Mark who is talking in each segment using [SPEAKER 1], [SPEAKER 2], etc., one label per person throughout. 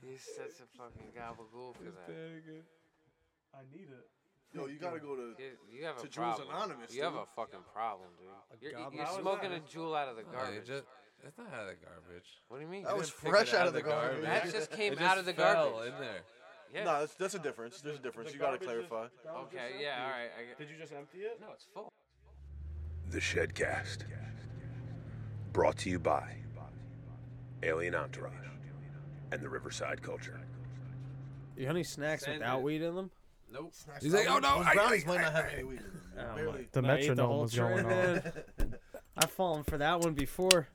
[SPEAKER 1] He's such a fucking gabagool for that.
[SPEAKER 2] nigga.
[SPEAKER 3] I need it.
[SPEAKER 4] Yo, you gotta go to.
[SPEAKER 1] You, you have a
[SPEAKER 4] To Jules
[SPEAKER 1] problem.
[SPEAKER 4] Anonymous,
[SPEAKER 1] you have
[SPEAKER 4] dude.
[SPEAKER 1] a fucking problem, dude. You're,
[SPEAKER 2] goblin.
[SPEAKER 1] you're
[SPEAKER 3] How is
[SPEAKER 1] smoking a
[SPEAKER 3] that?
[SPEAKER 1] jewel out of the
[SPEAKER 2] No, you
[SPEAKER 1] garbage.
[SPEAKER 2] just, that's not out of the garbage.
[SPEAKER 1] what do you mean?
[SPEAKER 4] That was
[SPEAKER 2] pick it
[SPEAKER 4] fresh out of the
[SPEAKER 2] garbage.
[SPEAKER 4] garbage.
[SPEAKER 1] That just came
[SPEAKER 2] It
[SPEAKER 1] out
[SPEAKER 2] just
[SPEAKER 1] of the
[SPEAKER 2] fell
[SPEAKER 1] garbage.
[SPEAKER 2] in there.
[SPEAKER 1] Yeah.
[SPEAKER 4] No, that's, that's a difference. There's a difference.
[SPEAKER 3] The
[SPEAKER 4] You gotta
[SPEAKER 3] garbage is-
[SPEAKER 4] clarify.
[SPEAKER 3] the garbage is
[SPEAKER 1] okay,
[SPEAKER 3] empty.
[SPEAKER 1] yeah, all right. I get,
[SPEAKER 3] Did you just empty it?
[SPEAKER 1] no, it's full.
[SPEAKER 5] The Shedcast. Brought to you by Alien Entourage and the Riverside Culture.
[SPEAKER 6] You got any snacks
[SPEAKER 2] Send
[SPEAKER 6] without
[SPEAKER 2] it.
[SPEAKER 6] weed in them?
[SPEAKER 2] Nope.
[SPEAKER 5] He's like, oh no,
[SPEAKER 4] Those
[SPEAKER 5] I,
[SPEAKER 4] brownies
[SPEAKER 5] I-
[SPEAKER 4] might not
[SPEAKER 5] I-
[SPEAKER 4] have any weed in them.
[SPEAKER 6] Oh,
[SPEAKER 4] Barely.
[SPEAKER 3] The
[SPEAKER 6] I ate the
[SPEAKER 3] metronome
[SPEAKER 6] whole
[SPEAKER 3] was
[SPEAKER 6] tray,
[SPEAKER 3] going on.
[SPEAKER 6] man. I've fallen for that one before.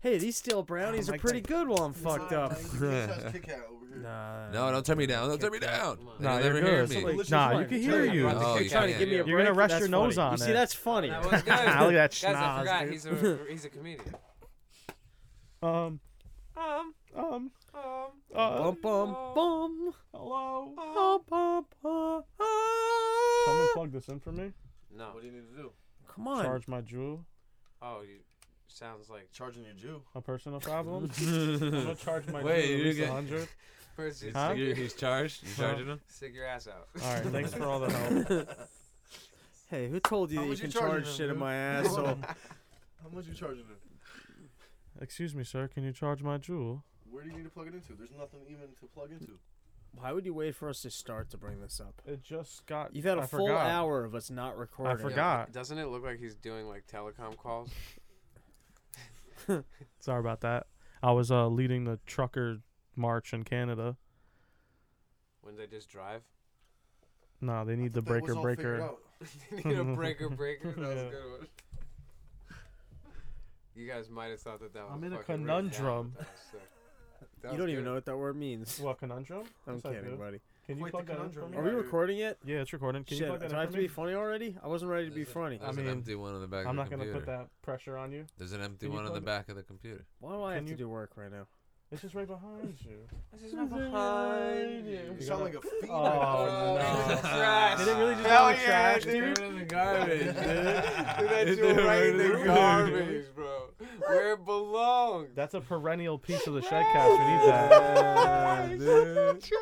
[SPEAKER 6] Hey, these steel brownies are pretty good while I'm fucked up.
[SPEAKER 4] This Kit Kat over here.
[SPEAKER 6] Nah,
[SPEAKER 2] No, don't turn me down. Don't turn me down.
[SPEAKER 3] Nah,
[SPEAKER 2] They'll
[SPEAKER 3] you're
[SPEAKER 2] never
[SPEAKER 3] good.
[SPEAKER 2] hear me.
[SPEAKER 3] It's like- Nah,
[SPEAKER 6] Delicious
[SPEAKER 3] you
[SPEAKER 6] one.
[SPEAKER 3] can hear
[SPEAKER 6] Trying to-
[SPEAKER 3] you.
[SPEAKER 6] I'm
[SPEAKER 2] Oh,
[SPEAKER 6] trying to
[SPEAKER 2] yeah.
[SPEAKER 6] give me a
[SPEAKER 3] You're gonna
[SPEAKER 6] break,
[SPEAKER 3] rest
[SPEAKER 6] that's
[SPEAKER 3] your nose
[SPEAKER 6] funny.
[SPEAKER 3] on
[SPEAKER 6] You see,
[SPEAKER 3] it.
[SPEAKER 6] that's funny.
[SPEAKER 1] That was good.
[SPEAKER 6] Look at that
[SPEAKER 1] Guys, I
[SPEAKER 6] schnoz,
[SPEAKER 1] forgot
[SPEAKER 6] dude.
[SPEAKER 1] he's a he's a comedian.
[SPEAKER 3] Um. Um. Um.
[SPEAKER 1] Um,
[SPEAKER 3] Uh,
[SPEAKER 6] Bum bum bum.
[SPEAKER 3] hello.
[SPEAKER 6] Bum, bum, bum.
[SPEAKER 3] Someone plug this in for me.
[SPEAKER 1] no.
[SPEAKER 4] What do you need to do?
[SPEAKER 6] Come on.
[SPEAKER 3] Charge my jewel.
[SPEAKER 1] Oh, you sounds like
[SPEAKER 4] Charging your Jew.
[SPEAKER 3] A personal problem. I'm gonna charge my
[SPEAKER 2] Wait,
[SPEAKER 3] jewel
[SPEAKER 2] you
[SPEAKER 3] at least
[SPEAKER 2] get-
[SPEAKER 3] 100.
[SPEAKER 1] first you
[SPEAKER 3] Huh?
[SPEAKER 1] stick,
[SPEAKER 2] You- He's charged. You charging him?
[SPEAKER 1] stick your ass out.
[SPEAKER 3] All right. Thanks for all the help.
[SPEAKER 6] Hey, who told you
[SPEAKER 4] How
[SPEAKER 6] that you
[SPEAKER 4] much
[SPEAKER 6] can
[SPEAKER 4] you charging
[SPEAKER 6] charge
[SPEAKER 4] them,
[SPEAKER 6] shit in
[SPEAKER 4] dude?
[SPEAKER 6] my ass? So
[SPEAKER 4] How much you charging them?
[SPEAKER 3] Excuse me, sir. Can you charge my jewel?
[SPEAKER 4] Where do you need to plug it into? There's nothing even to plug into.
[SPEAKER 6] why would you wait for us to start to bring this up?
[SPEAKER 3] It just got.
[SPEAKER 6] You've had
[SPEAKER 3] a
[SPEAKER 6] a full hour of us not recording.
[SPEAKER 3] forgot.
[SPEAKER 1] doesn't it look like he's doing like telecom calls?
[SPEAKER 3] Sorry about that. I was uh, leading the trucker march in Canada.
[SPEAKER 1] When they just drive?
[SPEAKER 3] No, they need the
[SPEAKER 4] That was
[SPEAKER 3] breaker
[SPEAKER 4] all figured
[SPEAKER 3] breaker.
[SPEAKER 4] out.
[SPEAKER 1] they need a breaker breaker. That was a
[SPEAKER 3] Yeah.
[SPEAKER 1] good one. You guys might have thought that that was.
[SPEAKER 3] I'm in a
[SPEAKER 1] fucking rip. Yeah,
[SPEAKER 3] conundrum.
[SPEAKER 1] that was sick. That
[SPEAKER 6] You
[SPEAKER 1] was
[SPEAKER 6] don't even
[SPEAKER 1] good.
[SPEAKER 6] know what that word means.
[SPEAKER 3] What conundrum?
[SPEAKER 6] I'm
[SPEAKER 3] Yes, I do.
[SPEAKER 6] kidding, buddy.
[SPEAKER 3] Can you
[SPEAKER 4] Quite
[SPEAKER 3] plug
[SPEAKER 4] the
[SPEAKER 3] that in for
[SPEAKER 4] conundrum.
[SPEAKER 3] me?
[SPEAKER 6] Are we
[SPEAKER 4] Yeah, dude.
[SPEAKER 6] recording it?
[SPEAKER 3] Yeah, it's recording. Can you plug
[SPEAKER 6] Shit,
[SPEAKER 3] that
[SPEAKER 6] do
[SPEAKER 3] in
[SPEAKER 6] I have
[SPEAKER 3] for
[SPEAKER 6] to
[SPEAKER 3] me?
[SPEAKER 6] be funny already? I wasn't ready to be
[SPEAKER 2] There's a-
[SPEAKER 6] funny.
[SPEAKER 2] There's
[SPEAKER 3] mean,
[SPEAKER 2] an empty one on the back
[SPEAKER 3] I'm
[SPEAKER 2] of
[SPEAKER 3] not
[SPEAKER 2] the
[SPEAKER 3] gonna
[SPEAKER 2] computer.
[SPEAKER 3] put that pressure on you.
[SPEAKER 2] There's an empty
[SPEAKER 3] Can you
[SPEAKER 2] one on the
[SPEAKER 3] plug it?
[SPEAKER 2] back of the computer.
[SPEAKER 6] Why do I have
[SPEAKER 3] Can
[SPEAKER 6] to
[SPEAKER 3] you-
[SPEAKER 6] do work right now?
[SPEAKER 3] It's just right behind you.
[SPEAKER 1] This is right behind you.
[SPEAKER 4] You sound like a fiend.
[SPEAKER 3] Oh,
[SPEAKER 1] Oh,
[SPEAKER 3] no.
[SPEAKER 1] trash.
[SPEAKER 3] Did it really just
[SPEAKER 1] Hell
[SPEAKER 3] go in the
[SPEAKER 1] yeah,
[SPEAKER 3] trash,
[SPEAKER 1] dude.
[SPEAKER 3] dude?
[SPEAKER 1] It in the garbage, dude. That
[SPEAKER 2] It
[SPEAKER 1] you
[SPEAKER 2] did
[SPEAKER 1] right in
[SPEAKER 2] right
[SPEAKER 1] the
[SPEAKER 2] in the
[SPEAKER 1] garbage, bro. Where it belongs.
[SPEAKER 3] That's a perennial piece of the shed cast. We need that.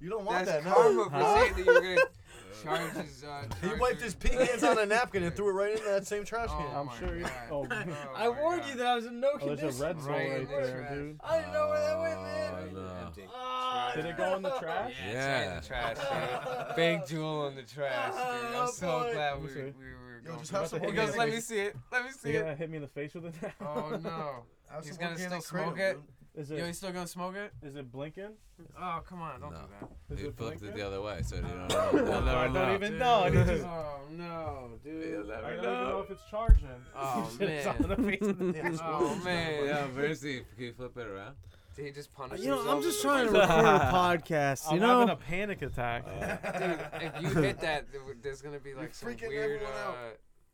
[SPEAKER 4] You don't want
[SPEAKER 1] That's
[SPEAKER 4] that,
[SPEAKER 1] karma
[SPEAKER 4] no.
[SPEAKER 1] for saying that you were going to charge his. Uh,
[SPEAKER 4] He
[SPEAKER 1] charge
[SPEAKER 4] wiped his pecans on a napkin and threw it right into that same trash
[SPEAKER 1] Oh,
[SPEAKER 4] can.
[SPEAKER 3] I'm
[SPEAKER 1] my
[SPEAKER 3] sure you.
[SPEAKER 1] God.
[SPEAKER 3] Oh,
[SPEAKER 1] Oh,
[SPEAKER 3] man.
[SPEAKER 1] my God.
[SPEAKER 6] that I was in no
[SPEAKER 3] oh, there's a red zone
[SPEAKER 1] Right
[SPEAKER 3] right,
[SPEAKER 1] in the
[SPEAKER 3] there,
[SPEAKER 1] trash.
[SPEAKER 3] dude.
[SPEAKER 6] I didn't know where that went,
[SPEAKER 2] Oh, no.
[SPEAKER 1] Empty.
[SPEAKER 3] Did it go in the trash?
[SPEAKER 1] Yeah, it's right in the trash. Dude. Big jewel in the trash, dude. I'm so
[SPEAKER 4] boy.
[SPEAKER 1] glad we, we
[SPEAKER 3] see.
[SPEAKER 1] were
[SPEAKER 4] Yo,
[SPEAKER 1] going.
[SPEAKER 4] just
[SPEAKER 1] for
[SPEAKER 4] have some
[SPEAKER 1] it. He
[SPEAKER 3] Hey,
[SPEAKER 1] goes,
[SPEAKER 3] guys,
[SPEAKER 1] let
[SPEAKER 4] organic-
[SPEAKER 1] me see it. Let me see
[SPEAKER 3] You're
[SPEAKER 1] it.
[SPEAKER 3] gonna hit me in the face with it now?
[SPEAKER 1] Oh no.
[SPEAKER 4] have
[SPEAKER 1] He's
[SPEAKER 4] some
[SPEAKER 1] gonna
[SPEAKER 4] organic
[SPEAKER 1] still smoke
[SPEAKER 4] kratom,
[SPEAKER 1] it?
[SPEAKER 4] dude.
[SPEAKER 3] Is
[SPEAKER 1] Yo,
[SPEAKER 3] it
[SPEAKER 1] he's still gonna smoke it?
[SPEAKER 3] is it blinking?
[SPEAKER 1] Oh, come on, don't
[SPEAKER 2] No.
[SPEAKER 1] do that.
[SPEAKER 3] Is
[SPEAKER 2] You
[SPEAKER 3] it
[SPEAKER 2] flipped it
[SPEAKER 3] blinking?
[SPEAKER 2] the other way, so you don't know. You'll
[SPEAKER 3] I
[SPEAKER 2] never
[SPEAKER 3] don't
[SPEAKER 2] know.
[SPEAKER 3] even know. I need to-
[SPEAKER 1] Oh no,
[SPEAKER 2] You'll
[SPEAKER 1] dude.
[SPEAKER 3] I
[SPEAKER 2] never
[SPEAKER 3] don't even know
[SPEAKER 2] know.
[SPEAKER 3] if it's charging.
[SPEAKER 1] Oh
[SPEAKER 3] It's on
[SPEAKER 1] man.
[SPEAKER 3] the face of the
[SPEAKER 4] Yeah, just
[SPEAKER 1] Oh
[SPEAKER 4] smoke it.
[SPEAKER 1] man.
[SPEAKER 2] Yeah, Mercy, can you flip it around?
[SPEAKER 1] Did he just punish
[SPEAKER 6] You know,
[SPEAKER 1] himself
[SPEAKER 6] I'm just
[SPEAKER 1] with
[SPEAKER 6] trying to
[SPEAKER 1] the-
[SPEAKER 6] record a podcast. You
[SPEAKER 3] I'm
[SPEAKER 6] know,
[SPEAKER 3] having a panic attack.
[SPEAKER 1] Dude, if you hit that, there w- there's gonna be like some
[SPEAKER 4] freaking
[SPEAKER 1] weird.
[SPEAKER 4] everyone out.
[SPEAKER 1] Uh,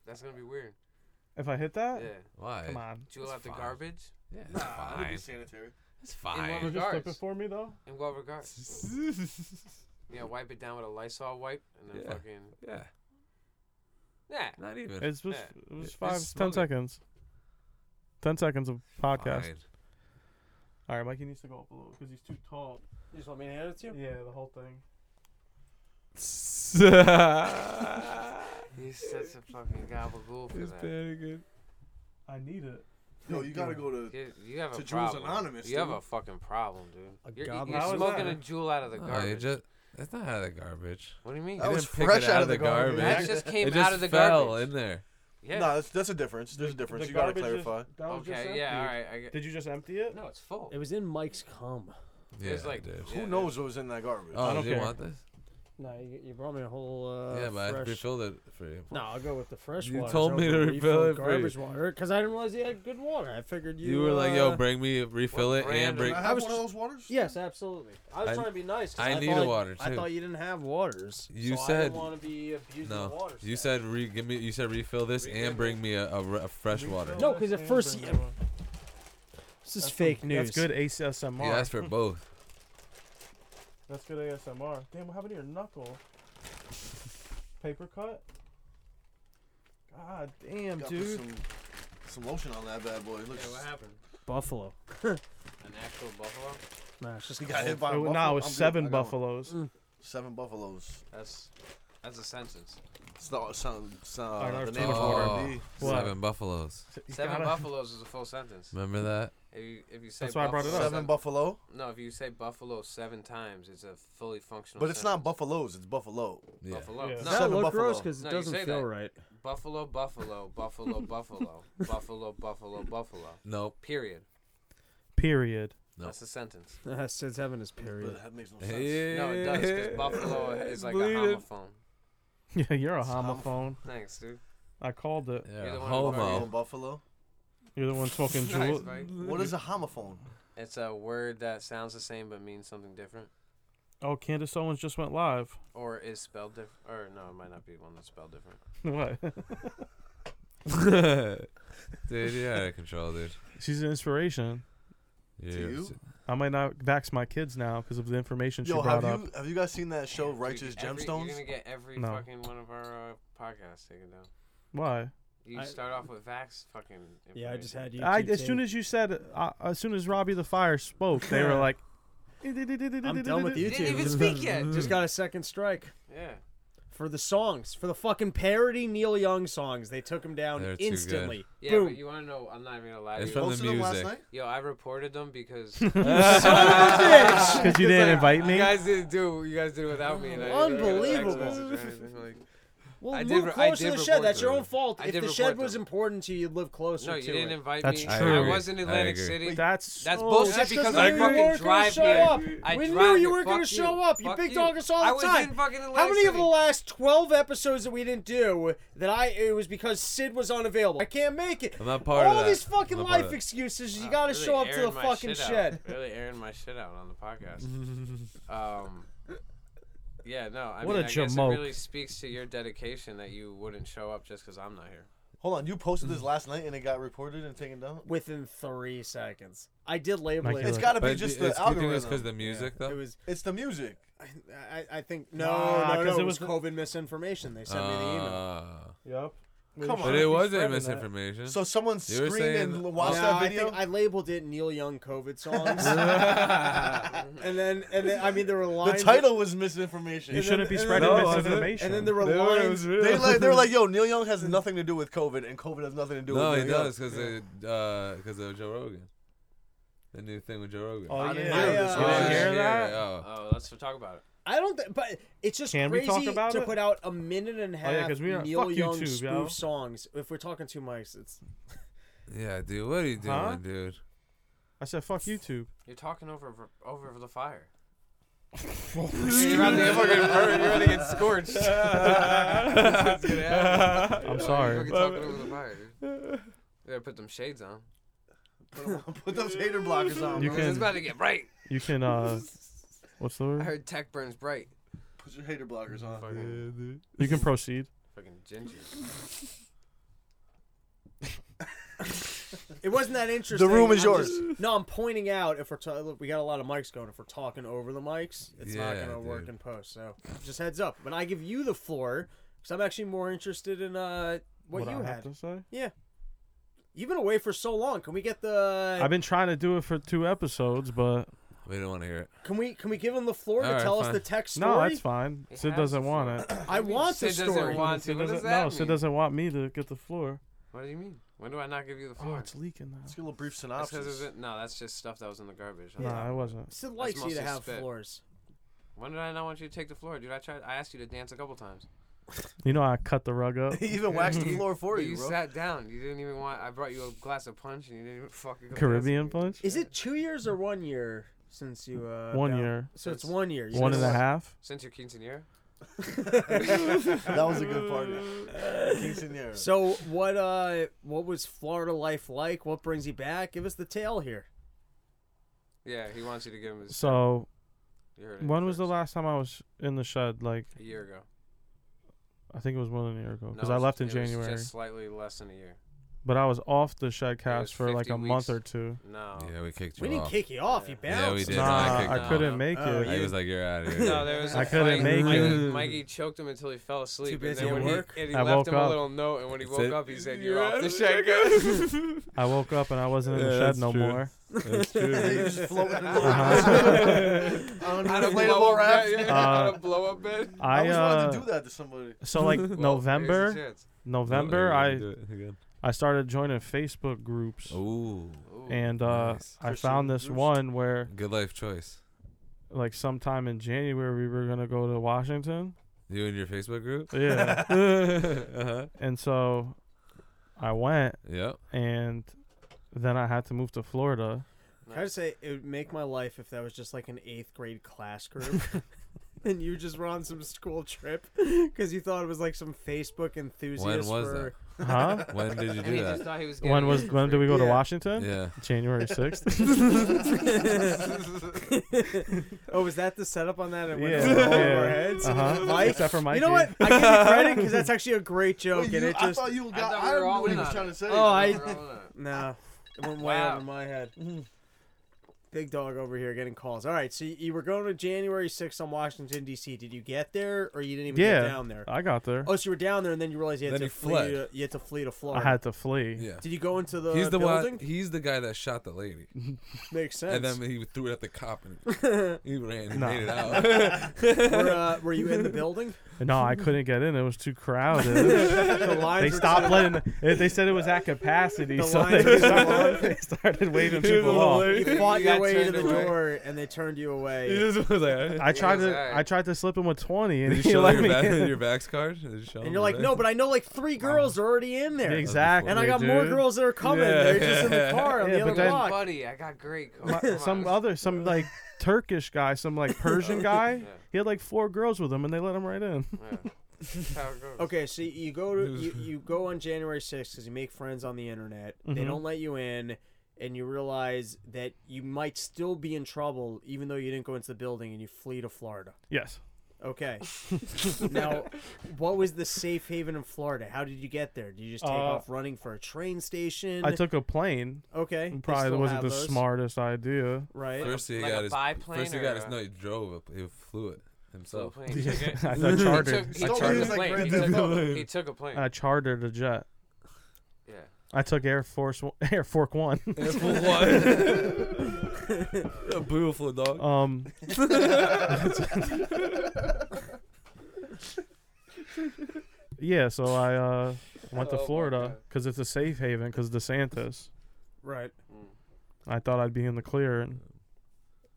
[SPEAKER 1] that's gonna be weird.
[SPEAKER 3] if I hit that,
[SPEAKER 1] Yeah.
[SPEAKER 2] Why?
[SPEAKER 3] come on.
[SPEAKER 1] Jewel
[SPEAKER 2] It's
[SPEAKER 1] out the
[SPEAKER 2] fine.
[SPEAKER 1] garbage.
[SPEAKER 2] Yeah, it's
[SPEAKER 4] Nah, it'd be
[SPEAKER 2] fine.
[SPEAKER 4] sanitary.
[SPEAKER 2] It's
[SPEAKER 1] It wasn't-
[SPEAKER 3] Did
[SPEAKER 2] fine.
[SPEAKER 3] you flip it
[SPEAKER 1] Regards.
[SPEAKER 3] for me though?
[SPEAKER 1] In what regard? Yeah, wipe it down with a Lysol wipe and then
[SPEAKER 2] Yeah.
[SPEAKER 1] fucking.
[SPEAKER 2] yeah,
[SPEAKER 1] Nah.
[SPEAKER 2] not even.
[SPEAKER 3] It was
[SPEAKER 1] Yeah.
[SPEAKER 3] it was
[SPEAKER 2] It's
[SPEAKER 3] five ten
[SPEAKER 2] smoking.
[SPEAKER 3] seconds. Ten seconds of podcast.
[SPEAKER 2] Fine.
[SPEAKER 3] All right, Mikey needs to go up a little because he's too tall.
[SPEAKER 6] you just want me to hand it to you?
[SPEAKER 3] Yeah, the whole thing.
[SPEAKER 1] He's such a fucking gabagool for that.
[SPEAKER 3] I need it.
[SPEAKER 4] Yo, you gotta go to.
[SPEAKER 1] You, you have a
[SPEAKER 4] To Jules
[SPEAKER 1] problem.
[SPEAKER 4] Anonymous,
[SPEAKER 1] you have
[SPEAKER 4] dude.
[SPEAKER 1] a fucking problem, dude.
[SPEAKER 6] A
[SPEAKER 1] You're,
[SPEAKER 6] goblin.
[SPEAKER 1] you're
[SPEAKER 3] How is
[SPEAKER 1] smoking
[SPEAKER 3] that?
[SPEAKER 1] a jewel out of the
[SPEAKER 2] No, you
[SPEAKER 1] garbage.
[SPEAKER 2] just. That's not out of the garbage.
[SPEAKER 1] what do you mean?
[SPEAKER 4] That
[SPEAKER 2] You
[SPEAKER 4] was
[SPEAKER 2] didn't pick it
[SPEAKER 4] fresh out of the garbage.
[SPEAKER 1] That just came
[SPEAKER 2] it just
[SPEAKER 1] out of the
[SPEAKER 2] fell
[SPEAKER 1] garbage.
[SPEAKER 2] in there.
[SPEAKER 1] yeah.
[SPEAKER 4] No, that's, that's a difference. There's a difference.
[SPEAKER 3] The
[SPEAKER 4] You gotta
[SPEAKER 3] garbage is-
[SPEAKER 4] clarify.
[SPEAKER 3] that was just
[SPEAKER 1] okay. Yeah. All
[SPEAKER 3] emptied.
[SPEAKER 1] right. I get.
[SPEAKER 3] Did you just empty it?
[SPEAKER 1] No, it's full.
[SPEAKER 6] It was in Mike's cum.
[SPEAKER 2] Yeah,
[SPEAKER 1] It's like-
[SPEAKER 2] it did.
[SPEAKER 1] Yeah. Uh,
[SPEAKER 4] Who knows what was in that garbage?
[SPEAKER 2] Oh,
[SPEAKER 3] I don't
[SPEAKER 2] do you
[SPEAKER 3] care.
[SPEAKER 2] want this?
[SPEAKER 6] No, you, you brought me a whole. Uh,
[SPEAKER 2] yeah, but I
[SPEAKER 6] fresh-
[SPEAKER 2] refilled it for you.
[SPEAKER 6] No, I'll go with the fresh
[SPEAKER 2] You
[SPEAKER 6] water.
[SPEAKER 2] told me to refill it for you.
[SPEAKER 6] garbage water because I didn't realize he had good water. I figured you.
[SPEAKER 2] You, were like,
[SPEAKER 6] uh,
[SPEAKER 2] "Yo, bring me, refill
[SPEAKER 1] What
[SPEAKER 2] it,
[SPEAKER 1] brand
[SPEAKER 2] and
[SPEAKER 1] am
[SPEAKER 2] bring."
[SPEAKER 4] Can I
[SPEAKER 6] I
[SPEAKER 4] have
[SPEAKER 6] was
[SPEAKER 4] one of those waters?
[SPEAKER 6] Yes, absolutely. I was
[SPEAKER 2] I-
[SPEAKER 6] trying to be nice. 'cause
[SPEAKER 2] I need a
[SPEAKER 6] thought-
[SPEAKER 2] water,
[SPEAKER 6] I
[SPEAKER 2] too.
[SPEAKER 6] thought you didn't have waters.
[SPEAKER 2] You
[SPEAKER 6] so I
[SPEAKER 2] said-
[SPEAKER 6] didn't want to be abusing the
[SPEAKER 2] No,
[SPEAKER 6] water.
[SPEAKER 2] you
[SPEAKER 6] stash.
[SPEAKER 2] said re- give me. You said refill this and bring me a, a, re- a fresh water.
[SPEAKER 6] No, 'cause at first he-
[SPEAKER 3] That's
[SPEAKER 6] this is fake news.
[SPEAKER 3] good ASMR.
[SPEAKER 2] You asked for both.
[SPEAKER 3] That's good ASMR. Damn, what happened to your knuckle? Paper cut? God damn,
[SPEAKER 4] Gotta put
[SPEAKER 3] dude.
[SPEAKER 4] Some, some lotion on that bad boy. It looks
[SPEAKER 1] Yeah, what happened?
[SPEAKER 6] Buffalo.
[SPEAKER 1] An actual buffalo?
[SPEAKER 6] No, it's just
[SPEAKER 4] He got hit by a
[SPEAKER 3] No,
[SPEAKER 4] buffalo.
[SPEAKER 3] nah, it was
[SPEAKER 4] I'm good. I
[SPEAKER 3] seven
[SPEAKER 4] got one.
[SPEAKER 3] buffaloes.
[SPEAKER 4] Seven buffaloes.
[SPEAKER 1] That's that's a sentence.
[SPEAKER 4] It's the, sound,
[SPEAKER 3] Alright,
[SPEAKER 4] sound,
[SPEAKER 3] ours
[SPEAKER 4] the name of
[SPEAKER 3] too. Oh.
[SPEAKER 4] R&B.
[SPEAKER 3] What?
[SPEAKER 2] Seven buffaloes.
[SPEAKER 3] You
[SPEAKER 1] Seven
[SPEAKER 3] gotta-
[SPEAKER 1] buffaloes is a full sentence.
[SPEAKER 2] Remember that?
[SPEAKER 1] If you if you say
[SPEAKER 3] That's why I brought it up.
[SPEAKER 1] buffalo
[SPEAKER 4] Seven
[SPEAKER 1] sen-
[SPEAKER 4] buffalo,
[SPEAKER 1] no, if you say buffalo seven times, it's a fully functional.
[SPEAKER 4] but it's not
[SPEAKER 1] sentence.
[SPEAKER 4] buffaloes. It's buffalo.
[SPEAKER 2] Yeah.
[SPEAKER 1] buffalo.
[SPEAKER 3] Yeah.
[SPEAKER 1] No,
[SPEAKER 6] that
[SPEAKER 4] Seven
[SPEAKER 6] look
[SPEAKER 4] buffalo.
[SPEAKER 6] gross because it
[SPEAKER 1] No, you
[SPEAKER 6] doesn't
[SPEAKER 1] say
[SPEAKER 6] feel
[SPEAKER 1] that.
[SPEAKER 6] right.
[SPEAKER 1] buffalo, buffalo, buffalo, buffalo, buffalo, buffalo, buffalo.
[SPEAKER 2] Nope.
[SPEAKER 1] Period.
[SPEAKER 3] Period.
[SPEAKER 2] No.
[SPEAKER 1] That's a sentence.
[SPEAKER 6] Since heaven is
[SPEAKER 4] But
[SPEAKER 6] period.
[SPEAKER 4] that makes no sense.
[SPEAKER 1] No, it does because
[SPEAKER 2] Yeah.
[SPEAKER 1] buffalo is like a
[SPEAKER 2] Bleed it.
[SPEAKER 1] homophone.
[SPEAKER 3] Yeah, you're a
[SPEAKER 4] It's homoph-
[SPEAKER 3] homophone.
[SPEAKER 1] Thanks, dude.
[SPEAKER 3] I called it.
[SPEAKER 2] Yeah,
[SPEAKER 1] You're the one who
[SPEAKER 4] Are you
[SPEAKER 2] homo.
[SPEAKER 4] in Buffalo.
[SPEAKER 3] You're the one smoking
[SPEAKER 1] Nice,
[SPEAKER 3] jewel.
[SPEAKER 1] Mike.
[SPEAKER 4] What is a homophone?
[SPEAKER 1] It's a word that sounds the same but means something different,
[SPEAKER 3] Oh, Candace Owens just went live.
[SPEAKER 1] or is spelled different. Or no, it might not be one that's spelled different.
[SPEAKER 3] what?
[SPEAKER 2] dude, you're out of control, dude.
[SPEAKER 3] She's an inspiration.
[SPEAKER 2] You're,
[SPEAKER 4] you?
[SPEAKER 3] I might not vax my kids now because of the information she
[SPEAKER 4] Yo,
[SPEAKER 3] brought
[SPEAKER 4] have
[SPEAKER 3] up.
[SPEAKER 4] you have you guys seen that show
[SPEAKER 1] Damn, dude,
[SPEAKER 4] Righteous
[SPEAKER 1] every- You're
[SPEAKER 4] Gemstones?
[SPEAKER 1] gonna get every
[SPEAKER 3] No.
[SPEAKER 1] fucking one of our uh, podcasts taken down.
[SPEAKER 3] Why?
[SPEAKER 1] You
[SPEAKER 6] I-
[SPEAKER 1] start off with Vax fucking.
[SPEAKER 6] Yeah, I just
[SPEAKER 1] information.
[SPEAKER 6] had you.
[SPEAKER 3] I, as soon as you said, uh, as soon as Robbie the Fire spoke, they were like,
[SPEAKER 6] I'm done with
[SPEAKER 1] You
[SPEAKER 6] YouTube.
[SPEAKER 1] didn't even speak yet.
[SPEAKER 6] Just got a second strike
[SPEAKER 1] Yeah.
[SPEAKER 6] for the songs, for the fucking parody Neil Young songs. They took him down
[SPEAKER 2] They're too good.
[SPEAKER 6] instantly.
[SPEAKER 1] Yeah,
[SPEAKER 6] Boom.
[SPEAKER 1] but you want to know? I'm not even gonna lie. To
[SPEAKER 2] It's
[SPEAKER 1] you.
[SPEAKER 2] from
[SPEAKER 4] Posted
[SPEAKER 2] the
[SPEAKER 4] them last
[SPEAKER 2] music.
[SPEAKER 4] night.
[SPEAKER 1] Yo, I reported them because
[SPEAKER 3] because you didn't invite
[SPEAKER 1] you
[SPEAKER 3] me.
[SPEAKER 1] guys didn't do. You guys did it without me. And I didn't get a text
[SPEAKER 6] Unbelievable.
[SPEAKER 1] message or anything, like-
[SPEAKER 6] Well,
[SPEAKER 1] I did
[SPEAKER 6] move
[SPEAKER 1] re- I
[SPEAKER 6] closer to
[SPEAKER 1] did
[SPEAKER 6] the
[SPEAKER 1] report
[SPEAKER 6] shed. That's your
[SPEAKER 1] them.
[SPEAKER 6] own fault.
[SPEAKER 1] I
[SPEAKER 6] if
[SPEAKER 1] did
[SPEAKER 6] the
[SPEAKER 1] report
[SPEAKER 6] shed was
[SPEAKER 1] them.
[SPEAKER 6] important to you, you'd live closer
[SPEAKER 1] No,
[SPEAKER 6] to
[SPEAKER 1] you didn't
[SPEAKER 6] it.
[SPEAKER 1] invite
[SPEAKER 3] That's
[SPEAKER 1] me.
[SPEAKER 3] true.
[SPEAKER 1] I was in
[SPEAKER 2] I
[SPEAKER 1] Atlantic
[SPEAKER 2] agree.
[SPEAKER 1] City.
[SPEAKER 3] That's
[SPEAKER 1] That's
[SPEAKER 3] so-
[SPEAKER 1] bullshit
[SPEAKER 6] That's
[SPEAKER 1] because
[SPEAKER 6] because
[SPEAKER 1] I
[SPEAKER 6] we knew you
[SPEAKER 1] fucking
[SPEAKER 6] weren't gonna
[SPEAKER 1] drive
[SPEAKER 6] show
[SPEAKER 1] here.
[SPEAKER 6] up.
[SPEAKER 1] I
[SPEAKER 6] we
[SPEAKER 1] drive
[SPEAKER 6] knew you
[SPEAKER 1] here.
[SPEAKER 6] weren't gonna
[SPEAKER 1] Fuck
[SPEAKER 6] show
[SPEAKER 1] you.
[SPEAKER 6] up. You
[SPEAKER 1] Fuck
[SPEAKER 6] big
[SPEAKER 1] you.
[SPEAKER 6] dog us all
[SPEAKER 1] I
[SPEAKER 6] the
[SPEAKER 1] was
[SPEAKER 6] time.
[SPEAKER 1] in fucking
[SPEAKER 6] How
[SPEAKER 1] Atlantic
[SPEAKER 6] many of the
[SPEAKER 1] City.
[SPEAKER 6] last twelve episodes that we didn't do that I it was because Sid was unavailable? I can't make it.
[SPEAKER 2] I'm not part
[SPEAKER 6] all
[SPEAKER 2] of that.
[SPEAKER 6] these fucking
[SPEAKER 2] I'm not part of
[SPEAKER 6] life
[SPEAKER 2] that.
[SPEAKER 6] excuses. You
[SPEAKER 1] Wow,
[SPEAKER 6] gotta
[SPEAKER 1] really
[SPEAKER 6] show up to
[SPEAKER 1] airing
[SPEAKER 6] the
[SPEAKER 1] my
[SPEAKER 6] fucking
[SPEAKER 1] shit out.
[SPEAKER 6] shed.
[SPEAKER 1] Really airing my shit out on the podcast. um, yeah, no. I mean,
[SPEAKER 3] What a
[SPEAKER 1] I guess it
[SPEAKER 3] jamoke.
[SPEAKER 1] really speaks to your dedication that you wouldn't show up just because I'm not here.
[SPEAKER 4] Hold on, you posted
[SPEAKER 3] Mm-hmm.
[SPEAKER 4] this last night and it got reported and taken down.
[SPEAKER 6] Within three seconds, I did label
[SPEAKER 3] Like
[SPEAKER 6] it.
[SPEAKER 3] you
[SPEAKER 4] It's
[SPEAKER 3] But
[SPEAKER 4] got to
[SPEAKER 2] But
[SPEAKER 4] be
[SPEAKER 2] do-
[SPEAKER 4] just
[SPEAKER 2] it's,
[SPEAKER 4] the
[SPEAKER 2] you think it's
[SPEAKER 4] algorithm.
[SPEAKER 2] because the music
[SPEAKER 6] It
[SPEAKER 2] though.
[SPEAKER 6] was.
[SPEAKER 4] It's the music.
[SPEAKER 6] I, I think no,
[SPEAKER 3] Nah,
[SPEAKER 6] no,
[SPEAKER 3] 'cause
[SPEAKER 6] no. It
[SPEAKER 3] it
[SPEAKER 6] was
[SPEAKER 3] was-
[SPEAKER 6] COVID misinformation. They sent me the email.
[SPEAKER 2] Ah.
[SPEAKER 3] Yep.
[SPEAKER 4] Come
[SPEAKER 2] but
[SPEAKER 4] on.
[SPEAKER 2] it
[SPEAKER 4] He's
[SPEAKER 2] wasn't
[SPEAKER 3] spreading that.
[SPEAKER 2] misinformation.
[SPEAKER 4] So someone
[SPEAKER 2] You were
[SPEAKER 4] screened and
[SPEAKER 2] saying-
[SPEAKER 4] l- watched
[SPEAKER 6] No,
[SPEAKER 4] that
[SPEAKER 6] I
[SPEAKER 4] video.
[SPEAKER 6] think I labeled it Neil Young COVID songs, and then and then I mean there were
[SPEAKER 4] the
[SPEAKER 6] lines.
[SPEAKER 4] title was misinformation.
[SPEAKER 3] You shouldn't be
[SPEAKER 6] and then-
[SPEAKER 3] spreading
[SPEAKER 2] No, I didn't.
[SPEAKER 3] misinformation.
[SPEAKER 6] And then there were
[SPEAKER 2] No, it
[SPEAKER 6] lines.
[SPEAKER 2] was real.
[SPEAKER 4] They like they're like, yo, Neil Young has nothing to do with COVID, and COVID has nothing to do
[SPEAKER 2] no,
[SPEAKER 4] with
[SPEAKER 2] he
[SPEAKER 4] Neil Young.
[SPEAKER 2] does because because of Joe Rogan. The new thing with Joe Rogan.
[SPEAKER 3] Oh,
[SPEAKER 4] I didn't
[SPEAKER 3] yeah.
[SPEAKER 4] hear this
[SPEAKER 6] I,
[SPEAKER 2] Oh,
[SPEAKER 3] you
[SPEAKER 6] uh,
[SPEAKER 3] didn't
[SPEAKER 2] shit,
[SPEAKER 3] hear that?
[SPEAKER 2] oh.
[SPEAKER 1] Oh, let's talk about it.
[SPEAKER 6] I don't. Th- but it's just
[SPEAKER 3] Can we
[SPEAKER 6] crazy
[SPEAKER 3] talk about
[SPEAKER 6] to
[SPEAKER 3] it?
[SPEAKER 6] put out a minute and a
[SPEAKER 3] Oh, yeah,
[SPEAKER 6] half
[SPEAKER 3] 'cause we are-
[SPEAKER 6] Neil
[SPEAKER 3] fuck
[SPEAKER 6] Young
[SPEAKER 3] YouTube,
[SPEAKER 6] spoof
[SPEAKER 3] yo.
[SPEAKER 6] songs. If we're talking two mics, it's
[SPEAKER 2] Yeah, dude, what are you doing,
[SPEAKER 3] Huh?
[SPEAKER 2] dude?
[SPEAKER 3] I said, fuck YouTube.
[SPEAKER 1] You're talking over over the fire.
[SPEAKER 3] I'm
[SPEAKER 1] You're about to fucking burn. You're about to get scorched. That's what's gonna happen. You're
[SPEAKER 3] sorry.
[SPEAKER 1] fucking talking over the fire, dude. You gotta put them shades on.
[SPEAKER 4] Put those hater blockers on.
[SPEAKER 3] You
[SPEAKER 4] bro.
[SPEAKER 1] Because It's
[SPEAKER 3] can-
[SPEAKER 1] about to get bright.
[SPEAKER 3] You can, uh, what's the
[SPEAKER 1] I
[SPEAKER 3] word?
[SPEAKER 1] heard tech burns bright.
[SPEAKER 4] Put your hater blockers on.
[SPEAKER 1] Fucking,
[SPEAKER 3] You can proceed.
[SPEAKER 1] fucking ginger.
[SPEAKER 6] it wasn't that interesting.
[SPEAKER 4] The room is
[SPEAKER 6] I'm
[SPEAKER 4] yours.
[SPEAKER 6] just- no, I'm pointing out if we're ta- look, we got a lot of mics going. If we're talking over the mics, it's not
[SPEAKER 2] Yeah,
[SPEAKER 6] gonna work
[SPEAKER 2] dude.
[SPEAKER 6] in post. So just heads up. But I give you the floor because I'm actually more interested in uh what,
[SPEAKER 3] I
[SPEAKER 6] you
[SPEAKER 3] have
[SPEAKER 6] had.
[SPEAKER 3] to say?
[SPEAKER 6] You've been away for so long. Can we get the?
[SPEAKER 3] I've been trying to do it for two episodes, but
[SPEAKER 2] We don't want to hear it.
[SPEAKER 6] Can we can we give him the floor to
[SPEAKER 2] All right,
[SPEAKER 6] tell us
[SPEAKER 2] fine.
[SPEAKER 6] the tech story?
[SPEAKER 3] no, that's fine.
[SPEAKER 1] It
[SPEAKER 3] Sid
[SPEAKER 1] has
[SPEAKER 3] doesn't
[SPEAKER 1] the
[SPEAKER 3] want it.
[SPEAKER 6] I want the
[SPEAKER 1] Sid doesn't
[SPEAKER 6] story.
[SPEAKER 1] want to.
[SPEAKER 3] Sid
[SPEAKER 1] What does
[SPEAKER 3] doesn't,
[SPEAKER 1] that
[SPEAKER 3] no,
[SPEAKER 1] mean?
[SPEAKER 3] Sid doesn't want me to get the floor.
[SPEAKER 1] What do you mean? When do I not give you the
[SPEAKER 3] Oh,
[SPEAKER 1] floor?
[SPEAKER 3] it's leaking
[SPEAKER 4] Let's
[SPEAKER 3] now.
[SPEAKER 4] get a little brief
[SPEAKER 1] That's 'cause
[SPEAKER 4] synopsis.
[SPEAKER 1] it- no, that's just stuff that was in the garbage.
[SPEAKER 3] No, I wasn't.
[SPEAKER 6] Sid likes you to
[SPEAKER 1] mostly
[SPEAKER 6] have
[SPEAKER 1] spit.
[SPEAKER 6] floors.
[SPEAKER 1] When did I not want you to take the floor, dude? I tried. I asked you to dance a couple times.
[SPEAKER 3] You know, I cut the rug up.
[SPEAKER 4] He even waxed the floor for
[SPEAKER 1] But
[SPEAKER 4] you,
[SPEAKER 1] you
[SPEAKER 4] bro.
[SPEAKER 1] sat down. You didn't even want. I brought you a glass of punch, and you didn't even fucking. go dance
[SPEAKER 3] Caribbean
[SPEAKER 1] with me.
[SPEAKER 3] punch?
[SPEAKER 6] Is it two years or one year since you? Uh,
[SPEAKER 3] One
[SPEAKER 6] down-
[SPEAKER 3] year.
[SPEAKER 6] So it's one year. You
[SPEAKER 3] One
[SPEAKER 6] guys-
[SPEAKER 3] and a half?
[SPEAKER 1] Since your quinceanera.
[SPEAKER 4] That was a good party. Quinceanera.
[SPEAKER 6] So what? Uh, what was Florida life like? What brings you back? Give us the tale here.
[SPEAKER 1] Yeah, he wants you to give him his.
[SPEAKER 3] So,
[SPEAKER 1] you heard it
[SPEAKER 3] when was the
[SPEAKER 1] first.
[SPEAKER 3] last time I was in the shed? Like,
[SPEAKER 1] A year ago.
[SPEAKER 3] I think it was more than a year ago
[SPEAKER 1] No,
[SPEAKER 3] because
[SPEAKER 1] it
[SPEAKER 3] Oh, I
[SPEAKER 1] was-
[SPEAKER 3] left in
[SPEAKER 1] it was
[SPEAKER 3] January.
[SPEAKER 1] just slightly less than a year.
[SPEAKER 3] But I was off the
[SPEAKER 2] It
[SPEAKER 3] Shedcast
[SPEAKER 2] was
[SPEAKER 3] for like a
[SPEAKER 2] 50
[SPEAKER 3] month
[SPEAKER 2] weeks.
[SPEAKER 3] or two.
[SPEAKER 1] No.
[SPEAKER 3] Oh.
[SPEAKER 2] Yeah, we kicked you
[SPEAKER 6] We didn't
[SPEAKER 2] off.
[SPEAKER 6] kick you off. You
[SPEAKER 2] Yeah, we
[SPEAKER 6] bounced.
[SPEAKER 2] did.
[SPEAKER 3] nah,
[SPEAKER 2] I kicked
[SPEAKER 3] I,
[SPEAKER 2] him
[SPEAKER 3] couldn't
[SPEAKER 2] off.
[SPEAKER 3] make
[SPEAKER 6] Oh,
[SPEAKER 3] it.
[SPEAKER 2] I
[SPEAKER 6] you-
[SPEAKER 2] was like, you're out of here.
[SPEAKER 1] No, there was. a
[SPEAKER 3] I couldn't
[SPEAKER 1] fight.
[SPEAKER 3] make
[SPEAKER 1] Mikey,
[SPEAKER 3] it.
[SPEAKER 1] Mikey choked him until he fell asleep. and
[SPEAKER 6] busy
[SPEAKER 1] then
[SPEAKER 6] at
[SPEAKER 1] when
[SPEAKER 6] work.
[SPEAKER 1] He, and he
[SPEAKER 3] I
[SPEAKER 1] left
[SPEAKER 3] woke
[SPEAKER 1] him
[SPEAKER 3] up.
[SPEAKER 1] a little note, and when he
[SPEAKER 2] It's
[SPEAKER 1] woke
[SPEAKER 2] it.
[SPEAKER 1] up, he said, "You're off the shed."
[SPEAKER 2] shaker.
[SPEAKER 3] I woke up and I wasn't in the
[SPEAKER 2] Yeah,
[SPEAKER 3] shed
[SPEAKER 2] that's
[SPEAKER 3] no
[SPEAKER 2] true.
[SPEAKER 3] more.
[SPEAKER 2] That's
[SPEAKER 4] You're just floating in the on an
[SPEAKER 1] Out of
[SPEAKER 4] inflatable raft.
[SPEAKER 3] Uh,
[SPEAKER 1] Out of blow up bed.
[SPEAKER 3] I,
[SPEAKER 4] I always wanted
[SPEAKER 3] uh,
[SPEAKER 4] to do that to somebody.
[SPEAKER 3] so like November, November, I I started joining Facebook groups,
[SPEAKER 2] Ooh,
[SPEAKER 3] and uh,
[SPEAKER 2] Oh, nice.
[SPEAKER 3] I
[SPEAKER 4] Christian
[SPEAKER 3] found this
[SPEAKER 4] groups?
[SPEAKER 3] one where
[SPEAKER 2] good life choice.
[SPEAKER 3] like sometime in January we were gonna go to Washington.
[SPEAKER 2] You and your Facebook group?
[SPEAKER 3] Yeah,
[SPEAKER 2] uh-huh.
[SPEAKER 3] and so I went,
[SPEAKER 2] Yep.
[SPEAKER 3] and then I had to move to Florida.
[SPEAKER 6] Can I just say it would make my life if that was just like an eighth grade class group, and you just were on some school trip because you thought it was like some Facebook enthusiast.
[SPEAKER 2] was
[SPEAKER 6] for,
[SPEAKER 3] Huh?
[SPEAKER 2] When did you
[SPEAKER 1] And he
[SPEAKER 2] do
[SPEAKER 1] just
[SPEAKER 2] that?
[SPEAKER 1] thought he was.
[SPEAKER 3] when
[SPEAKER 1] getting
[SPEAKER 3] was
[SPEAKER 1] it for
[SPEAKER 3] when did we
[SPEAKER 1] free.
[SPEAKER 3] go to
[SPEAKER 6] Yeah.
[SPEAKER 3] Washington?
[SPEAKER 2] Yeah.
[SPEAKER 3] January sixth.
[SPEAKER 6] oh, was that the setup on that? And went
[SPEAKER 3] Yeah.
[SPEAKER 6] over all of
[SPEAKER 3] Yeah.
[SPEAKER 6] our heads.
[SPEAKER 3] Uh-huh.
[SPEAKER 6] Mike,
[SPEAKER 3] Except for
[SPEAKER 6] You know
[SPEAKER 3] Mikey.
[SPEAKER 6] what? I give you credit because that's actually a great joke,
[SPEAKER 4] Wait,
[SPEAKER 6] and
[SPEAKER 4] you-
[SPEAKER 6] it
[SPEAKER 4] I
[SPEAKER 6] just
[SPEAKER 4] thought you got.
[SPEAKER 1] thought we
[SPEAKER 4] I,
[SPEAKER 1] were
[SPEAKER 4] don't know
[SPEAKER 1] all
[SPEAKER 4] what he
[SPEAKER 1] in
[SPEAKER 4] was
[SPEAKER 1] on
[SPEAKER 4] trying to say.
[SPEAKER 6] Oh, I-
[SPEAKER 1] I.
[SPEAKER 2] Ah.
[SPEAKER 6] no, it went way
[SPEAKER 1] Wow.
[SPEAKER 6] over my head. Mm. Big dog over here getting calls. All right, so you- you were going to January 6th on Washington D.C. Did you get there, or you didn't even
[SPEAKER 3] yeah,
[SPEAKER 6] get down there?
[SPEAKER 3] I got there.
[SPEAKER 6] Oh, so you were down there, and then you realized you had
[SPEAKER 2] Then
[SPEAKER 6] to
[SPEAKER 2] he
[SPEAKER 6] flee. To,
[SPEAKER 2] fled.
[SPEAKER 6] you had to flee to Florida.
[SPEAKER 3] I had to flee.
[SPEAKER 2] Yeah.
[SPEAKER 6] Did you go into the,
[SPEAKER 2] He's the
[SPEAKER 6] building?
[SPEAKER 2] one. He's the guy that shot the lady,
[SPEAKER 6] Makes sense.
[SPEAKER 2] and then he threw it at the cop, and he ran and made it out.
[SPEAKER 6] were, uh, were you in the building?
[SPEAKER 3] No, I couldn't get in. It was too crowded.
[SPEAKER 6] The lines
[SPEAKER 3] they
[SPEAKER 6] were
[SPEAKER 3] stopped letting. It, they said it was at capacity,
[SPEAKER 6] The
[SPEAKER 3] so
[SPEAKER 6] lines
[SPEAKER 3] they
[SPEAKER 6] were
[SPEAKER 3] started, they started waving people off.
[SPEAKER 6] You fought
[SPEAKER 1] You
[SPEAKER 6] your
[SPEAKER 1] got
[SPEAKER 6] way to
[SPEAKER 1] turned
[SPEAKER 6] the
[SPEAKER 1] away.
[SPEAKER 6] door, and they turned you away.
[SPEAKER 3] I tried
[SPEAKER 1] was
[SPEAKER 3] to.
[SPEAKER 1] alright.
[SPEAKER 3] I tried to slip him with twenty, and
[SPEAKER 2] Did you
[SPEAKER 3] he
[SPEAKER 2] show
[SPEAKER 3] let
[SPEAKER 2] your,
[SPEAKER 3] me.
[SPEAKER 2] va-
[SPEAKER 3] in.
[SPEAKER 2] your Vax card? Did you show
[SPEAKER 6] And
[SPEAKER 2] him your
[SPEAKER 6] you're like,
[SPEAKER 2] Vax?
[SPEAKER 6] no, but I know like three girls are already in there.
[SPEAKER 3] Exactly.
[SPEAKER 6] And I got more
[SPEAKER 3] dude.
[SPEAKER 6] girls that are coming.
[SPEAKER 2] Yeah.
[SPEAKER 6] They're just in the car on
[SPEAKER 3] Yeah,
[SPEAKER 6] the
[SPEAKER 3] but
[SPEAKER 6] other
[SPEAKER 3] then-
[SPEAKER 6] block.
[SPEAKER 1] Buddy, I got great. Come
[SPEAKER 3] My-
[SPEAKER 1] on,
[SPEAKER 3] some
[SPEAKER 1] let's-
[SPEAKER 3] other, some like Turkish guy, some like Persian guy. He had like four girls with him, and they let him right in.
[SPEAKER 1] Yeah. That's how it goes.
[SPEAKER 6] Okay, so you go to you, you go on January 6th because you make friends on the internet. They
[SPEAKER 3] Mhm.
[SPEAKER 6] don't let you in, and you realize that you might still be in trouble even though you didn't go into the building and you flee to Florida.
[SPEAKER 3] Yes.
[SPEAKER 6] Okay. now, what was the safe haven in Florida? How did you get there? Did you just take
[SPEAKER 3] Uh,
[SPEAKER 6] off running for a train station?
[SPEAKER 3] I took a plane.
[SPEAKER 6] okay. they
[SPEAKER 3] Probably
[SPEAKER 6] still
[SPEAKER 3] wasn't
[SPEAKER 6] have
[SPEAKER 3] the
[SPEAKER 6] those,
[SPEAKER 3] smartest idea.
[SPEAKER 6] Right.
[SPEAKER 2] First he
[SPEAKER 1] Like a
[SPEAKER 2] got his.
[SPEAKER 1] biplane
[SPEAKER 2] First he
[SPEAKER 1] or
[SPEAKER 2] got his.
[SPEAKER 1] a-
[SPEAKER 2] No, he drove. Up, he flew it himself.
[SPEAKER 1] Plane. He took it.
[SPEAKER 3] I
[SPEAKER 1] He took-
[SPEAKER 3] chartered.
[SPEAKER 1] He
[SPEAKER 4] I
[SPEAKER 1] took
[SPEAKER 4] chartered.
[SPEAKER 1] a plane. He
[SPEAKER 4] Like,
[SPEAKER 1] took a-
[SPEAKER 2] grab-
[SPEAKER 1] He took a plane.
[SPEAKER 3] I chartered a jet.
[SPEAKER 1] Yeah.
[SPEAKER 3] I took Air Force One- Air Fork One.
[SPEAKER 2] a beautiful dog.
[SPEAKER 3] Um, yeah, so I uh, went to
[SPEAKER 1] Oh my
[SPEAKER 3] Florida
[SPEAKER 1] God.
[SPEAKER 3] because it's a safe haven because DeSantis.
[SPEAKER 6] Right.
[SPEAKER 3] I thought I'd be in the clear, and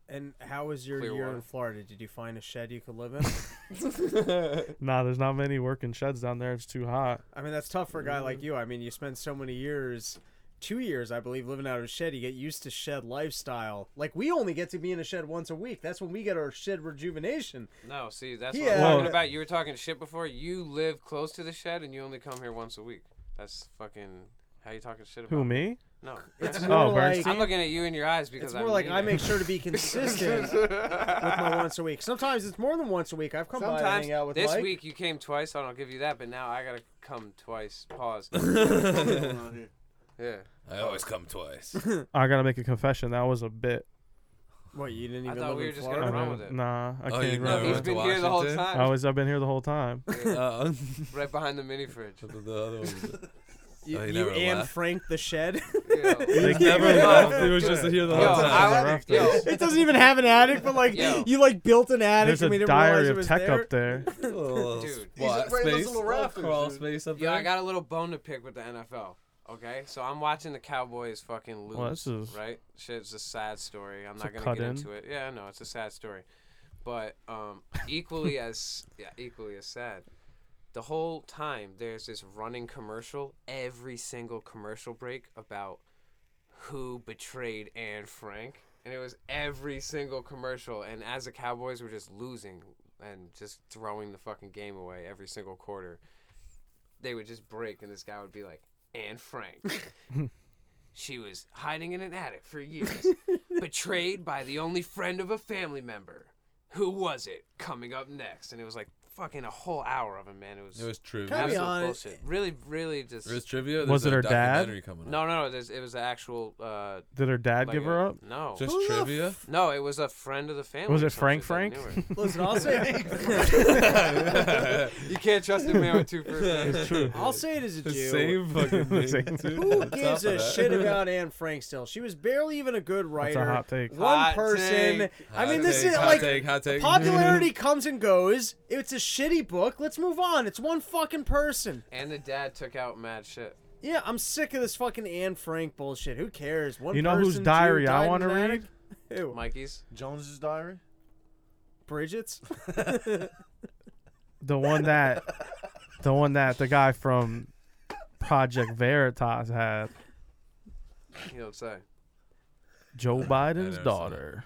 [SPEAKER 6] And how was your
[SPEAKER 1] Clear
[SPEAKER 6] year
[SPEAKER 1] water.
[SPEAKER 6] in Florida? Did you find a shed you could live in?
[SPEAKER 3] nah, there's not many working sheds down there. It's too hot.
[SPEAKER 6] I mean, that's tough for a guy like
[SPEAKER 1] Mm-hmm.
[SPEAKER 6] you. I mean, you spend so many years, two years, I believe, living out of a shed. You get used to shed lifestyle. Like, we only get to be in a shed once a week. That's when we get our shed rejuvenation.
[SPEAKER 1] No, see, that's
[SPEAKER 6] Yeah.
[SPEAKER 1] what I'm talking
[SPEAKER 3] Well-
[SPEAKER 1] about. You were talking shit before. You live close to the shed, and you only come here once a week. That's fucking how you talking shit about
[SPEAKER 3] Who me?
[SPEAKER 1] No,
[SPEAKER 6] It's
[SPEAKER 1] Yeah.
[SPEAKER 6] more
[SPEAKER 3] Oh,
[SPEAKER 6] like,
[SPEAKER 1] I'm looking at you in your eyes because
[SPEAKER 6] it's
[SPEAKER 1] I
[SPEAKER 6] more like
[SPEAKER 1] mean
[SPEAKER 6] I
[SPEAKER 1] it.
[SPEAKER 6] make sure to be consistent with my once a week. Sometimes it's more than once a week. I've come by and
[SPEAKER 1] Sometimes
[SPEAKER 6] hang out with
[SPEAKER 1] this
[SPEAKER 6] Mike.
[SPEAKER 1] week you came twice, so I'll give you that. But now I gotta come twice. Pause.
[SPEAKER 6] Oh.
[SPEAKER 1] yeah.
[SPEAKER 2] I always come twice.
[SPEAKER 3] I gotta make a confession. That was a bit.
[SPEAKER 6] What, you didn't
[SPEAKER 1] I
[SPEAKER 6] even
[SPEAKER 1] thought
[SPEAKER 6] live
[SPEAKER 1] we
[SPEAKER 6] in
[SPEAKER 1] were just
[SPEAKER 6] Florida?
[SPEAKER 1] gonna
[SPEAKER 3] I
[SPEAKER 1] run
[SPEAKER 3] mean,
[SPEAKER 1] with it.
[SPEAKER 3] Nah, I
[SPEAKER 2] Oh, you
[SPEAKER 3] can't
[SPEAKER 2] never
[SPEAKER 3] run
[SPEAKER 1] He's
[SPEAKER 3] with it.
[SPEAKER 1] been
[SPEAKER 2] to
[SPEAKER 1] here the whole
[SPEAKER 2] Washington?
[SPEAKER 1] time,
[SPEAKER 3] I was. I've been here the whole time.
[SPEAKER 2] Uh,
[SPEAKER 1] right behind the mini fridge.
[SPEAKER 2] the, the other one.
[SPEAKER 6] You,
[SPEAKER 2] Oh, you
[SPEAKER 6] you
[SPEAKER 2] never
[SPEAKER 6] and
[SPEAKER 2] left.
[SPEAKER 6] Frank the shed.
[SPEAKER 1] Yo,
[SPEAKER 3] They
[SPEAKER 2] never
[SPEAKER 3] gave me-
[SPEAKER 2] left.
[SPEAKER 3] It was just here the
[SPEAKER 1] yo,
[SPEAKER 3] whole time.
[SPEAKER 1] I
[SPEAKER 3] Never
[SPEAKER 1] would,
[SPEAKER 3] left
[SPEAKER 1] yo,
[SPEAKER 3] us.
[SPEAKER 6] it doesn't even have an attic, but like
[SPEAKER 1] Yo.
[SPEAKER 6] you like built an attic.
[SPEAKER 3] There's
[SPEAKER 6] and we
[SPEAKER 3] a
[SPEAKER 6] didn't realize
[SPEAKER 3] diary
[SPEAKER 6] it
[SPEAKER 3] of
[SPEAKER 6] was
[SPEAKER 3] tech
[SPEAKER 6] there.
[SPEAKER 3] up there.
[SPEAKER 2] Dude,
[SPEAKER 1] Dude.
[SPEAKER 2] what
[SPEAKER 4] right in those
[SPEAKER 2] space?
[SPEAKER 4] little
[SPEAKER 2] Little
[SPEAKER 4] rafters,
[SPEAKER 2] crawl
[SPEAKER 4] dude.
[SPEAKER 2] space up
[SPEAKER 1] yo, I
[SPEAKER 2] there.
[SPEAKER 1] got a little bone to pick with the NFL. Okay, so I'm watching the Cowboys fucking lose.
[SPEAKER 3] Well, this is-
[SPEAKER 1] right? Shit, it's a sad story. I'm
[SPEAKER 3] a
[SPEAKER 1] not gonna
[SPEAKER 3] cut
[SPEAKER 1] get
[SPEAKER 3] in.
[SPEAKER 1] into it. Yeah, I know it's a sad story, but um, equally as yeah, equally as sad. The whole time there's this running commercial every single commercial break about who betrayed Anne Frank, and it was every single commercial. And as the Cowboys were just losing and just throwing the fucking game away every single quarter, they would just break, and this guy would be like, "Anne Frank." She was hiding in an attic for years, betrayed by the only friend of a family member. Who was it? Coming up next. And it was like fucking a whole hour of it, man. It was,
[SPEAKER 2] It was trivia.
[SPEAKER 6] Can I be
[SPEAKER 1] absolute
[SPEAKER 6] honest?
[SPEAKER 1] bullshit. Really, really just.
[SPEAKER 2] It was trivia. There's
[SPEAKER 3] Was it
[SPEAKER 2] a
[SPEAKER 3] her dad?
[SPEAKER 2] documentary Coming up.
[SPEAKER 1] no, no, no. there's- It was the actual. Uh,
[SPEAKER 3] Did her dad
[SPEAKER 1] like
[SPEAKER 3] give
[SPEAKER 1] a-
[SPEAKER 3] her up?
[SPEAKER 1] No.
[SPEAKER 2] Just
[SPEAKER 6] Who the
[SPEAKER 2] trivia.
[SPEAKER 1] no, it was a friend of the family.
[SPEAKER 3] Was
[SPEAKER 1] or
[SPEAKER 3] it
[SPEAKER 1] some
[SPEAKER 3] Frank
[SPEAKER 1] shit that
[SPEAKER 3] Frank?
[SPEAKER 1] knew her.
[SPEAKER 6] Listen, I'll say,
[SPEAKER 1] you can't trust a man with two first names.
[SPEAKER 3] It's true.
[SPEAKER 6] I'll say it as a
[SPEAKER 2] The
[SPEAKER 6] Jew.
[SPEAKER 2] same fucking
[SPEAKER 3] Same.
[SPEAKER 2] thing. too.
[SPEAKER 6] Who
[SPEAKER 2] On top
[SPEAKER 6] gives
[SPEAKER 2] of
[SPEAKER 6] a
[SPEAKER 2] that.
[SPEAKER 6] shit about Anne Frank still? She was barely even a good writer.
[SPEAKER 3] hot take.
[SPEAKER 6] One
[SPEAKER 1] Hot
[SPEAKER 6] person.
[SPEAKER 1] take.
[SPEAKER 6] I
[SPEAKER 2] Hot
[SPEAKER 6] mean, this
[SPEAKER 2] take,
[SPEAKER 6] is
[SPEAKER 2] hot
[SPEAKER 6] like
[SPEAKER 2] take, hot take.
[SPEAKER 6] popularity comes and goes. It's a shitty book. Let's move on. It's one fucking person.
[SPEAKER 1] And the dad took out mad shit.
[SPEAKER 6] Yeah, I'm sick of this fucking Anne Frank bullshit. Who cares? One
[SPEAKER 3] You know whose
[SPEAKER 6] person, Jew,
[SPEAKER 3] diary
[SPEAKER 6] died
[SPEAKER 3] I
[SPEAKER 6] in
[SPEAKER 3] want to
[SPEAKER 6] an
[SPEAKER 3] read?
[SPEAKER 6] attic? Who?
[SPEAKER 1] Mikey's.
[SPEAKER 4] Jones's diary.
[SPEAKER 6] Bridget's.
[SPEAKER 3] The one that, the one that the guy from Project Veritas had,
[SPEAKER 1] You know what I'm saying?
[SPEAKER 3] Joe Biden's
[SPEAKER 2] seen it.
[SPEAKER 3] daughter.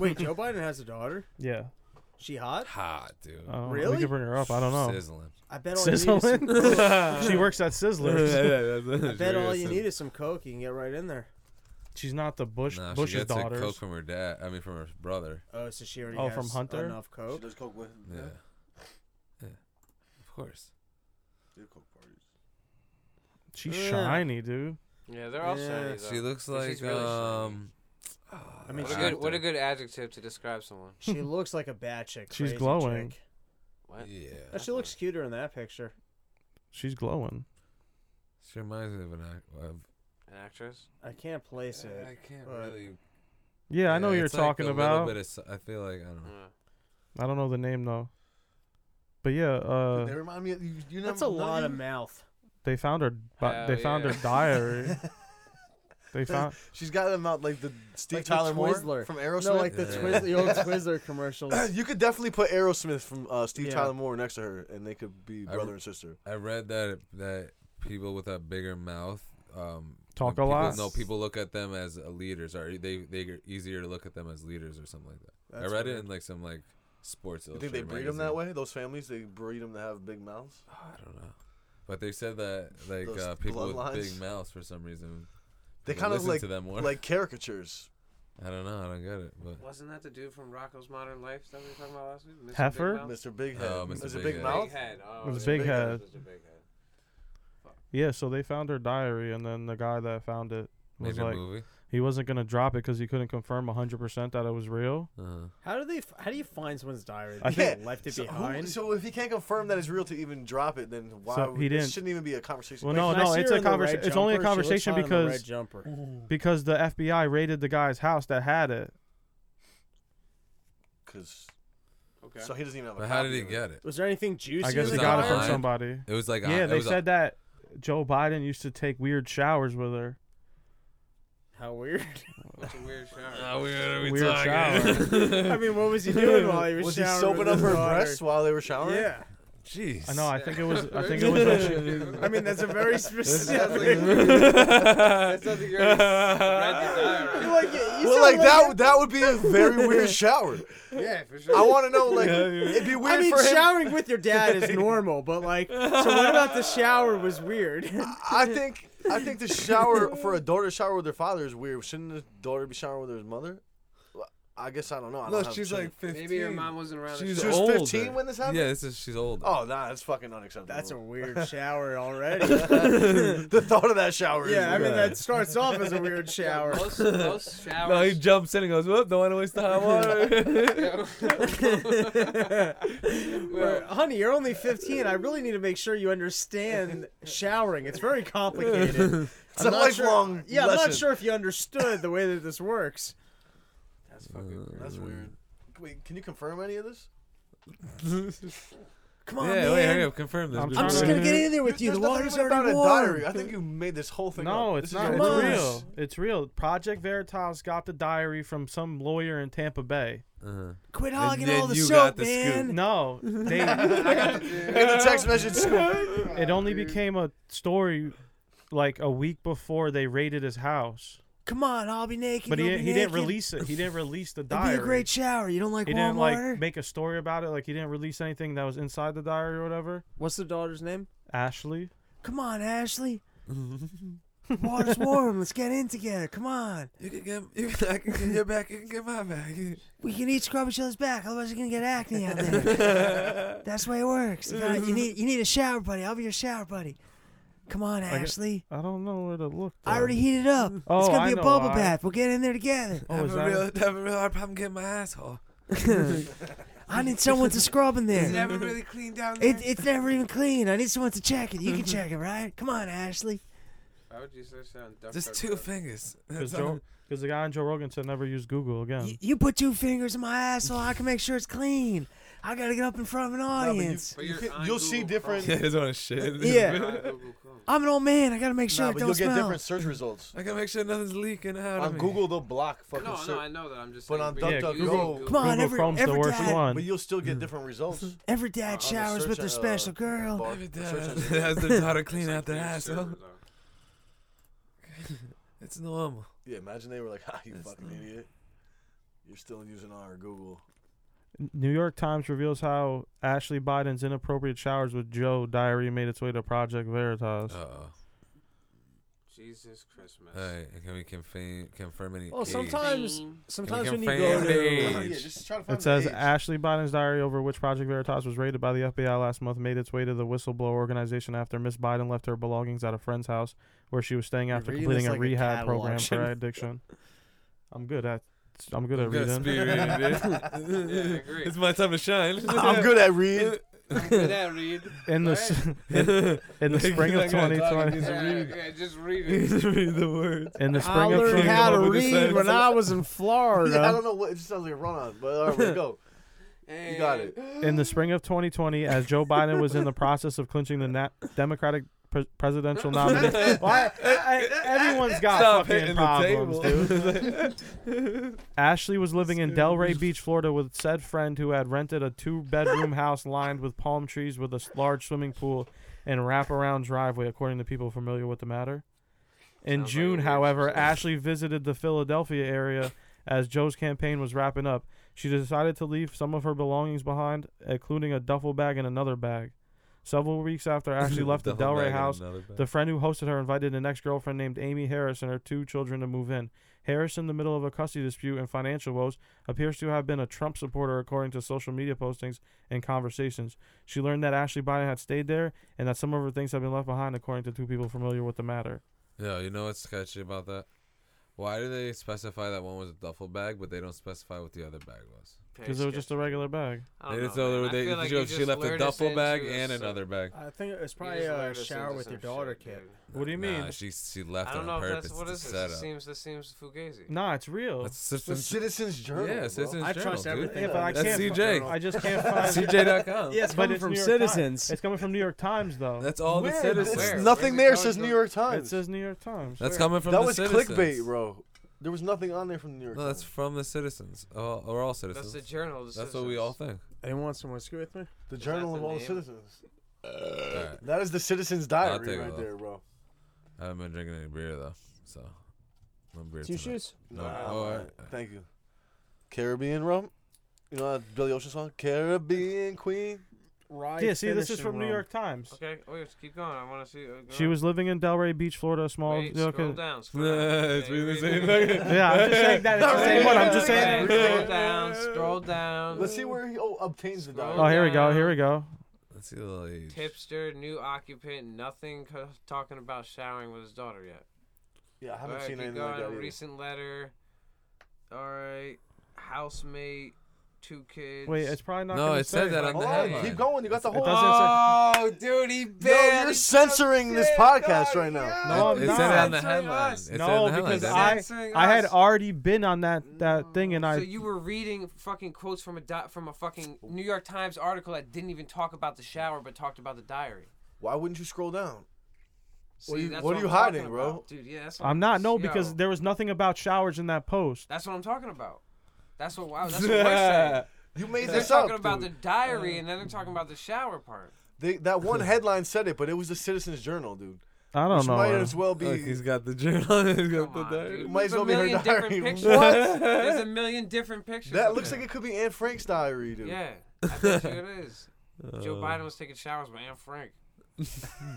[SPEAKER 6] Wait, Joe Biden has a daughter.
[SPEAKER 3] Yeah.
[SPEAKER 6] She hot?
[SPEAKER 2] Hot, dude.
[SPEAKER 3] Oh, We
[SPEAKER 6] Really?
[SPEAKER 3] could bring her up. I don't know.
[SPEAKER 2] Sizzling.
[SPEAKER 6] I bet all you need is
[SPEAKER 3] Sizzling.
[SPEAKER 6] some,
[SPEAKER 3] she works at Sizzlers.
[SPEAKER 2] I
[SPEAKER 6] I bet all you need is some coke. You can get right in there.
[SPEAKER 3] She's not the Bush
[SPEAKER 2] Nah, she
[SPEAKER 3] Bush's
[SPEAKER 2] gets a
[SPEAKER 3] daughter.
[SPEAKER 2] coke from her dad. I mean, from her brother.
[SPEAKER 6] Oh, so she already
[SPEAKER 3] Oh,
[SPEAKER 6] has
[SPEAKER 3] from Hunter?
[SPEAKER 6] enough
[SPEAKER 4] She
[SPEAKER 6] coke.
[SPEAKER 4] does coke with.
[SPEAKER 2] Yeah. Yeah. Of course.
[SPEAKER 4] They have coke parties.
[SPEAKER 3] She's
[SPEAKER 6] Yeah.
[SPEAKER 3] shiny, dude.
[SPEAKER 1] Yeah, they're all
[SPEAKER 6] Yeah.
[SPEAKER 1] shiny. Though.
[SPEAKER 2] She looks
[SPEAKER 1] But she's
[SPEAKER 2] like
[SPEAKER 1] really shiny.
[SPEAKER 2] um.
[SPEAKER 6] I mean,
[SPEAKER 1] What a
[SPEAKER 6] she-
[SPEAKER 1] good, what a good adjective to describe someone.
[SPEAKER 6] She looks like a bad chick.
[SPEAKER 3] She's
[SPEAKER 6] crazy
[SPEAKER 3] glowing.
[SPEAKER 6] chick.
[SPEAKER 1] What?
[SPEAKER 2] Yeah.
[SPEAKER 6] Oh, she looks cuter in that picture.
[SPEAKER 3] She's glowing.
[SPEAKER 2] She reminds me of an act. Of,
[SPEAKER 1] An actress?
[SPEAKER 6] I can't place it.
[SPEAKER 2] I can't
[SPEAKER 6] but-
[SPEAKER 2] really.
[SPEAKER 3] Yeah, I know what you're
[SPEAKER 2] it's like a
[SPEAKER 3] talking
[SPEAKER 2] little
[SPEAKER 3] about.
[SPEAKER 2] Bit of, s- I feel like I
[SPEAKER 4] Mm.
[SPEAKER 2] don't know.
[SPEAKER 1] Yeah.
[SPEAKER 3] I don't know the name though. But yeah, uh,
[SPEAKER 4] they remind me. Of, you, you never,
[SPEAKER 6] That's a
[SPEAKER 4] none
[SPEAKER 6] lot of
[SPEAKER 4] you-
[SPEAKER 6] mouth.
[SPEAKER 3] they found her. Bi-
[SPEAKER 1] Hell
[SPEAKER 3] they found
[SPEAKER 1] yeah.
[SPEAKER 3] her diary. they found.
[SPEAKER 4] She's got them out like the Steve
[SPEAKER 6] Like the
[SPEAKER 4] Tyler Moore
[SPEAKER 6] Twizzler.
[SPEAKER 4] from
[SPEAKER 6] No,
[SPEAKER 4] Aerosmith.
[SPEAKER 6] like the,
[SPEAKER 2] Yeah.
[SPEAKER 6] Twizzler, the old Twizzler commercials.
[SPEAKER 4] you could definitely put Aerosmith from uh, Steve
[SPEAKER 6] Yeah.
[SPEAKER 4] Tyler Moore next to her, and they could be
[SPEAKER 2] I
[SPEAKER 4] brother
[SPEAKER 2] re-
[SPEAKER 4] and sister.
[SPEAKER 2] I read that that people with a bigger mouth um,
[SPEAKER 3] Talk
[SPEAKER 2] when people,
[SPEAKER 3] a lot?
[SPEAKER 2] No, people look at them as uh, leaders, or they they are easier to look at them as leaders or something like that.
[SPEAKER 6] That's
[SPEAKER 2] I read
[SPEAKER 6] weird.
[SPEAKER 2] it in like some like sports.
[SPEAKER 4] You think they breed them that way? Those families, they breed them to have big mouths.
[SPEAKER 2] I don't know, but they said that like
[SPEAKER 4] Those
[SPEAKER 2] uh, people with
[SPEAKER 4] bloodlines?
[SPEAKER 2] big mouths for some reason.
[SPEAKER 4] They
[SPEAKER 2] people
[SPEAKER 4] kind of
[SPEAKER 2] listen
[SPEAKER 4] like
[SPEAKER 2] to them more.
[SPEAKER 4] like caricatures.
[SPEAKER 2] I don't know. I don't get it, but
[SPEAKER 1] Wasn't that the dude from Rocco's Modern Life that we were talking about last week? Mr. Big
[SPEAKER 3] Heifer?
[SPEAKER 1] Mouth?
[SPEAKER 4] Mr. Big Head.
[SPEAKER 2] Oh, Mr.
[SPEAKER 4] Is it
[SPEAKER 2] Big
[SPEAKER 4] Big
[SPEAKER 2] Head.
[SPEAKER 4] Mouth?
[SPEAKER 1] Big head. Oh,
[SPEAKER 3] It was
[SPEAKER 1] yeah,
[SPEAKER 3] Big Head.
[SPEAKER 1] It was a big head.
[SPEAKER 3] Yeah, so they found her diary, and then the guy that found it was
[SPEAKER 2] major
[SPEAKER 3] like,
[SPEAKER 2] movie.
[SPEAKER 3] he wasn't gonna drop it because he couldn't confirm 100% that it was real.
[SPEAKER 2] Uh-huh.
[SPEAKER 6] How do they? f- How do you find someone's diary?
[SPEAKER 3] I
[SPEAKER 6] I
[SPEAKER 3] think-
[SPEAKER 6] think left it
[SPEAKER 4] So, who-
[SPEAKER 6] behind.
[SPEAKER 4] so if he can't confirm that it's real to even drop it, then why?
[SPEAKER 3] So
[SPEAKER 4] would,
[SPEAKER 3] he
[SPEAKER 4] this
[SPEAKER 3] didn't-
[SPEAKER 4] shouldn't even be a conversation.
[SPEAKER 3] Well,
[SPEAKER 6] Wait,
[SPEAKER 3] Oh, no,
[SPEAKER 6] can I see
[SPEAKER 3] it's
[SPEAKER 6] her
[SPEAKER 3] a
[SPEAKER 6] in the red
[SPEAKER 3] conversation. It's only a
[SPEAKER 6] jumper? She looks
[SPEAKER 3] conversation
[SPEAKER 6] hot in the red
[SPEAKER 3] because-
[SPEAKER 6] jumper.
[SPEAKER 3] Because the FBI raided the guy's house that had it.
[SPEAKER 4] because
[SPEAKER 1] Okay.
[SPEAKER 4] so he doesn't even have. A
[SPEAKER 2] But how
[SPEAKER 4] copy
[SPEAKER 2] did he
[SPEAKER 4] of
[SPEAKER 2] get it?
[SPEAKER 6] Was there anything juicy?
[SPEAKER 3] I guess
[SPEAKER 6] in
[SPEAKER 3] he
[SPEAKER 6] the
[SPEAKER 3] got it
[SPEAKER 6] diary?
[SPEAKER 3] from
[SPEAKER 2] online?
[SPEAKER 3] somebody.
[SPEAKER 2] It was like a-
[SPEAKER 3] Yeah,
[SPEAKER 2] it
[SPEAKER 3] they
[SPEAKER 2] was a-
[SPEAKER 3] said that Joe Biden used to take weird showers with her.
[SPEAKER 6] How weird.
[SPEAKER 1] What's a weird shower?
[SPEAKER 2] How weird are we
[SPEAKER 3] Weird
[SPEAKER 2] talking?
[SPEAKER 6] I mean, what was he doing while he was,
[SPEAKER 4] Was he
[SPEAKER 6] showering?
[SPEAKER 4] soaping
[SPEAKER 6] with
[SPEAKER 4] up
[SPEAKER 6] his
[SPEAKER 4] her
[SPEAKER 6] daughter?
[SPEAKER 4] breasts while they were showering?
[SPEAKER 6] Yeah.
[SPEAKER 2] Jeez.
[SPEAKER 3] I know. I think it was. I think it was. When she,
[SPEAKER 6] I mean, that's a very specific.
[SPEAKER 1] That's something you already read the diary.
[SPEAKER 6] like, you sound
[SPEAKER 4] Well, like that. That would be a very weird shower.
[SPEAKER 1] Yeah, for sure.
[SPEAKER 4] I want to know. Like, it'd be weird
[SPEAKER 6] I mean,
[SPEAKER 4] for him.
[SPEAKER 6] showering with your dad is normal, but like, so what about the shower was weird?
[SPEAKER 4] I think. I think the shower for a daughter to shower with her father is weird. Shouldn't the daughter be showering with her mother? Well, I guess I don't know. I
[SPEAKER 2] No,
[SPEAKER 4] don't have
[SPEAKER 2] she's
[SPEAKER 4] children.
[SPEAKER 2] like 15.
[SPEAKER 1] Maybe your mom wasn't around.
[SPEAKER 2] She's
[SPEAKER 4] she was
[SPEAKER 2] older.
[SPEAKER 4] 15 when this happened.
[SPEAKER 2] Yeah, this is she's old.
[SPEAKER 4] Oh nah, that's fucking unacceptable.
[SPEAKER 6] That's a weird shower already.
[SPEAKER 4] the thought of that shower.
[SPEAKER 6] yeah, I
[SPEAKER 4] is
[SPEAKER 6] mean,
[SPEAKER 4] weird.
[SPEAKER 6] that starts off as a weird shower.
[SPEAKER 1] Most, most showers.
[SPEAKER 2] No, he jumps in and goes, "Whoop! Don't want to waste the hot water."
[SPEAKER 6] Where, honey, you're only 15. I really need to make sure you understand showering. It's very complicated.
[SPEAKER 4] it's a lifelong.
[SPEAKER 6] Sure, yeah, I'm
[SPEAKER 4] lesson.
[SPEAKER 6] not sure if you understood the way that this works.
[SPEAKER 1] That's fucking.
[SPEAKER 4] That's weird. Wait, can you confirm any of this?
[SPEAKER 6] Come on,
[SPEAKER 2] yeah,
[SPEAKER 6] man.
[SPEAKER 2] wait, hurry up, confirm this.
[SPEAKER 3] I'm
[SPEAKER 2] before
[SPEAKER 6] I'm just
[SPEAKER 2] we-
[SPEAKER 6] gonna get in there with you. The
[SPEAKER 4] There's nothing
[SPEAKER 6] water's
[SPEAKER 4] even
[SPEAKER 6] already
[SPEAKER 4] about
[SPEAKER 6] warm.
[SPEAKER 4] a diary. I think you made this whole thing up.
[SPEAKER 3] no, it's
[SPEAKER 4] This is
[SPEAKER 3] not. It's
[SPEAKER 4] your-
[SPEAKER 6] Come on.
[SPEAKER 3] real. It's real. Project Veritas got the diary from some lawyer in Tampa Bay.
[SPEAKER 2] Uh-huh.
[SPEAKER 6] Quit hogging
[SPEAKER 2] then
[SPEAKER 6] all the
[SPEAKER 2] you
[SPEAKER 6] soap,
[SPEAKER 2] got the scoop.
[SPEAKER 6] man.
[SPEAKER 3] No, they.
[SPEAKER 4] Get the text message. scoop.
[SPEAKER 3] it only became a story like a week before they raided his house.
[SPEAKER 6] Come on, I'll be naked.
[SPEAKER 3] But he,
[SPEAKER 6] you'll
[SPEAKER 3] didn't-
[SPEAKER 6] be
[SPEAKER 3] he didn't
[SPEAKER 6] naked.
[SPEAKER 3] release it. He didn't release the
[SPEAKER 6] It'll be
[SPEAKER 3] diary.
[SPEAKER 6] a great shower. You don't like
[SPEAKER 3] he
[SPEAKER 6] warm
[SPEAKER 3] didn't
[SPEAKER 6] water?
[SPEAKER 3] like make a story about it. Like he didn't release anything that was inside the diary or whatever.
[SPEAKER 6] What's the daughter's name?
[SPEAKER 3] Ashley.
[SPEAKER 6] Come on, Ashley. Water's warm. Let's get in together. Come on.
[SPEAKER 2] You can get, you can, I can get your back. You can get my back.
[SPEAKER 6] We can each scrub each other's back. Otherwise, you're gonna get acne out there. That's the way it works. You, gotta- you need you need a shower buddy. I'll be your shower buddy. Come on, Ashley.
[SPEAKER 3] I don't know where to look.
[SPEAKER 6] I
[SPEAKER 3] though.
[SPEAKER 6] already heated up. it's
[SPEAKER 3] Oh,
[SPEAKER 6] gonna
[SPEAKER 3] I
[SPEAKER 6] be a
[SPEAKER 3] know
[SPEAKER 6] bubble
[SPEAKER 3] why.
[SPEAKER 6] bath. We'll get in there together.
[SPEAKER 3] Oh,
[SPEAKER 2] have,
[SPEAKER 3] is
[SPEAKER 2] a
[SPEAKER 3] that?
[SPEAKER 2] real, have a real hard problem getting my asshole.
[SPEAKER 6] I need someone to scrub in
[SPEAKER 2] It's
[SPEAKER 6] there.
[SPEAKER 2] never really clean down there.
[SPEAKER 6] It, it's never even clean. I need someone to check it. You can check it, right? Come on, Ashley.
[SPEAKER 1] Why would you search that on DuckDuckGo?
[SPEAKER 2] Just two fingers.
[SPEAKER 3] Because the guy on Joe Rogan said never use Google again.
[SPEAKER 6] You, you put two fingers in my asshole. I can make sure it's clean. I gotta get up in front of an
[SPEAKER 4] but you-
[SPEAKER 6] audience.
[SPEAKER 1] But
[SPEAKER 4] You
[SPEAKER 1] you're
[SPEAKER 4] can-
[SPEAKER 1] on
[SPEAKER 4] you'll see
[SPEAKER 1] Google
[SPEAKER 4] different-
[SPEAKER 1] Chrome.
[SPEAKER 2] Yeah, it's on shit.
[SPEAKER 6] yeah,
[SPEAKER 1] You're on Google Chrome.
[SPEAKER 6] I'm an old man. I gotta make sure
[SPEAKER 4] Nah,
[SPEAKER 6] it
[SPEAKER 4] but
[SPEAKER 6] don't
[SPEAKER 4] you'll
[SPEAKER 6] smell.
[SPEAKER 4] get different search results.
[SPEAKER 2] I gotta make sure nothing's leaking out of
[SPEAKER 4] On
[SPEAKER 2] me.
[SPEAKER 4] Google, they'll block fucking
[SPEAKER 1] No,
[SPEAKER 4] search.
[SPEAKER 1] no, I know that. I'm just
[SPEAKER 4] But
[SPEAKER 1] saying.
[SPEAKER 4] on
[SPEAKER 1] we don't
[SPEAKER 3] DuckDuckGo,
[SPEAKER 1] use Google.
[SPEAKER 6] Come on,
[SPEAKER 3] Google
[SPEAKER 6] every
[SPEAKER 3] Chrome's
[SPEAKER 6] oh, every
[SPEAKER 3] the worst
[SPEAKER 6] dad,
[SPEAKER 3] one.
[SPEAKER 4] But you'll still get different results.
[SPEAKER 6] every
[SPEAKER 4] on
[SPEAKER 6] dad
[SPEAKER 4] Oh, the
[SPEAKER 6] showers
[SPEAKER 4] search
[SPEAKER 6] with their
[SPEAKER 4] en-
[SPEAKER 6] special
[SPEAKER 4] uh,
[SPEAKER 6] girl.
[SPEAKER 4] bar-
[SPEAKER 2] Every
[SPEAKER 4] search
[SPEAKER 2] dad
[SPEAKER 4] engine.
[SPEAKER 2] has their daughter clean
[SPEAKER 1] Something
[SPEAKER 2] out their
[SPEAKER 1] you
[SPEAKER 2] asshole.
[SPEAKER 1] serve, though.
[SPEAKER 2] It's normal.
[SPEAKER 4] Yeah, imagine they were like, "Ah, you
[SPEAKER 2] That's
[SPEAKER 4] fucking
[SPEAKER 2] not-
[SPEAKER 4] idiot! You're still using our Google."
[SPEAKER 3] New York Times reveals how Ashley Biden's inappropriate showers with Joe diarrhea made its way to Project Veritas.
[SPEAKER 2] Uh-oh.
[SPEAKER 1] Jesus Christmas.
[SPEAKER 2] All right, can we confirm, confirm any
[SPEAKER 6] Oh,
[SPEAKER 2] age?
[SPEAKER 6] sometimes
[SPEAKER 1] Bing.
[SPEAKER 6] sometimes when you
[SPEAKER 2] confirm
[SPEAKER 6] go
[SPEAKER 2] the
[SPEAKER 6] to
[SPEAKER 2] age.
[SPEAKER 4] yeah, just try to find
[SPEAKER 3] It says
[SPEAKER 4] the age.
[SPEAKER 3] Ashley Biden's diary over which Project Veritas was raided by the FBI last month made its way to the whistleblower organization after Miss Biden left her belongings at a friend's house where she was staying
[SPEAKER 6] You're
[SPEAKER 3] after
[SPEAKER 6] reading
[SPEAKER 3] completing
[SPEAKER 6] this
[SPEAKER 3] a
[SPEAKER 6] like a
[SPEAKER 3] rehab
[SPEAKER 6] catalog,
[SPEAKER 3] program for
[SPEAKER 6] shouldn't-
[SPEAKER 3] addiction. I'm good at I'm good
[SPEAKER 2] I'm
[SPEAKER 3] at
[SPEAKER 2] good at
[SPEAKER 3] reading.
[SPEAKER 2] speed reading,
[SPEAKER 1] Yeah, I
[SPEAKER 2] dude.
[SPEAKER 1] agree.
[SPEAKER 2] It's my time to shine.
[SPEAKER 4] I'm good at read.
[SPEAKER 1] Look at that, Reed.
[SPEAKER 3] In the s- in, in the spring of
[SPEAKER 2] Like a dog in
[SPEAKER 3] 2020
[SPEAKER 2] his-
[SPEAKER 1] Yeah, yeah, just read it.
[SPEAKER 2] Just read the words.
[SPEAKER 3] in the
[SPEAKER 6] I
[SPEAKER 3] spring of
[SPEAKER 6] learned
[SPEAKER 3] 2020
[SPEAKER 6] how to
[SPEAKER 2] Up with the
[SPEAKER 6] read
[SPEAKER 2] sentence.
[SPEAKER 6] when I was in
[SPEAKER 4] Yeah, I don't
[SPEAKER 6] Florida.
[SPEAKER 4] know what. It just sounds like a run on, but all right, we'll go. You got it.
[SPEAKER 3] in the spring of 2020 as Joe Biden was in the process of clinching the na- Democratic pre- presidential nomination. Why I, I, everyone's got
[SPEAKER 2] Stop hitting
[SPEAKER 3] fucking problems, dude.
[SPEAKER 2] the table.
[SPEAKER 3] Ashley was living in Delray Beach, Florida, with said friend who had rented a two-bedroom house lined with palm trees with a s- large swimming pool and wraparound driveway, according to people familiar with the matter.
[SPEAKER 1] Sounds
[SPEAKER 3] In
[SPEAKER 1] like a
[SPEAKER 3] June,
[SPEAKER 1] weird
[SPEAKER 3] however,
[SPEAKER 1] situation.
[SPEAKER 3] Ashley visited the Philadelphia area as Joe's campaign was wrapping up. She decided to leave some of her belongings behind, including a duffel bag and another bag. Several weeks after Ashley left the
[SPEAKER 2] Duffel bag
[SPEAKER 3] Delray
[SPEAKER 2] and
[SPEAKER 3] house,
[SPEAKER 2] another bag.
[SPEAKER 3] the friend who hosted her invited an ex girlfriend named Amy Harris and her two children to move in. Harris, in the middle of a custody dispute and financial woes, appears to have been a Trump supporter according to social media postings and conversations. She learned that Ashley Biden had stayed there and that some of her things had been left behind, according to two people familiar with the matter.
[SPEAKER 2] Yo, you know what's sketchy about that? Why do they specify that one was a duffel bag, but they don't specify what the other bag was?
[SPEAKER 3] Because it was just a regular bag.
[SPEAKER 1] I
[SPEAKER 2] They
[SPEAKER 1] don't
[SPEAKER 2] just
[SPEAKER 1] know,
[SPEAKER 2] know,
[SPEAKER 1] man. I
[SPEAKER 2] they,
[SPEAKER 1] feel
[SPEAKER 2] she
[SPEAKER 1] like
[SPEAKER 2] goes,
[SPEAKER 1] you
[SPEAKER 2] she
[SPEAKER 1] just
[SPEAKER 2] left a
[SPEAKER 1] lured
[SPEAKER 2] duffel
[SPEAKER 1] us
[SPEAKER 2] bag
[SPEAKER 1] into
[SPEAKER 2] and
[SPEAKER 1] some-
[SPEAKER 2] another bag.
[SPEAKER 6] I think it's
[SPEAKER 1] you
[SPEAKER 6] probably
[SPEAKER 1] just
[SPEAKER 6] a
[SPEAKER 1] lured us
[SPEAKER 6] shower
[SPEAKER 1] into
[SPEAKER 6] with
[SPEAKER 1] some
[SPEAKER 6] your daughter
[SPEAKER 1] shit,
[SPEAKER 6] kit.
[SPEAKER 1] dude.
[SPEAKER 3] What do you mean?
[SPEAKER 2] Nah, she she left
[SPEAKER 1] I don't
[SPEAKER 2] on
[SPEAKER 1] know if
[SPEAKER 2] purpose.
[SPEAKER 1] that's what
[SPEAKER 2] to
[SPEAKER 1] is
[SPEAKER 2] set
[SPEAKER 1] this. This
[SPEAKER 2] up.
[SPEAKER 1] seems this seems fugazi.
[SPEAKER 3] Nah, it's real.
[SPEAKER 2] That's
[SPEAKER 4] It's a
[SPEAKER 2] Citizens
[SPEAKER 4] Citizens Journal.
[SPEAKER 2] Yeah,
[SPEAKER 4] bro.
[SPEAKER 2] Citizens
[SPEAKER 6] I
[SPEAKER 2] Journal.
[SPEAKER 6] trust
[SPEAKER 2] dude.
[SPEAKER 6] everything.
[SPEAKER 3] Yeah, but I
[SPEAKER 6] about
[SPEAKER 2] That's
[SPEAKER 6] this
[SPEAKER 3] can't-
[SPEAKER 2] CJ.
[SPEAKER 6] fucking-
[SPEAKER 3] I just can't find
[SPEAKER 2] CJ.com.
[SPEAKER 6] Yeah, it's
[SPEAKER 3] But
[SPEAKER 6] coming
[SPEAKER 3] it's
[SPEAKER 6] from
[SPEAKER 3] New York Times.
[SPEAKER 6] citizens.
[SPEAKER 3] It's coming from New York Times, though.
[SPEAKER 2] That's all the
[SPEAKER 4] Where? It's-
[SPEAKER 2] citizens.
[SPEAKER 1] Where? Where's
[SPEAKER 4] Nothing
[SPEAKER 1] it
[SPEAKER 4] there
[SPEAKER 1] going
[SPEAKER 4] says
[SPEAKER 1] to-
[SPEAKER 4] New York
[SPEAKER 3] It
[SPEAKER 4] Times.
[SPEAKER 3] says New York Times.
[SPEAKER 2] That's coming from
[SPEAKER 4] that
[SPEAKER 2] the
[SPEAKER 4] was
[SPEAKER 2] citizens.
[SPEAKER 4] clickbait, bro. There was nothing on there from the New York.
[SPEAKER 2] No, that's
[SPEAKER 4] Times.
[SPEAKER 2] from the citizens. Oh, we're all
[SPEAKER 1] That's
[SPEAKER 2] citizens.
[SPEAKER 1] the
[SPEAKER 2] That's,
[SPEAKER 1] journal. of the
[SPEAKER 2] what we all
[SPEAKER 1] citizens.
[SPEAKER 2] think.
[SPEAKER 6] Anyone want some whiskey with me?
[SPEAKER 4] the
[SPEAKER 1] that
[SPEAKER 4] Journal
[SPEAKER 1] the
[SPEAKER 4] of All
[SPEAKER 1] name?
[SPEAKER 4] Citizens.
[SPEAKER 2] Alright.
[SPEAKER 4] That is the Citizens
[SPEAKER 2] I'll take
[SPEAKER 4] Diary
[SPEAKER 2] a
[SPEAKER 4] right
[SPEAKER 2] look.
[SPEAKER 4] there, bro.
[SPEAKER 2] I haven't been drinking any beer though, so no beer
[SPEAKER 6] Two
[SPEAKER 2] tonight.
[SPEAKER 6] shoes.
[SPEAKER 2] No,
[SPEAKER 4] Nah,
[SPEAKER 2] all
[SPEAKER 4] man.
[SPEAKER 2] right.
[SPEAKER 4] Thank you. Caribbean rum. You know that Billy Ocean song, Caribbean Queen.
[SPEAKER 6] Right.
[SPEAKER 3] Yeah, see, this is from New York Times.
[SPEAKER 1] Okay, wait, keep going. I want to see. uh, go
[SPEAKER 3] She
[SPEAKER 1] on.
[SPEAKER 3] was living in Delray Beach, Florida, a small.
[SPEAKER 1] Wait,
[SPEAKER 3] okay.
[SPEAKER 1] scroll down. Scroll down.
[SPEAKER 2] it's
[SPEAKER 1] Okay,
[SPEAKER 2] really the
[SPEAKER 1] wait,
[SPEAKER 2] same
[SPEAKER 1] wait,
[SPEAKER 2] thing.
[SPEAKER 3] Yeah, I'm just saying that. It's the same one. I'm just saying.
[SPEAKER 1] Okay, Scroll down. Scroll down.
[SPEAKER 4] Let's see where he oh, obtains the diary.
[SPEAKER 3] Oh, here we go. Here we go.
[SPEAKER 2] Let's see the little age.
[SPEAKER 1] Tipster, new occupant, nothing co- talking about showering with his daughter yet.
[SPEAKER 4] Yeah, I haven't
[SPEAKER 1] Alright,
[SPEAKER 4] seen
[SPEAKER 1] keep
[SPEAKER 4] anything like
[SPEAKER 1] going.
[SPEAKER 4] that. either.
[SPEAKER 1] Recent letter. All right, housemate, two kids.
[SPEAKER 3] Wait, it's probably not.
[SPEAKER 2] No,
[SPEAKER 3] gonna
[SPEAKER 2] it said
[SPEAKER 3] say.
[SPEAKER 2] that on
[SPEAKER 4] Hold
[SPEAKER 2] the
[SPEAKER 4] on,
[SPEAKER 2] headline.
[SPEAKER 4] keep going. You got the
[SPEAKER 3] It
[SPEAKER 4] whole.
[SPEAKER 3] doesn't say.
[SPEAKER 1] Oh, dude, he
[SPEAKER 4] no,
[SPEAKER 1] banned.
[SPEAKER 4] you're censoring this podcast right now.
[SPEAKER 3] No,
[SPEAKER 2] it,
[SPEAKER 3] I'm
[SPEAKER 2] it said it on the
[SPEAKER 1] not.
[SPEAKER 2] headline.
[SPEAKER 1] Censoring
[SPEAKER 2] It
[SPEAKER 3] No,
[SPEAKER 2] said it on the
[SPEAKER 3] because
[SPEAKER 2] headline,
[SPEAKER 3] I
[SPEAKER 2] didn't
[SPEAKER 1] Censoring
[SPEAKER 3] I had
[SPEAKER 1] us.
[SPEAKER 3] already been on that that thing, and
[SPEAKER 1] So
[SPEAKER 3] I
[SPEAKER 1] you were reading fucking quotes from a di- from a fucking New York Times article that didn't even talk about the shower, but talked about the diary.
[SPEAKER 4] Why wouldn't you scroll down?
[SPEAKER 1] See,
[SPEAKER 4] What are you-
[SPEAKER 1] that's
[SPEAKER 4] what are
[SPEAKER 1] I'm
[SPEAKER 4] you
[SPEAKER 1] talking
[SPEAKER 4] hiding, bro?
[SPEAKER 1] about. Dude, yeah, that's what
[SPEAKER 3] I'm not no
[SPEAKER 1] yo,
[SPEAKER 3] because there was nothing about showers in that post.
[SPEAKER 1] that's what I'm talking about. That's what wow, that's what we're saying.
[SPEAKER 4] You made
[SPEAKER 1] They're
[SPEAKER 4] this up.
[SPEAKER 1] talking about the
[SPEAKER 4] dude. Uh,
[SPEAKER 1] diary and then they're talking about the shower part.
[SPEAKER 4] They, that one headline said it, but it was the Citizens Journal, dude.
[SPEAKER 3] I don't
[SPEAKER 4] Which
[SPEAKER 3] know.
[SPEAKER 4] might
[SPEAKER 3] man.
[SPEAKER 4] as well be.
[SPEAKER 2] Look, he's got the journal. He's got
[SPEAKER 1] Come on, dude.
[SPEAKER 2] the diary.
[SPEAKER 4] Might as
[SPEAKER 1] There's
[SPEAKER 4] well
[SPEAKER 1] a
[SPEAKER 4] be her
[SPEAKER 1] million
[SPEAKER 4] diary.
[SPEAKER 1] different pictures.
[SPEAKER 4] What?
[SPEAKER 1] There's a million different pictures.
[SPEAKER 4] that
[SPEAKER 1] of
[SPEAKER 4] looks
[SPEAKER 1] him.
[SPEAKER 4] like it could be Anne Frank's diary, dude.
[SPEAKER 3] Uh,
[SPEAKER 1] Yeah, I bet you it is. Joe Biden was taking showers with Anne Frank.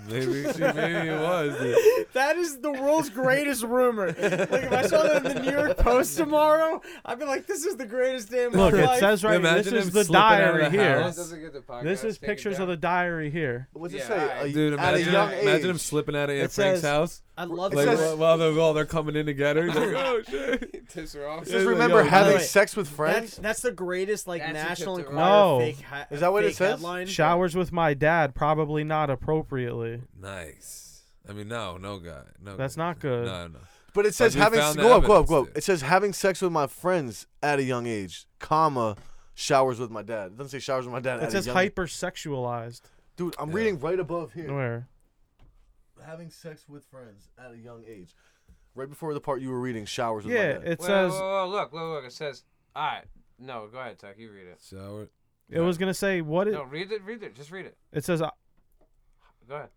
[SPEAKER 2] Maybe she, maybe it was. dude.
[SPEAKER 6] That is the world's greatest rumor. Like if I saw that in the New York Post tomorrow, I'd be like, "This is the greatest day of my
[SPEAKER 3] Look,
[SPEAKER 6] life."
[SPEAKER 3] it says right.
[SPEAKER 2] Imagine
[SPEAKER 3] This is
[SPEAKER 2] him
[SPEAKER 3] the
[SPEAKER 2] slipping out of
[SPEAKER 3] diary
[SPEAKER 2] the
[SPEAKER 3] here.
[SPEAKER 2] house.
[SPEAKER 1] Doesn't get the podcast,
[SPEAKER 3] This is
[SPEAKER 1] take it
[SPEAKER 3] pictures of
[SPEAKER 1] down.
[SPEAKER 3] the diary here.
[SPEAKER 4] What's it
[SPEAKER 1] Yeah,
[SPEAKER 4] say?
[SPEAKER 1] alright.
[SPEAKER 4] A-
[SPEAKER 2] Dude,
[SPEAKER 4] at a
[SPEAKER 2] imagine,
[SPEAKER 4] young age.
[SPEAKER 2] imagine him slipping out of Aunt Frank's
[SPEAKER 3] says-
[SPEAKER 2] house.
[SPEAKER 6] I love
[SPEAKER 2] Like
[SPEAKER 4] says-
[SPEAKER 2] while, while they're while they're coming in together. He's like, oh shit.
[SPEAKER 1] Piss her off.
[SPEAKER 2] Just
[SPEAKER 4] Just
[SPEAKER 2] Yeah,
[SPEAKER 4] remember
[SPEAKER 2] yo,
[SPEAKER 4] having
[SPEAKER 6] wait.
[SPEAKER 4] sex with
[SPEAKER 6] That's,
[SPEAKER 4] friends.
[SPEAKER 6] that's the greatest like
[SPEAKER 1] That's a
[SPEAKER 6] National
[SPEAKER 1] tip to
[SPEAKER 6] Enquirer
[SPEAKER 3] Rob.
[SPEAKER 6] fake. Ha-
[SPEAKER 4] Is that what it
[SPEAKER 6] fake
[SPEAKER 4] says?
[SPEAKER 6] Headline.
[SPEAKER 3] Showers with my dad, probably not appropriately.
[SPEAKER 2] Nice. I mean, no, no guy, no.
[SPEAKER 3] That's
[SPEAKER 2] guy.
[SPEAKER 3] not good.
[SPEAKER 2] No, no.
[SPEAKER 4] But it says
[SPEAKER 2] we
[SPEAKER 4] having
[SPEAKER 2] found the
[SPEAKER 4] go up, go up,
[SPEAKER 2] evidence,
[SPEAKER 4] go up.
[SPEAKER 2] dude.
[SPEAKER 4] It says having sex with my friends at a young age, comma showers with my dad. It doesn't say showers with my dad.
[SPEAKER 3] It
[SPEAKER 4] at
[SPEAKER 3] says
[SPEAKER 4] a young
[SPEAKER 3] hypersexualized.
[SPEAKER 4] Dude, I'm
[SPEAKER 2] Yeah.
[SPEAKER 4] reading right above here.
[SPEAKER 3] Where?
[SPEAKER 4] Having sex with friends at a young age. Right before the part you were reading, showers with
[SPEAKER 3] Yeah,
[SPEAKER 4] my dad.
[SPEAKER 3] it
[SPEAKER 1] Whoa,
[SPEAKER 3] says
[SPEAKER 1] whoa, whoa, look, look, look. It says, all right. No, go ahead, Tuck. You read it.
[SPEAKER 2] Shower.
[SPEAKER 3] it was gonna say what it.
[SPEAKER 1] No, read it. Read it. Just read it.
[SPEAKER 3] It says uh,
[SPEAKER 1] Go ahead.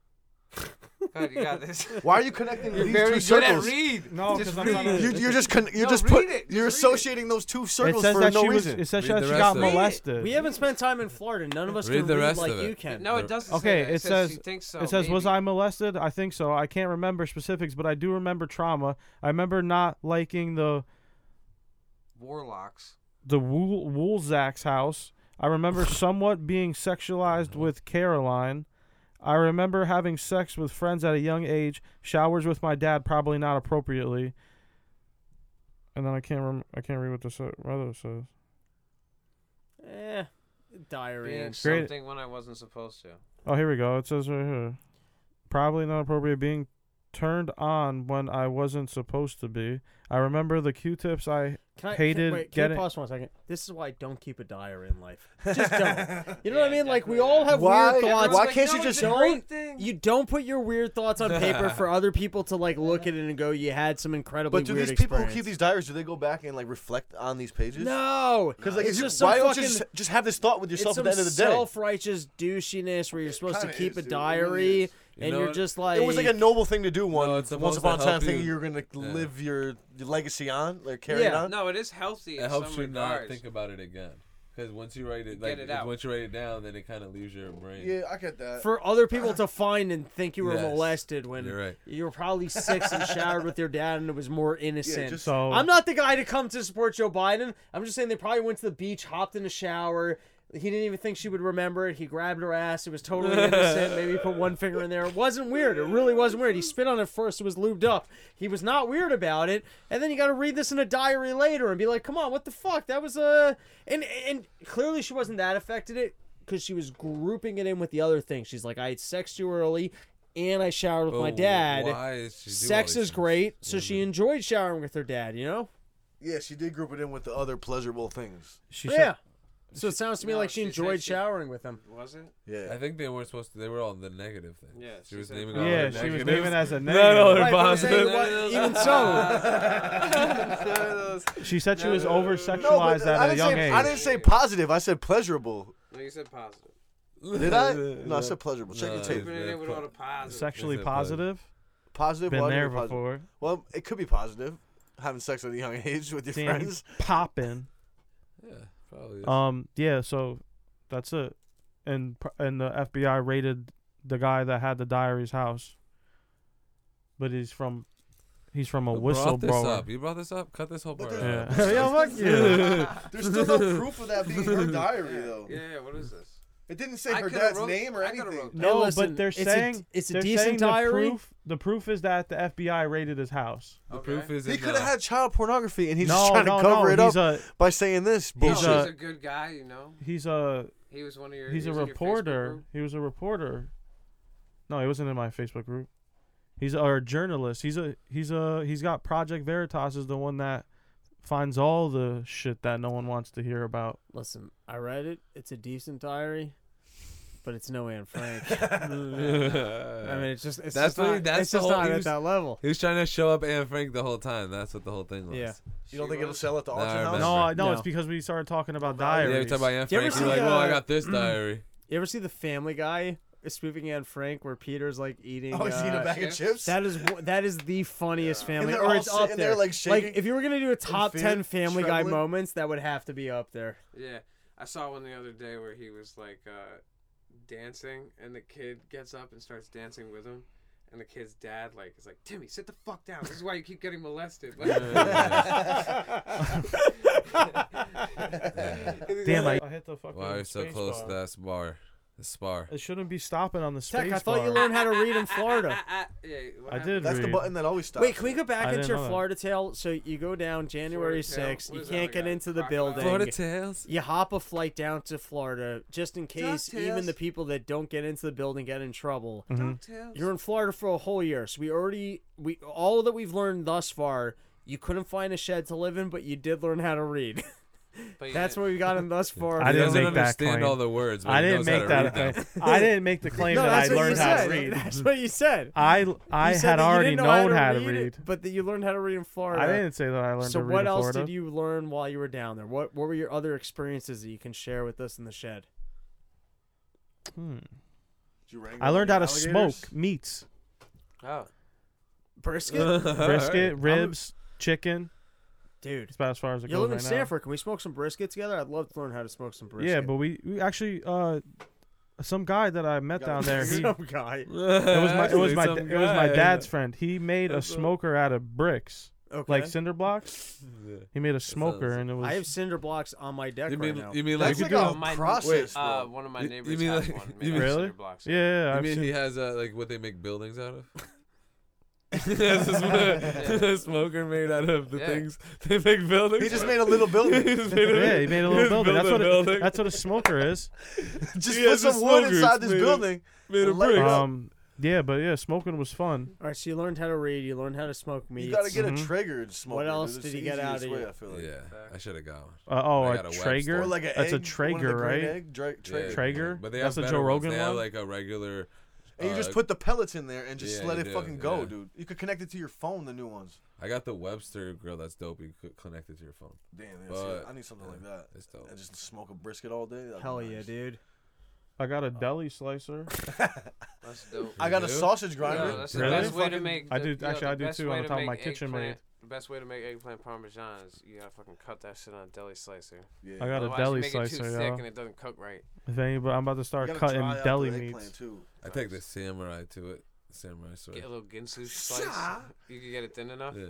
[SPEAKER 1] Go ahead. You got this.
[SPEAKER 4] Why are you connecting
[SPEAKER 1] You're
[SPEAKER 4] these
[SPEAKER 1] very
[SPEAKER 4] two
[SPEAKER 1] good at
[SPEAKER 4] circles?
[SPEAKER 1] read.
[SPEAKER 3] No,
[SPEAKER 1] just
[SPEAKER 3] 'cause I'm not
[SPEAKER 1] read.
[SPEAKER 3] a-
[SPEAKER 4] You, you're just con- you're
[SPEAKER 1] No,
[SPEAKER 4] just
[SPEAKER 1] read
[SPEAKER 4] put
[SPEAKER 1] it.
[SPEAKER 4] you're
[SPEAKER 1] Just read it.
[SPEAKER 4] associating those two
[SPEAKER 3] it
[SPEAKER 4] circles
[SPEAKER 3] says
[SPEAKER 4] for
[SPEAKER 3] that
[SPEAKER 4] no
[SPEAKER 3] she
[SPEAKER 4] reason.
[SPEAKER 3] was. It says
[SPEAKER 2] Read
[SPEAKER 3] that
[SPEAKER 2] the
[SPEAKER 3] she
[SPEAKER 2] rest
[SPEAKER 3] got
[SPEAKER 2] of it.
[SPEAKER 3] molested.
[SPEAKER 6] We haven't spent time in Florida. None of us
[SPEAKER 2] Read
[SPEAKER 6] can
[SPEAKER 2] the
[SPEAKER 6] read
[SPEAKER 2] rest
[SPEAKER 6] like
[SPEAKER 2] of it.
[SPEAKER 6] you can.
[SPEAKER 1] no, it doesn't.
[SPEAKER 3] Okay,
[SPEAKER 1] say that.
[SPEAKER 3] it
[SPEAKER 1] says,
[SPEAKER 3] says-
[SPEAKER 1] she thinks so.
[SPEAKER 3] it says, "Was
[SPEAKER 1] maybe."
[SPEAKER 3] I molested? I think so. I can't remember specifics, but I do remember trauma. I remember not liking the
[SPEAKER 1] warlocks?"
[SPEAKER 3] the Wool Woolzack's house. I remember somewhat being sexualized with Caroline. I remember having sex with friends at a young age. Showers with my dad, probably not appropriately. And then I can't rem- I can't read what this other says.
[SPEAKER 6] Eh, diary.
[SPEAKER 1] Being
[SPEAKER 6] and
[SPEAKER 3] Great.
[SPEAKER 1] something when I wasn't supposed to.
[SPEAKER 3] Oh, here we go. It says right here. Probably not appropriate being turned on when I wasn't supposed to be. I remember the Q-tips I
[SPEAKER 6] Can I,
[SPEAKER 3] hated
[SPEAKER 6] can,
[SPEAKER 3] getting-
[SPEAKER 6] wait, can you pause one second? This is why I don't keep a diary in life. Just don't. You know what I mean? Like we all have
[SPEAKER 4] Why-
[SPEAKER 6] weird thoughts.
[SPEAKER 4] why
[SPEAKER 6] Like,
[SPEAKER 4] can't
[SPEAKER 6] no,
[SPEAKER 4] you
[SPEAKER 6] it's
[SPEAKER 4] just-
[SPEAKER 6] a
[SPEAKER 1] Great
[SPEAKER 6] great
[SPEAKER 1] thing.
[SPEAKER 6] You don't put your weird thoughts on paper for other people to like look at it and go, "You had some incredibly
[SPEAKER 4] But do
[SPEAKER 6] weird
[SPEAKER 4] these people who keep
[SPEAKER 6] experience."
[SPEAKER 4] these diaries do they go back and like reflect on these pages?
[SPEAKER 6] No,
[SPEAKER 4] Because like,
[SPEAKER 6] it's
[SPEAKER 4] if you,
[SPEAKER 6] just some
[SPEAKER 4] why don't
[SPEAKER 6] fucking,
[SPEAKER 4] you just, just have this thought with
[SPEAKER 6] it's
[SPEAKER 4] yourself at
[SPEAKER 6] some
[SPEAKER 4] the end of the day?
[SPEAKER 6] self-righteous douchiness where you're supposed to
[SPEAKER 4] kinda
[SPEAKER 6] keep
[SPEAKER 4] is,
[SPEAKER 6] a
[SPEAKER 4] dude. It really
[SPEAKER 6] diary
[SPEAKER 4] is.
[SPEAKER 2] You
[SPEAKER 6] and
[SPEAKER 2] know
[SPEAKER 6] you're
[SPEAKER 2] what?
[SPEAKER 6] just like
[SPEAKER 4] it was like a noble thing to do one,
[SPEAKER 2] No, it's supposed
[SPEAKER 4] once
[SPEAKER 2] to
[SPEAKER 4] upon a time,
[SPEAKER 2] help
[SPEAKER 4] thinking
[SPEAKER 2] you-
[SPEAKER 4] you were gonna
[SPEAKER 2] Yeah.
[SPEAKER 4] live your, your legacy on, like carry it
[SPEAKER 6] Yeah.
[SPEAKER 4] on.
[SPEAKER 1] No, it is healthy.
[SPEAKER 2] It
[SPEAKER 1] in
[SPEAKER 2] helps
[SPEAKER 1] some
[SPEAKER 2] you not
[SPEAKER 1] regards.
[SPEAKER 2] think about it again. Because once you write it, like
[SPEAKER 1] Get it out.
[SPEAKER 2] once you write it down, then it kind of leaves your brain.
[SPEAKER 4] Yeah, I get that.
[SPEAKER 6] for other people to find and think you were
[SPEAKER 2] Yes.
[SPEAKER 6] molested when
[SPEAKER 2] You're right.
[SPEAKER 6] you were probably six and showered with your dad and it was more innocent.
[SPEAKER 4] just-
[SPEAKER 3] so
[SPEAKER 6] I'm not the guy to come to support Joe Biden. I'm just saying they probably went to the beach, hopped in the shower. He didn't even think she would remember it. He grabbed her ass. It was totally innocent. Maybe he put one finger in there. It wasn't weird. It really wasn't weird. He spit on it first. It was lubed up. He was not weird about it. And then you got to read this in a diary later and be like, "Come on, what the fuck? That was a." And and clearly she wasn't that affected it because she was grouping it in with the other thing. She's like, "I had sex too early, and I showered with
[SPEAKER 2] But
[SPEAKER 6] my dad."
[SPEAKER 2] Oh, Why is she do all
[SPEAKER 6] Sex
[SPEAKER 2] these
[SPEAKER 6] is
[SPEAKER 2] things?
[SPEAKER 6] great, so she enjoyed showering with her dad. You know.
[SPEAKER 4] yeah, she did group it in with the other pleasurable things.
[SPEAKER 3] she
[SPEAKER 6] But
[SPEAKER 3] said-
[SPEAKER 6] yeah. So it sounds to me
[SPEAKER 1] No,
[SPEAKER 6] like
[SPEAKER 1] she
[SPEAKER 6] she
[SPEAKER 1] said
[SPEAKER 6] enjoyed
[SPEAKER 1] she-
[SPEAKER 6] showering with him.
[SPEAKER 1] Was it?
[SPEAKER 4] Yeah,
[SPEAKER 2] I think they were supposed to. They were all the negative things.
[SPEAKER 1] Yeah,
[SPEAKER 2] she
[SPEAKER 1] she
[SPEAKER 2] was
[SPEAKER 1] said-
[SPEAKER 2] naming. all
[SPEAKER 3] yeah,
[SPEAKER 2] the
[SPEAKER 3] she was
[SPEAKER 2] negatives.
[SPEAKER 3] naming it as a
[SPEAKER 2] No, no,
[SPEAKER 3] negative.
[SPEAKER 2] her
[SPEAKER 6] Right, but I'm
[SPEAKER 2] boss-
[SPEAKER 6] saying, what- even so,
[SPEAKER 3] She said she was over
[SPEAKER 4] no,
[SPEAKER 3] sexualized
[SPEAKER 4] but
[SPEAKER 3] at
[SPEAKER 4] I
[SPEAKER 3] a
[SPEAKER 4] didn't,
[SPEAKER 3] young
[SPEAKER 4] say,
[SPEAKER 3] age.
[SPEAKER 4] I didn't say positive. I said pleasurable.
[SPEAKER 1] No, you said positive.
[SPEAKER 4] Did I? No, I said pleasurable. Check
[SPEAKER 2] No,
[SPEAKER 4] your
[SPEAKER 2] it's
[SPEAKER 4] tape.
[SPEAKER 1] Been in it with all the positive.
[SPEAKER 3] Sexually
[SPEAKER 2] Listen, bud.
[SPEAKER 3] positive.
[SPEAKER 4] Positive.
[SPEAKER 3] Been
[SPEAKER 4] why did
[SPEAKER 3] there
[SPEAKER 4] it positive?
[SPEAKER 3] before.
[SPEAKER 4] Well, it could be positive. Having sex at a young age with your
[SPEAKER 3] Damn,
[SPEAKER 4] friends.
[SPEAKER 3] popping.
[SPEAKER 2] Yeah, probably. is.
[SPEAKER 3] Um, yeah. So that's it. And pr- and the FBI raided the guy that had the diary's house. But he's from, he's from a
[SPEAKER 2] You brought this up.
[SPEAKER 3] whistleblower.
[SPEAKER 2] You brought this up. Cut this whole
[SPEAKER 4] But
[SPEAKER 2] part.
[SPEAKER 4] there's-
[SPEAKER 2] out.
[SPEAKER 3] Yeah. Yo, fuck you.
[SPEAKER 4] There's still no proof of that being her diary,
[SPEAKER 1] Yeah,
[SPEAKER 4] though.
[SPEAKER 1] yeah, yeah, what is this?
[SPEAKER 4] It didn't say
[SPEAKER 1] I
[SPEAKER 4] her
[SPEAKER 1] coulda
[SPEAKER 4] dad's
[SPEAKER 1] wrote-
[SPEAKER 4] name or
[SPEAKER 1] I coulda wrote
[SPEAKER 4] anything.
[SPEAKER 6] Hey,
[SPEAKER 3] No,
[SPEAKER 6] listen,
[SPEAKER 3] but they're
[SPEAKER 6] it's a-
[SPEAKER 3] saying
[SPEAKER 6] it's a
[SPEAKER 3] they're
[SPEAKER 6] decent
[SPEAKER 3] saying
[SPEAKER 6] diary.
[SPEAKER 3] The proof, the proof is that the FBI raided his house.
[SPEAKER 2] The
[SPEAKER 1] Okay.
[SPEAKER 2] proof is
[SPEAKER 4] He
[SPEAKER 2] in
[SPEAKER 4] could
[SPEAKER 2] the-
[SPEAKER 4] have had child pornography, and he's
[SPEAKER 3] no,
[SPEAKER 4] just trying
[SPEAKER 3] no,
[SPEAKER 4] to cover
[SPEAKER 3] no.
[SPEAKER 4] it
[SPEAKER 3] he's
[SPEAKER 4] up
[SPEAKER 3] a
[SPEAKER 4] by saying this
[SPEAKER 1] He's
[SPEAKER 4] bullshit.
[SPEAKER 3] a-
[SPEAKER 1] a good guy, you know.
[SPEAKER 3] he's a
[SPEAKER 1] He was one of your.
[SPEAKER 3] he's
[SPEAKER 1] he
[SPEAKER 3] a
[SPEAKER 1] was in your Facebook
[SPEAKER 3] reporter.
[SPEAKER 1] group.
[SPEAKER 3] He was a reporter. No, he wasn't in my Facebook group. He's our journalist. He's a he's a he's got Project Veritas is the one that finds all the shit that no one wants to hear about.
[SPEAKER 6] listen, I read it. It's a decent diary, but it's no Anne Frank. I mean, it's just it's
[SPEAKER 2] That's
[SPEAKER 6] just
[SPEAKER 2] what he-
[SPEAKER 6] not,
[SPEAKER 2] that's
[SPEAKER 6] it's
[SPEAKER 2] the
[SPEAKER 6] just
[SPEAKER 2] whole-
[SPEAKER 6] not
[SPEAKER 2] he
[SPEAKER 6] at
[SPEAKER 2] was-
[SPEAKER 6] that level.
[SPEAKER 2] He was trying to show up Anne Frank the whole time. That's what the whole thing was.
[SPEAKER 6] Yeah.
[SPEAKER 4] You don't
[SPEAKER 1] She
[SPEAKER 4] think it'll
[SPEAKER 1] was-
[SPEAKER 4] sell at the
[SPEAKER 2] Nah,
[SPEAKER 4] auction
[SPEAKER 2] I
[SPEAKER 4] house?
[SPEAKER 2] remember.
[SPEAKER 3] No, I- no,
[SPEAKER 6] No.
[SPEAKER 3] it's because we started talking about
[SPEAKER 2] Yeah, every
[SPEAKER 3] diaries.
[SPEAKER 2] time I Anne
[SPEAKER 6] Do you ever
[SPEAKER 2] Frank, you're
[SPEAKER 6] see
[SPEAKER 2] like, "Well, I
[SPEAKER 3] uh,
[SPEAKER 6] the-
[SPEAKER 2] got this diary."
[SPEAKER 6] You ever see the Family Guy spoofing Anne Frank where Peter's like eating?
[SPEAKER 4] Oh, he's eating a
[SPEAKER 6] uh,
[SPEAKER 4] bag of
[SPEAKER 1] chips?
[SPEAKER 4] chips?
[SPEAKER 6] That is wha- that is the funniest family,
[SPEAKER 4] they're
[SPEAKER 6] or
[SPEAKER 4] all
[SPEAKER 6] it's up
[SPEAKER 4] sitting there,
[SPEAKER 6] there.
[SPEAKER 4] like, shaking
[SPEAKER 6] if you were gonna do a top
[SPEAKER 4] fear,
[SPEAKER 6] ten Family Guy
[SPEAKER 4] trembling.
[SPEAKER 6] moments, that would have to be up there.
[SPEAKER 1] Yeah, I saw one the other day where he was like, uh, dancing, and the kid gets up and starts dancing with him. And the kid's dad like is like Timmy, sit the fuck down. This is why you keep getting molested. Like,
[SPEAKER 3] Damn, I, I hit the fucking.
[SPEAKER 2] Why are you so
[SPEAKER 3] space
[SPEAKER 2] close
[SPEAKER 3] bar.
[SPEAKER 2] to that spar? The spar.
[SPEAKER 3] It shouldn't be stopping on the space
[SPEAKER 6] Tech, I thought
[SPEAKER 3] bar.
[SPEAKER 6] you learned how to read in Florida.
[SPEAKER 1] Ah, ah, yeah, what
[SPEAKER 3] I
[SPEAKER 1] happened?
[SPEAKER 3] did.
[SPEAKER 4] That's
[SPEAKER 3] read.
[SPEAKER 4] the button that always stops.
[SPEAKER 6] Wait, can we go
[SPEAKER 3] I
[SPEAKER 6] back
[SPEAKER 3] didn't
[SPEAKER 6] into your
[SPEAKER 3] know that.
[SPEAKER 6] Florida Tale? So you go down January
[SPEAKER 1] Florida Tale?
[SPEAKER 6] 6th.
[SPEAKER 1] What
[SPEAKER 6] You
[SPEAKER 1] is that
[SPEAKER 6] can't
[SPEAKER 1] we
[SPEAKER 6] get
[SPEAKER 1] got?
[SPEAKER 6] into the
[SPEAKER 1] Crocodile?
[SPEAKER 6] building.
[SPEAKER 2] Florida tails.
[SPEAKER 6] You hop a flight down to Florida just in case even the people that don't get into the building get in trouble.
[SPEAKER 3] mm-hmm.
[SPEAKER 6] You're in Florida for a whole year, so we already we all that we've learned thus far. You couldn't find a shed to live in, but you did learn how to read.
[SPEAKER 1] But you
[SPEAKER 6] That's
[SPEAKER 1] didn't.
[SPEAKER 6] what we got in thus far.
[SPEAKER 3] I
[SPEAKER 2] he
[SPEAKER 3] didn't
[SPEAKER 2] doesn't
[SPEAKER 3] make that
[SPEAKER 2] understand
[SPEAKER 3] claim.
[SPEAKER 2] all the words. But
[SPEAKER 3] I
[SPEAKER 2] he
[SPEAKER 3] didn't
[SPEAKER 2] knows
[SPEAKER 3] make
[SPEAKER 2] how to
[SPEAKER 3] that.
[SPEAKER 2] read
[SPEAKER 3] Claim. I didn't make the claim
[SPEAKER 6] no,
[SPEAKER 3] that
[SPEAKER 6] that's
[SPEAKER 3] I
[SPEAKER 6] what
[SPEAKER 3] learned
[SPEAKER 6] you
[SPEAKER 3] how to
[SPEAKER 6] said.
[SPEAKER 3] read.
[SPEAKER 6] That's what you said.
[SPEAKER 3] I I
[SPEAKER 6] You said
[SPEAKER 3] had
[SPEAKER 6] that you
[SPEAKER 3] already
[SPEAKER 6] didn't know
[SPEAKER 3] known how to read,
[SPEAKER 6] it, but that you learned how to read in Florida.
[SPEAKER 3] I didn't say that I learned
[SPEAKER 6] So
[SPEAKER 3] to read.
[SPEAKER 6] what
[SPEAKER 3] in
[SPEAKER 6] else
[SPEAKER 3] Florida.
[SPEAKER 6] did you learn while you were down there? What what were your other experiences that you can share with us in the shed?
[SPEAKER 4] Did you wrangle
[SPEAKER 3] I learned how to
[SPEAKER 4] alligators?
[SPEAKER 3] smoke meats,
[SPEAKER 1] Oh,
[SPEAKER 6] Brisket,
[SPEAKER 3] brisket, ribs, chicken.
[SPEAKER 6] dude.
[SPEAKER 3] It's about as far as it
[SPEAKER 6] You
[SPEAKER 3] goes
[SPEAKER 6] live
[SPEAKER 3] right
[SPEAKER 6] in Sanford. Can we smoke some brisket together? I'd love to learn how to smoke some
[SPEAKER 3] now.
[SPEAKER 6] brisket.
[SPEAKER 3] Yeah, but we, we actually uh, some guy that I met down there. He, it
[SPEAKER 6] some guy.
[SPEAKER 3] was my it was my it was my dad's friend. He made a
[SPEAKER 2] That's a-
[SPEAKER 3] smoker out of bricks,
[SPEAKER 6] Okay.
[SPEAKER 3] like cinder blocks. He made a smoker,
[SPEAKER 2] sounds-
[SPEAKER 3] and it was.
[SPEAKER 6] I have cinder blocks on my deck
[SPEAKER 2] You
[SPEAKER 6] right
[SPEAKER 2] mean
[SPEAKER 6] now.
[SPEAKER 2] you mean like
[SPEAKER 4] That's
[SPEAKER 2] you
[SPEAKER 4] like
[SPEAKER 1] Oh,
[SPEAKER 4] a
[SPEAKER 1] my-
[SPEAKER 4] process, bro.
[SPEAKER 1] uh, one of my
[SPEAKER 2] You- you
[SPEAKER 1] neighbors
[SPEAKER 2] mean
[SPEAKER 1] has
[SPEAKER 2] like-
[SPEAKER 1] one.
[SPEAKER 2] you
[SPEAKER 1] made
[SPEAKER 2] mean-
[SPEAKER 1] out of
[SPEAKER 3] Really?
[SPEAKER 1] blocks.
[SPEAKER 3] yeah, yeah, yeah, I've
[SPEAKER 2] mean
[SPEAKER 3] seen-
[SPEAKER 2] he has uh, like what they make buildings out of? That's a sm- a smoker made out of the
[SPEAKER 1] Yeah.
[SPEAKER 2] things they make buildings.
[SPEAKER 4] He just
[SPEAKER 2] out
[SPEAKER 4] made a little
[SPEAKER 2] of.
[SPEAKER 4] building.
[SPEAKER 2] just made a-
[SPEAKER 3] yeah, he made a
[SPEAKER 2] he just
[SPEAKER 3] little
[SPEAKER 2] built
[SPEAKER 3] building. That's
[SPEAKER 2] a
[SPEAKER 3] what
[SPEAKER 2] building,
[SPEAKER 3] it, that's what a smoker is.
[SPEAKER 4] Just
[SPEAKER 2] He
[SPEAKER 4] put
[SPEAKER 2] has a
[SPEAKER 4] some wood
[SPEAKER 2] smoker,
[SPEAKER 4] inside
[SPEAKER 2] it's
[SPEAKER 4] this
[SPEAKER 2] made of-
[SPEAKER 4] building.
[SPEAKER 2] made of
[SPEAKER 4] Light
[SPEAKER 2] bricks.
[SPEAKER 4] up.
[SPEAKER 3] Um, yeah, but yeah, smoking was fun.
[SPEAKER 6] All right, so you learned how to read. You learned how to smoke meat.
[SPEAKER 4] You gotta get
[SPEAKER 3] Mhm.
[SPEAKER 4] a triggered smoker.
[SPEAKER 6] else
[SPEAKER 4] dude.
[SPEAKER 6] did
[SPEAKER 4] It's
[SPEAKER 6] he
[SPEAKER 4] the
[SPEAKER 6] get out
[SPEAKER 4] easiest
[SPEAKER 6] of
[SPEAKER 4] way,
[SPEAKER 6] you?
[SPEAKER 4] I feel like.
[SPEAKER 2] Yeah, I should have gone.
[SPEAKER 3] Uh, oh,
[SPEAKER 2] I
[SPEAKER 3] a
[SPEAKER 2] got a Webster.
[SPEAKER 3] Traeger.
[SPEAKER 4] Or like an
[SPEAKER 3] That's a
[SPEAKER 4] egg, one of the
[SPEAKER 3] Traeger,
[SPEAKER 4] green
[SPEAKER 3] right?
[SPEAKER 4] Egg, dra- Traeger.
[SPEAKER 2] Yeah,
[SPEAKER 3] Traeger?
[SPEAKER 2] But they
[SPEAKER 3] That's
[SPEAKER 2] have
[SPEAKER 3] a
[SPEAKER 2] better
[SPEAKER 3] Joe
[SPEAKER 2] ones.
[SPEAKER 3] Rogan
[SPEAKER 2] They have
[SPEAKER 3] one?
[SPEAKER 2] like a regular.
[SPEAKER 4] And you just
[SPEAKER 2] uh,
[SPEAKER 4] put the pellets in there and just
[SPEAKER 2] yeah,
[SPEAKER 4] let
[SPEAKER 2] you
[SPEAKER 4] it
[SPEAKER 2] do,
[SPEAKER 4] fucking go,
[SPEAKER 2] yeah.
[SPEAKER 4] dude. You could connect it to your phone, the new ones.
[SPEAKER 2] I got the Webster grill. That's dope. You could connect it to your phone.
[SPEAKER 4] Damn, that's
[SPEAKER 2] But-
[SPEAKER 4] it. I need something like that.
[SPEAKER 2] It's dope.
[SPEAKER 4] And just smoke a brisket all day. that'd be
[SPEAKER 6] Hell yeah,
[SPEAKER 4] nice.
[SPEAKER 6] dude.
[SPEAKER 3] I got a deli slicer.
[SPEAKER 1] That's dope.
[SPEAKER 4] I got a
[SPEAKER 2] do?
[SPEAKER 4] sausage grinder.
[SPEAKER 1] No, that's
[SPEAKER 3] Really?
[SPEAKER 1] the best way to
[SPEAKER 4] Fucking-
[SPEAKER 1] make.
[SPEAKER 3] I
[SPEAKER 1] the-
[SPEAKER 3] do-
[SPEAKER 1] yo,
[SPEAKER 3] actually,
[SPEAKER 1] the
[SPEAKER 3] I do
[SPEAKER 1] best
[SPEAKER 3] too, on
[SPEAKER 1] way
[SPEAKER 3] the top of
[SPEAKER 1] make
[SPEAKER 3] my kitchen
[SPEAKER 1] eggplant-
[SPEAKER 3] made.
[SPEAKER 1] The best way to make eggplant parmesan is you gotta fucking cut that shit on a deli slicer.
[SPEAKER 4] Yeah.
[SPEAKER 3] I got a
[SPEAKER 1] Otherwise, you
[SPEAKER 3] deli
[SPEAKER 1] make it too
[SPEAKER 3] slicer,
[SPEAKER 1] thick
[SPEAKER 3] y'all.
[SPEAKER 1] and it doesn't cook right.
[SPEAKER 3] If anybody, I'm about to
[SPEAKER 4] You
[SPEAKER 3] start
[SPEAKER 4] gotta
[SPEAKER 3] cutting
[SPEAKER 4] dry out
[SPEAKER 3] deli
[SPEAKER 4] the eggplant,
[SPEAKER 3] meats.
[SPEAKER 4] Too.
[SPEAKER 2] I take the samurai to it. Samurai sword.
[SPEAKER 1] Get a little ginsu slice. You can get it thin enough.
[SPEAKER 2] Yeah.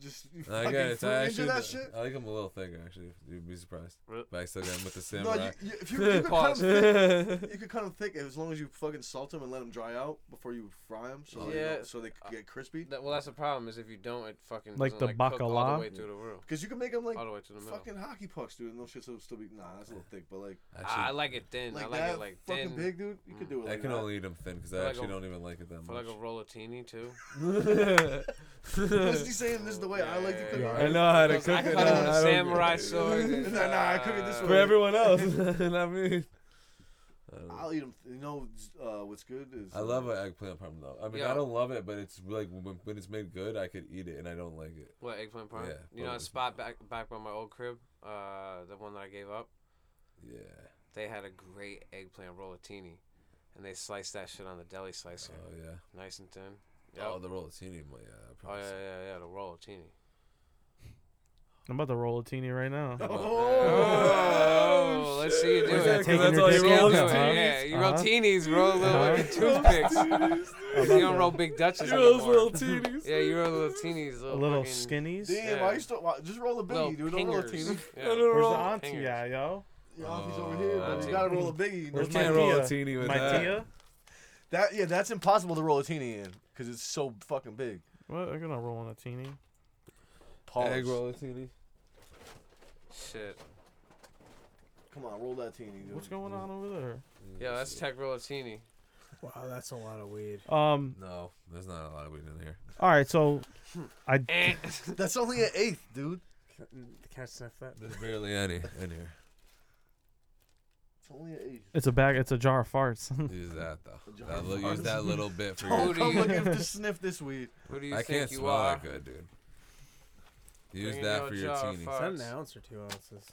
[SPEAKER 4] Just
[SPEAKER 2] I
[SPEAKER 4] fucking
[SPEAKER 2] guess
[SPEAKER 4] fruit
[SPEAKER 2] I
[SPEAKER 4] into
[SPEAKER 2] actually.
[SPEAKER 4] that shit.
[SPEAKER 2] I think I'm a little thicker actually. You'd be surprised.
[SPEAKER 1] Really?
[SPEAKER 2] But I still got him with the
[SPEAKER 4] No,
[SPEAKER 2] samurai.
[SPEAKER 4] you, you, if you, you could cut
[SPEAKER 1] Pause.
[SPEAKER 4] them thick, you could cut them thick as long as you fucking salt them and let them dry out before you fry them, so they
[SPEAKER 1] Yeah.
[SPEAKER 4] don't- so they could get crispy.
[SPEAKER 1] That- well, that's the problem is if you don't, it fucking
[SPEAKER 3] Like
[SPEAKER 1] doesn't,
[SPEAKER 3] the
[SPEAKER 1] like, cook all
[SPEAKER 3] bacala?
[SPEAKER 1] the way through the room,
[SPEAKER 4] Because you can make them like
[SPEAKER 1] all the way to the middle.
[SPEAKER 4] fucking hockey pucks, dude, and those shits will still be nah, that's a little thick, but like
[SPEAKER 2] Actually,
[SPEAKER 1] I I like it thin.
[SPEAKER 4] like
[SPEAKER 1] I like
[SPEAKER 4] that
[SPEAKER 1] it like
[SPEAKER 4] fucking
[SPEAKER 1] thin.
[SPEAKER 4] big, dude, you could do it.
[SPEAKER 2] I
[SPEAKER 4] Like
[SPEAKER 2] can
[SPEAKER 4] that.
[SPEAKER 2] only eat them thin because I
[SPEAKER 1] For like
[SPEAKER 2] actually
[SPEAKER 1] a-
[SPEAKER 2] don't even like it that
[SPEAKER 1] For
[SPEAKER 2] much.
[SPEAKER 1] like a rollatini too.
[SPEAKER 4] Because he's saying this is the way I like to cook.
[SPEAKER 1] Yeah.
[SPEAKER 4] it.
[SPEAKER 2] I know how to
[SPEAKER 1] I
[SPEAKER 2] cook
[SPEAKER 1] cut
[SPEAKER 2] it.
[SPEAKER 1] it
[SPEAKER 2] I,
[SPEAKER 1] with a
[SPEAKER 2] I don't-
[SPEAKER 1] samurai sword. and,
[SPEAKER 4] Nah, nah, I cook it this
[SPEAKER 1] uh,
[SPEAKER 2] For
[SPEAKER 4] way.
[SPEAKER 2] everyone else, not me. I don't know.
[SPEAKER 4] I'll eat them. You know uh, what's good is uh,
[SPEAKER 2] I love an eggplant parm though. I mean,
[SPEAKER 1] Yeah.
[SPEAKER 2] I don't love it, but it's like when, when it's made good, I could eat it, and I don't like it.
[SPEAKER 1] What eggplant parm?
[SPEAKER 2] Yeah,
[SPEAKER 1] you know,
[SPEAKER 2] but
[SPEAKER 1] a
[SPEAKER 2] it's-
[SPEAKER 1] spot back back by my old crib, uh, the one that I gave up.
[SPEAKER 2] Yeah.
[SPEAKER 1] They had a great eggplant rollatini, and they sliced that shit on the deli slicer,
[SPEAKER 2] Oh yeah.
[SPEAKER 1] nice and thin. Yep.
[SPEAKER 2] Oh, the rollatini. well,
[SPEAKER 1] oh
[SPEAKER 2] Yeah. I
[SPEAKER 1] yeah,
[SPEAKER 2] probably said-
[SPEAKER 1] yeah, yeah, the rollatini.
[SPEAKER 3] I'm about to roll a teeny right now.
[SPEAKER 1] Oh, let's see you do
[SPEAKER 2] Is
[SPEAKER 1] it.
[SPEAKER 2] that 'cause
[SPEAKER 1] Taking
[SPEAKER 2] that's
[SPEAKER 1] your
[SPEAKER 2] all you
[SPEAKER 1] discount
[SPEAKER 2] roll is
[SPEAKER 1] do it.
[SPEAKER 2] teenies?
[SPEAKER 1] Yeah, you
[SPEAKER 3] Uh-huh.
[SPEAKER 1] roll teenies, roll little
[SPEAKER 3] Uh-huh.
[SPEAKER 1] like toothpicks. you don't roll big Dutches
[SPEAKER 2] You roll those
[SPEAKER 1] anymore.
[SPEAKER 2] little teenies.
[SPEAKER 1] Yeah, you roll little teenies.
[SPEAKER 3] A
[SPEAKER 1] Little
[SPEAKER 3] little
[SPEAKER 1] fucking,
[SPEAKER 3] skinnies.
[SPEAKER 4] Damn,
[SPEAKER 1] Yeah.
[SPEAKER 4] I used to why- just roll a
[SPEAKER 1] Little
[SPEAKER 4] biggie, dude. Don't roll a
[SPEAKER 1] pingers.
[SPEAKER 4] teeny.
[SPEAKER 1] Yeah.
[SPEAKER 3] Where's the
[SPEAKER 4] roll
[SPEAKER 3] auntie
[SPEAKER 1] fingers.
[SPEAKER 3] at, yo?
[SPEAKER 4] Your auntie's over here, but
[SPEAKER 1] Oh.
[SPEAKER 4] you gotta roll a biggie.
[SPEAKER 3] Where's
[SPEAKER 4] dude.
[SPEAKER 2] Can't
[SPEAKER 3] my
[SPEAKER 2] roll
[SPEAKER 3] tia?
[SPEAKER 2] a teeny with
[SPEAKER 3] my
[SPEAKER 2] that.
[SPEAKER 3] tia?
[SPEAKER 4] That yeah, that's impossible to roll a teeny in because it's so fucking big.
[SPEAKER 3] What? I'm gonna roll on a teeny.
[SPEAKER 4] Pause.
[SPEAKER 2] Egg rollatini.
[SPEAKER 1] Shit.
[SPEAKER 4] Come on, roll that teeny, dude.
[SPEAKER 3] What's going on over
[SPEAKER 1] Yeah, that's tech rollatini.
[SPEAKER 6] Wow, that's a lot of weed.
[SPEAKER 3] there? Um.
[SPEAKER 2] No, there's not a lot of weed in here.
[SPEAKER 3] All right, so I
[SPEAKER 4] That's only an eighth, dude.
[SPEAKER 6] Can I sniff that?
[SPEAKER 2] There's barely any in here.
[SPEAKER 4] It's only an eighth.
[SPEAKER 3] it's a bag. It's a jar of farts.
[SPEAKER 2] Use that though. That li- use that little bit for
[SPEAKER 4] Oh,
[SPEAKER 2] your.
[SPEAKER 1] Who do
[SPEAKER 4] come
[SPEAKER 1] you-
[SPEAKER 4] looking to sniff this weed.
[SPEAKER 1] Who do you
[SPEAKER 2] I
[SPEAKER 1] think
[SPEAKER 2] can't
[SPEAKER 1] you
[SPEAKER 2] smell
[SPEAKER 1] are?
[SPEAKER 2] that good, dude. Use
[SPEAKER 1] Bringing
[SPEAKER 2] that
[SPEAKER 1] your
[SPEAKER 2] for your
[SPEAKER 1] jar of
[SPEAKER 2] teenies.
[SPEAKER 1] fart.
[SPEAKER 6] an ounce or two ounces?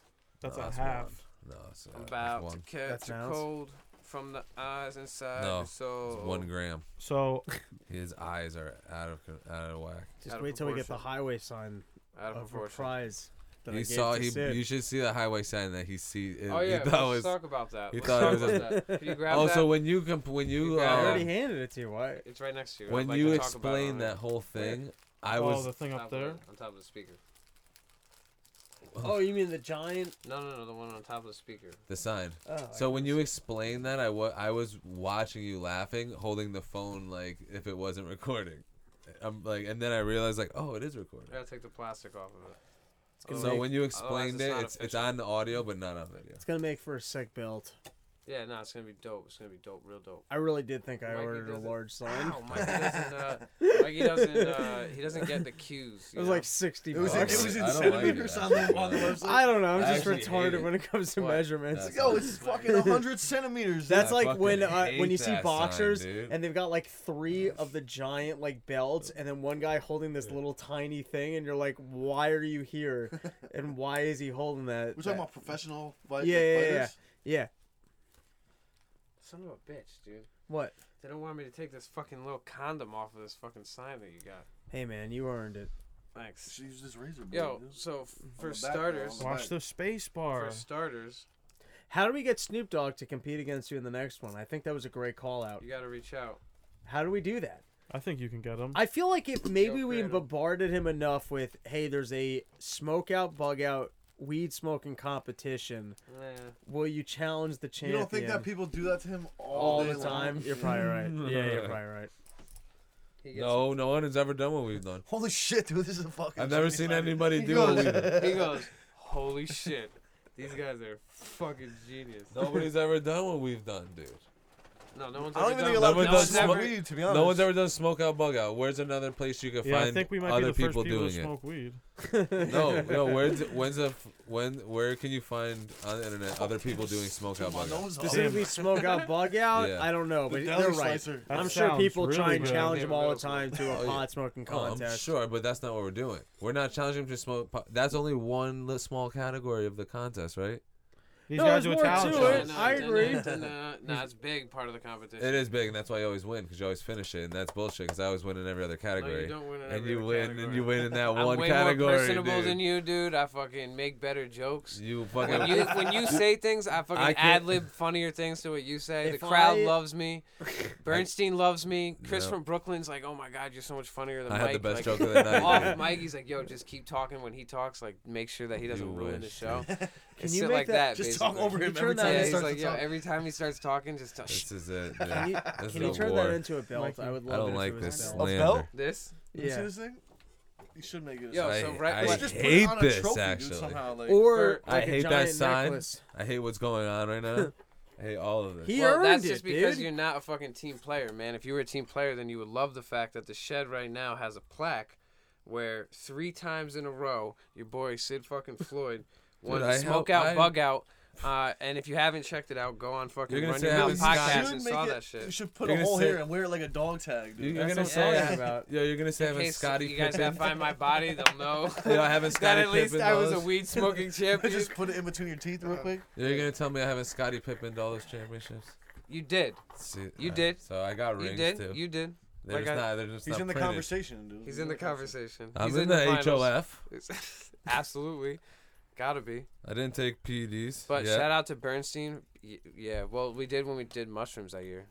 [SPEAKER 3] That's
[SPEAKER 2] No,
[SPEAKER 3] a
[SPEAKER 2] that's
[SPEAKER 3] half.
[SPEAKER 2] one. No, it's not.
[SPEAKER 1] I'm
[SPEAKER 2] It's
[SPEAKER 1] about to
[SPEAKER 2] one.
[SPEAKER 1] catch
[SPEAKER 6] That's
[SPEAKER 1] a
[SPEAKER 6] an ounce.
[SPEAKER 1] cold from the eyes inside
[SPEAKER 2] No,
[SPEAKER 1] your soul.
[SPEAKER 2] It's one gram.
[SPEAKER 3] So
[SPEAKER 2] His eyes are out of con- out of whack.
[SPEAKER 6] Just
[SPEAKER 1] Out of
[SPEAKER 6] wait till we get the
[SPEAKER 1] proportion.
[SPEAKER 6] highway sign
[SPEAKER 1] Out of
[SPEAKER 6] of our
[SPEAKER 1] proportion.
[SPEAKER 6] prize.
[SPEAKER 7] that I
[SPEAKER 2] he
[SPEAKER 7] gave
[SPEAKER 2] saw.
[SPEAKER 7] to
[SPEAKER 2] He
[SPEAKER 7] Sid.
[SPEAKER 2] you should see the highway sign that he see.
[SPEAKER 1] Oh yeah,
[SPEAKER 2] he
[SPEAKER 1] let's
[SPEAKER 2] thought was.
[SPEAKER 1] talk about that.
[SPEAKER 2] he
[SPEAKER 1] Let's
[SPEAKER 2] thought it
[SPEAKER 1] talk
[SPEAKER 2] was Oh,
[SPEAKER 1] about that. Can you grab
[SPEAKER 2] also,
[SPEAKER 1] that?
[SPEAKER 2] when you comp- when you
[SPEAKER 1] grab
[SPEAKER 6] I
[SPEAKER 1] that?
[SPEAKER 2] uh,
[SPEAKER 6] already handed it to you. Why?
[SPEAKER 1] It's right next to you. I'd
[SPEAKER 2] when
[SPEAKER 1] like
[SPEAKER 2] you
[SPEAKER 1] to talk about it
[SPEAKER 2] explained
[SPEAKER 1] on
[SPEAKER 2] that whole thing, I
[SPEAKER 3] oh,
[SPEAKER 2] was
[SPEAKER 3] the thing
[SPEAKER 1] top
[SPEAKER 3] up
[SPEAKER 1] of
[SPEAKER 3] there.
[SPEAKER 1] the- on top of the speaker.
[SPEAKER 6] Oh, you mean the giant?
[SPEAKER 1] No, no, no, the one on top of the speaker.
[SPEAKER 2] the sign.
[SPEAKER 6] Oh,
[SPEAKER 2] So when you explained that, I wa- I was watching you laughing, holding the phone like if it wasn't recording. I'm like, and then I realized like, oh, it is recording.
[SPEAKER 1] I gotta take the plastic off of it.
[SPEAKER 2] So when you
[SPEAKER 1] it's
[SPEAKER 2] explained it,
[SPEAKER 1] not
[SPEAKER 2] it's it's
[SPEAKER 1] official.
[SPEAKER 2] on the audio but not on video.
[SPEAKER 6] it's gonna make for a sick build.
[SPEAKER 1] Yeah, no, it's gonna be dope. It's gonna be dope, real dope.
[SPEAKER 6] I really did think I
[SPEAKER 1] Mikey
[SPEAKER 6] ordered a
[SPEAKER 1] doesn't-
[SPEAKER 6] large sign.
[SPEAKER 1] Ow, Mikey doesn't. Uh, Mikey doesn't. Uh, he doesn't get the cues.
[SPEAKER 6] It was like sixty
[SPEAKER 4] It was, it
[SPEAKER 6] bucks.
[SPEAKER 2] Fuck.
[SPEAKER 4] was in
[SPEAKER 2] I don't
[SPEAKER 4] centimeters
[SPEAKER 2] like
[SPEAKER 4] on, the,
[SPEAKER 2] that.
[SPEAKER 4] on the website.
[SPEAKER 6] I don't know. I'm
[SPEAKER 2] I
[SPEAKER 6] just
[SPEAKER 2] actually hate
[SPEAKER 6] retarded
[SPEAKER 2] it.
[SPEAKER 6] when it comes to
[SPEAKER 1] What?
[SPEAKER 6] measurements.
[SPEAKER 2] That's-
[SPEAKER 4] Yo, it's fucking 100 centimeters.
[SPEAKER 6] That's
[SPEAKER 2] I
[SPEAKER 6] like when
[SPEAKER 2] fucking
[SPEAKER 6] uh, when
[SPEAKER 2] hate
[SPEAKER 6] you see
[SPEAKER 2] that sign,
[SPEAKER 6] boxers
[SPEAKER 2] dude.
[SPEAKER 6] and they've got like three of the giant like belts and then one guy holding this little tiny thing and you're like, why are you here? And why is he holding that?
[SPEAKER 4] We're talking
[SPEAKER 6] that-
[SPEAKER 4] about professional fighters.
[SPEAKER 6] yeah, yeah, yeah, yeah, yeah.
[SPEAKER 1] Son of a bitch, dude.
[SPEAKER 6] What?
[SPEAKER 1] They don't want me to take this fucking little condom off of this fucking sign that you got.
[SPEAKER 6] Hey man, you earned it.
[SPEAKER 1] Thanks.
[SPEAKER 4] She used this razor.
[SPEAKER 1] Yo,
[SPEAKER 4] blade,
[SPEAKER 1] so f- for
[SPEAKER 4] the back,
[SPEAKER 1] starters,
[SPEAKER 4] on
[SPEAKER 3] Watch the space bar.
[SPEAKER 1] for starters,
[SPEAKER 6] How do we get Snoop Dogg to compete against you in the next one? I think that was a great call out.
[SPEAKER 1] you gotta reach out.
[SPEAKER 6] How do we do that?
[SPEAKER 3] I think you can get them.
[SPEAKER 6] I feel like if maybe we
[SPEAKER 1] Cradle.
[SPEAKER 6] bombarded him enough with, hey, there's a smoke out, bug out, weed smoking competition,
[SPEAKER 1] Nah.
[SPEAKER 6] will you challenge the
[SPEAKER 4] You
[SPEAKER 6] champion?
[SPEAKER 4] don't think that people do that to him all,
[SPEAKER 6] all
[SPEAKER 4] day
[SPEAKER 6] the time?
[SPEAKER 4] long?
[SPEAKER 6] You're probably right. Yeah, you're probably right.
[SPEAKER 1] He gets,
[SPEAKER 2] No, no one has ever done what we've done.
[SPEAKER 4] Holy shit, dude! This is a fucking.
[SPEAKER 2] I've never
[SPEAKER 4] Jimmy
[SPEAKER 2] seen
[SPEAKER 4] Snyder.
[SPEAKER 2] anybody
[SPEAKER 4] He
[SPEAKER 2] do what
[SPEAKER 4] goes-
[SPEAKER 2] we've done.
[SPEAKER 1] He goes, holy shit. These guys are fucking genius.
[SPEAKER 2] Nobody's ever done what we've done, dude.
[SPEAKER 1] No, no one's
[SPEAKER 4] I don't
[SPEAKER 1] ever done
[SPEAKER 4] even think a
[SPEAKER 2] No
[SPEAKER 4] lot of
[SPEAKER 2] one
[SPEAKER 4] people
[SPEAKER 2] does
[SPEAKER 4] smoke
[SPEAKER 2] smoke-
[SPEAKER 4] weed, to be honest.
[SPEAKER 2] No one's ever done smoke out, bug out. Where's another place you can
[SPEAKER 3] yeah,
[SPEAKER 2] find
[SPEAKER 3] I think we might be
[SPEAKER 2] other
[SPEAKER 3] the first
[SPEAKER 2] people
[SPEAKER 3] people to
[SPEAKER 2] doing
[SPEAKER 3] smoke weed.
[SPEAKER 2] it? No, no. Where's when's the f- when? Where can you find on the internet other people doing smoke out, bug out?
[SPEAKER 4] Those are-
[SPEAKER 6] Specifically, smoke out, bug out.
[SPEAKER 2] Yeah.
[SPEAKER 6] I don't know,
[SPEAKER 4] The
[SPEAKER 6] but
[SPEAKER 4] deli
[SPEAKER 6] they're right.
[SPEAKER 4] slicer.
[SPEAKER 3] That
[SPEAKER 6] I'm sure people
[SPEAKER 3] sounds
[SPEAKER 6] try
[SPEAKER 3] really
[SPEAKER 6] and
[SPEAKER 3] good.
[SPEAKER 6] challenge him all the
[SPEAKER 1] Middle school.
[SPEAKER 6] time to a
[SPEAKER 2] Oh, yeah.
[SPEAKER 6] pot smoking
[SPEAKER 2] Oh, I'm
[SPEAKER 6] contest.
[SPEAKER 2] sure, but that's not what we're doing. We're not challenging them to smoke. Po- that's only one li- small category of the contest, right?
[SPEAKER 3] These
[SPEAKER 6] No,
[SPEAKER 3] guys
[SPEAKER 6] there's
[SPEAKER 3] do a
[SPEAKER 6] more
[SPEAKER 3] talent
[SPEAKER 6] to
[SPEAKER 3] show.
[SPEAKER 6] it. I agree.
[SPEAKER 1] uh, Nah, it's big part of the competition.
[SPEAKER 2] It is big, and that's why you always win because you always finish it, and that's bullshit because I always win in every other
[SPEAKER 1] No, you
[SPEAKER 2] category.
[SPEAKER 1] don't win in
[SPEAKER 2] and
[SPEAKER 1] every
[SPEAKER 2] you
[SPEAKER 1] other
[SPEAKER 2] win,
[SPEAKER 1] category.
[SPEAKER 2] and you win in that
[SPEAKER 1] I'm
[SPEAKER 2] one
[SPEAKER 1] way more
[SPEAKER 2] category.
[SPEAKER 1] personable
[SPEAKER 2] dude.
[SPEAKER 1] than you, dude. I fucking make better jokes.
[SPEAKER 2] You
[SPEAKER 1] When
[SPEAKER 2] fucking.
[SPEAKER 1] you, when you say things, I
[SPEAKER 2] I
[SPEAKER 1] fucking
[SPEAKER 2] can't-
[SPEAKER 1] ad lib funnier things to what you say.
[SPEAKER 6] If
[SPEAKER 1] the crowd
[SPEAKER 6] I-
[SPEAKER 1] loves me. Bernstein loves me. Chris
[SPEAKER 2] Yeah.
[SPEAKER 1] from Brooklyn's like, oh my god, you're so much funnier than
[SPEAKER 2] I
[SPEAKER 1] Mike.
[SPEAKER 2] had the best
[SPEAKER 1] like,
[SPEAKER 2] joke of the night.
[SPEAKER 1] Off
[SPEAKER 2] dude.
[SPEAKER 1] Mike, he's like, yo, just keep talking when he talks. Like, make sure that he doesn't
[SPEAKER 2] You
[SPEAKER 1] ruin the
[SPEAKER 2] wish,
[SPEAKER 1] show. Can
[SPEAKER 6] Can you
[SPEAKER 1] shit
[SPEAKER 6] make
[SPEAKER 1] like that?
[SPEAKER 6] that-
[SPEAKER 4] Just talk
[SPEAKER 1] basically.
[SPEAKER 4] over him
[SPEAKER 6] Turn
[SPEAKER 4] every
[SPEAKER 6] that
[SPEAKER 1] Yeah,
[SPEAKER 4] time he
[SPEAKER 6] into
[SPEAKER 1] he's
[SPEAKER 4] starts
[SPEAKER 1] like,
[SPEAKER 4] to
[SPEAKER 1] yo,
[SPEAKER 4] talk.
[SPEAKER 1] every time he starts talking, just talk.
[SPEAKER 2] This is it.
[SPEAKER 6] Can you,
[SPEAKER 2] dude. This
[SPEAKER 6] can
[SPEAKER 2] is
[SPEAKER 6] you
[SPEAKER 2] a
[SPEAKER 6] turn
[SPEAKER 2] war.
[SPEAKER 6] that into a belt?
[SPEAKER 3] Mikey.
[SPEAKER 6] I would
[SPEAKER 2] I don't
[SPEAKER 6] love it if
[SPEAKER 2] like
[SPEAKER 6] it was
[SPEAKER 2] this
[SPEAKER 6] a
[SPEAKER 4] belt?
[SPEAKER 2] slander.
[SPEAKER 1] This?
[SPEAKER 4] You see
[SPEAKER 6] Yeah.
[SPEAKER 4] this thing? You should make it. a
[SPEAKER 1] Yo,
[SPEAKER 4] sign.
[SPEAKER 2] I,
[SPEAKER 1] so right-
[SPEAKER 2] I
[SPEAKER 1] like,
[SPEAKER 4] Let's
[SPEAKER 1] just
[SPEAKER 2] hate
[SPEAKER 4] on a
[SPEAKER 2] this
[SPEAKER 4] trophy, dude,
[SPEAKER 2] actually.
[SPEAKER 4] somehow, like-
[SPEAKER 6] Or
[SPEAKER 2] I
[SPEAKER 6] like a
[SPEAKER 2] hate that
[SPEAKER 6] giant
[SPEAKER 2] sign.
[SPEAKER 6] necklace.
[SPEAKER 2] I hate what's going on right now. I hate all of this.
[SPEAKER 6] He
[SPEAKER 1] well,
[SPEAKER 6] earned
[SPEAKER 1] that's
[SPEAKER 6] it,
[SPEAKER 1] just because
[SPEAKER 6] dude.
[SPEAKER 1] you're not a fucking team player, man. If you were a team player, then you would love the fact that the shed right now has a plaque where three times in a row your boy Sid fucking Floyd won
[SPEAKER 2] Dude,
[SPEAKER 1] the
[SPEAKER 2] I
[SPEAKER 1] smoke
[SPEAKER 2] hope-
[SPEAKER 1] out,
[SPEAKER 2] I-
[SPEAKER 1] bug out. Uh, and if you haven't checked it out, go on fucking
[SPEAKER 2] You're gonna
[SPEAKER 1] run
[SPEAKER 2] say
[SPEAKER 1] your
[SPEAKER 2] how
[SPEAKER 1] mouth
[SPEAKER 2] it's
[SPEAKER 1] podcast
[SPEAKER 2] Scott-
[SPEAKER 1] and
[SPEAKER 4] make
[SPEAKER 1] saw
[SPEAKER 4] it-
[SPEAKER 1] that
[SPEAKER 4] You
[SPEAKER 1] shit.
[SPEAKER 4] should put
[SPEAKER 2] You're
[SPEAKER 4] a
[SPEAKER 2] gonna
[SPEAKER 4] hole
[SPEAKER 2] say-
[SPEAKER 4] here and wear it like a dog tag,
[SPEAKER 2] You-
[SPEAKER 4] dude.
[SPEAKER 2] You're
[SPEAKER 6] That's
[SPEAKER 2] gonna
[SPEAKER 6] what I'm
[SPEAKER 2] say
[SPEAKER 6] talking about.
[SPEAKER 2] Yeah, you're gonna say
[SPEAKER 1] In
[SPEAKER 2] having
[SPEAKER 1] case
[SPEAKER 2] Scotty
[SPEAKER 1] you guys
[SPEAKER 2] Pippen.
[SPEAKER 1] have find my body, they'll know.
[SPEAKER 2] Yeah, I haven't
[SPEAKER 1] that
[SPEAKER 2] Scotty
[SPEAKER 1] at least
[SPEAKER 2] Pippen
[SPEAKER 1] I was a
[SPEAKER 2] those-
[SPEAKER 1] weed smoking champion.
[SPEAKER 4] just put it in between your teeth
[SPEAKER 2] Uh,
[SPEAKER 4] real quick.
[SPEAKER 2] Yeah, You're gonna tell me I haven't Scotty Pippen all those championships?
[SPEAKER 1] You did.
[SPEAKER 2] See,
[SPEAKER 1] You
[SPEAKER 2] uh,
[SPEAKER 1] did.
[SPEAKER 2] So I got rings
[SPEAKER 1] You did.
[SPEAKER 2] too.
[SPEAKER 1] You did.
[SPEAKER 2] they're
[SPEAKER 1] like
[SPEAKER 2] just
[SPEAKER 1] I-
[SPEAKER 2] not. They're just
[SPEAKER 4] He's
[SPEAKER 2] not
[SPEAKER 4] in the
[SPEAKER 2] printed.
[SPEAKER 4] conversation, dude.
[SPEAKER 1] He's in the conversation.
[SPEAKER 2] I'm
[SPEAKER 1] He's
[SPEAKER 2] in, the
[SPEAKER 1] finals.
[SPEAKER 2] HOF.
[SPEAKER 1] Absolutely. Gotta be.
[SPEAKER 2] I didn't take E PEDs.
[SPEAKER 1] But
[SPEAKER 2] yet.
[SPEAKER 1] shout out to Bernstein. Y- Yeah, well, we did when we did mushrooms that year.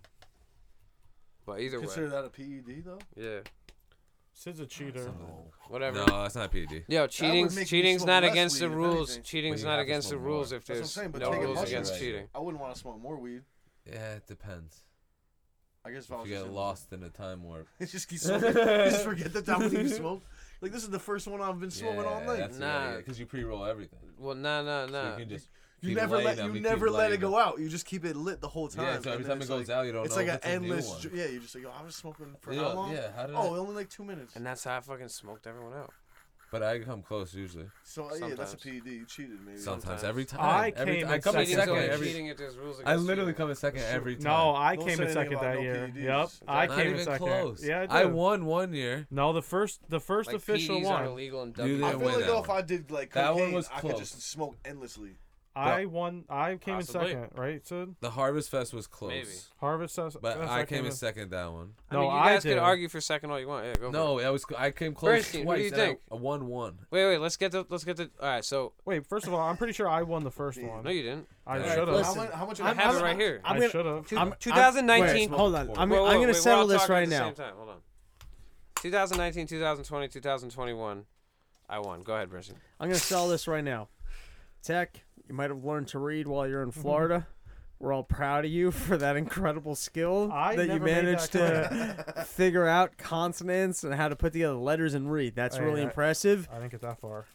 [SPEAKER 1] But either
[SPEAKER 4] Consider
[SPEAKER 1] way,
[SPEAKER 4] that a PED though.
[SPEAKER 1] yeah,
[SPEAKER 3] Sid's a cheater.
[SPEAKER 1] whatever.
[SPEAKER 2] No, that's not E PED.
[SPEAKER 1] Yo,
[SPEAKER 4] make
[SPEAKER 1] cheating's
[SPEAKER 4] me
[SPEAKER 1] cheating's
[SPEAKER 4] smoke
[SPEAKER 1] not
[SPEAKER 4] less
[SPEAKER 1] against the
[SPEAKER 4] weed, if
[SPEAKER 1] rules.
[SPEAKER 4] anything.
[SPEAKER 1] Cheating's
[SPEAKER 2] But you
[SPEAKER 1] not
[SPEAKER 2] have to
[SPEAKER 1] against the
[SPEAKER 2] smoke
[SPEAKER 1] rules
[SPEAKER 2] more.
[SPEAKER 1] if
[SPEAKER 4] That's what I'm
[SPEAKER 1] there's
[SPEAKER 4] saying. But
[SPEAKER 1] no
[SPEAKER 4] take
[SPEAKER 1] rules
[SPEAKER 4] mushrooms.
[SPEAKER 1] against
[SPEAKER 2] Right.
[SPEAKER 1] cheating.
[SPEAKER 4] I wouldn't want to smoke more weed.
[SPEAKER 2] Yeah, it depends.
[SPEAKER 4] I guess if I
[SPEAKER 2] If
[SPEAKER 4] was
[SPEAKER 2] you
[SPEAKER 4] just
[SPEAKER 2] get
[SPEAKER 4] in-
[SPEAKER 2] lost in a time warp.
[SPEAKER 4] just keep smoking. You just forget that that you smoke. Like this is the first one I've been smoking all
[SPEAKER 2] Yeah,
[SPEAKER 4] night.
[SPEAKER 2] that's
[SPEAKER 1] Nah.
[SPEAKER 2] because you pre-roll everything.
[SPEAKER 1] Well, nah, nah,
[SPEAKER 2] So
[SPEAKER 1] nah.
[SPEAKER 2] you can just.
[SPEAKER 4] You
[SPEAKER 2] keep
[SPEAKER 4] never
[SPEAKER 2] lighting
[SPEAKER 4] let
[SPEAKER 2] them,
[SPEAKER 4] you
[SPEAKER 2] keep
[SPEAKER 4] never let
[SPEAKER 2] lighting
[SPEAKER 4] it go
[SPEAKER 2] them.
[SPEAKER 4] out. You just keep it lit the whole time.
[SPEAKER 2] Yeah, so every
[SPEAKER 4] and then
[SPEAKER 2] time
[SPEAKER 4] it's
[SPEAKER 2] it goes
[SPEAKER 4] like-
[SPEAKER 2] out, you don't
[SPEAKER 4] it's
[SPEAKER 2] know.
[SPEAKER 4] like
[SPEAKER 2] if
[SPEAKER 4] an
[SPEAKER 2] a new
[SPEAKER 4] endless.
[SPEAKER 2] one.
[SPEAKER 4] ju- Yeah, you're just like, yo, I was smoking for
[SPEAKER 2] Yeah,
[SPEAKER 4] how long?
[SPEAKER 2] yeah, how did
[SPEAKER 4] oh,
[SPEAKER 2] I-
[SPEAKER 4] only like two minutes.
[SPEAKER 1] and that's how I fucking smoked everyone out.
[SPEAKER 2] But I come close usually.
[SPEAKER 4] So uh, yeah, that's a
[SPEAKER 1] Sometimes.
[SPEAKER 4] PED. You cheated, maybe.
[SPEAKER 2] Sometimes,
[SPEAKER 1] Sometimes.
[SPEAKER 2] every time.
[SPEAKER 3] I
[SPEAKER 2] every,
[SPEAKER 3] came
[SPEAKER 2] I
[SPEAKER 3] in
[SPEAKER 2] come in
[SPEAKER 1] Cheating's
[SPEAKER 2] second.
[SPEAKER 1] only
[SPEAKER 2] Every,
[SPEAKER 1] cheating if there's rules
[SPEAKER 2] I
[SPEAKER 1] against
[SPEAKER 2] literally
[SPEAKER 1] cheating.
[SPEAKER 2] come in second every time.
[SPEAKER 3] No, I
[SPEAKER 4] Don't
[SPEAKER 3] came
[SPEAKER 4] say
[SPEAKER 3] in
[SPEAKER 4] anything
[SPEAKER 3] second
[SPEAKER 4] about
[SPEAKER 3] that
[SPEAKER 4] no E
[SPEAKER 3] year.
[SPEAKER 4] PEDs.
[SPEAKER 3] Yep, I
[SPEAKER 2] Not
[SPEAKER 3] came in
[SPEAKER 2] even
[SPEAKER 3] second.
[SPEAKER 2] close.
[SPEAKER 3] Yeah, I, did.
[SPEAKER 2] I, won one year.
[SPEAKER 3] No, the first, the first
[SPEAKER 1] Like,
[SPEAKER 3] official
[SPEAKER 1] PEDs
[SPEAKER 3] one.
[SPEAKER 1] are illegal and W.
[SPEAKER 2] You
[SPEAKER 4] I
[SPEAKER 2] didn't
[SPEAKER 4] feel
[SPEAKER 2] win
[SPEAKER 4] like
[SPEAKER 2] that
[SPEAKER 4] though if
[SPEAKER 2] one.
[SPEAKER 4] I did like
[SPEAKER 2] That one
[SPEAKER 4] cocaine,
[SPEAKER 2] was
[SPEAKER 4] I could
[SPEAKER 2] close.
[SPEAKER 4] just smoke endlessly.
[SPEAKER 3] I won. I came
[SPEAKER 1] Possibly.
[SPEAKER 3] in second, right, Sid?
[SPEAKER 2] The Harvest Fest was close,
[SPEAKER 1] Maybe.
[SPEAKER 3] Harvest says, uh,
[SPEAKER 2] but I came in second that one.
[SPEAKER 1] I
[SPEAKER 3] No,
[SPEAKER 1] mean, you
[SPEAKER 3] I
[SPEAKER 1] guys
[SPEAKER 3] did.
[SPEAKER 1] could argue for second all you want. Yeah, go for it.
[SPEAKER 2] No, I was I came close
[SPEAKER 1] Bernstein, what
[SPEAKER 2] twice.
[SPEAKER 1] do you
[SPEAKER 2] and I-
[SPEAKER 1] think?
[SPEAKER 2] A one-one.
[SPEAKER 1] Wait, wait. Let's get the. Let's get the. All right. So
[SPEAKER 3] Wait, first of all, I'm pretty sure I won the first one.
[SPEAKER 1] no, you didn't.
[SPEAKER 3] I
[SPEAKER 2] Alright,
[SPEAKER 3] should
[SPEAKER 6] listen.
[SPEAKER 3] have.
[SPEAKER 4] much? How much?
[SPEAKER 1] I have it right here.
[SPEAKER 6] I'm
[SPEAKER 3] I
[SPEAKER 6] gonna-
[SPEAKER 3] should have.
[SPEAKER 1] Two-
[SPEAKER 6] I'm- I'm-
[SPEAKER 1] 2019.
[SPEAKER 6] wait, hold on. I'm,
[SPEAKER 1] Wait, wait,
[SPEAKER 6] I'm
[SPEAKER 1] wait,
[SPEAKER 6] going
[SPEAKER 1] we're all
[SPEAKER 6] to settle this
[SPEAKER 1] talking
[SPEAKER 6] right
[SPEAKER 1] at the
[SPEAKER 6] now.
[SPEAKER 1] Same time. Hold on. 2019, 2020, 2021. I won. Go ahead, Brisson.
[SPEAKER 6] I'm going to sell this right now. Tech, you might have learned to read while you're in
[SPEAKER 1] Mm-hmm.
[SPEAKER 6] Florida. We're all proud of you for that incredible skill
[SPEAKER 3] I
[SPEAKER 6] that you
[SPEAKER 3] never made that
[SPEAKER 6] managed to figure out consonants and how to put together letters and read. That's
[SPEAKER 3] Hey,
[SPEAKER 6] really
[SPEAKER 3] I-
[SPEAKER 6] impressive.
[SPEAKER 3] I didn't get that far.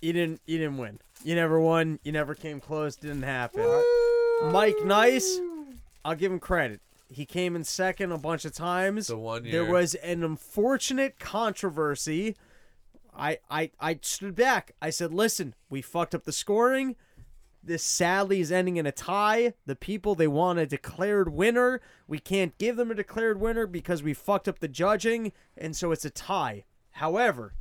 [SPEAKER 6] You didn't you didn't win. You never won. You never came close. Didn't happen. Mike Nice, I'll give him credit. He came in second a bunch of times.
[SPEAKER 2] The one year
[SPEAKER 6] There was an unfortunate controversy. I, I I stood back. I said, "Listen, we fucked up the scoring. This sadly is ending in a tie. The people they want a declared winner. We can't give them a declared winner because we fucked up the judging, and so it's a tie." However,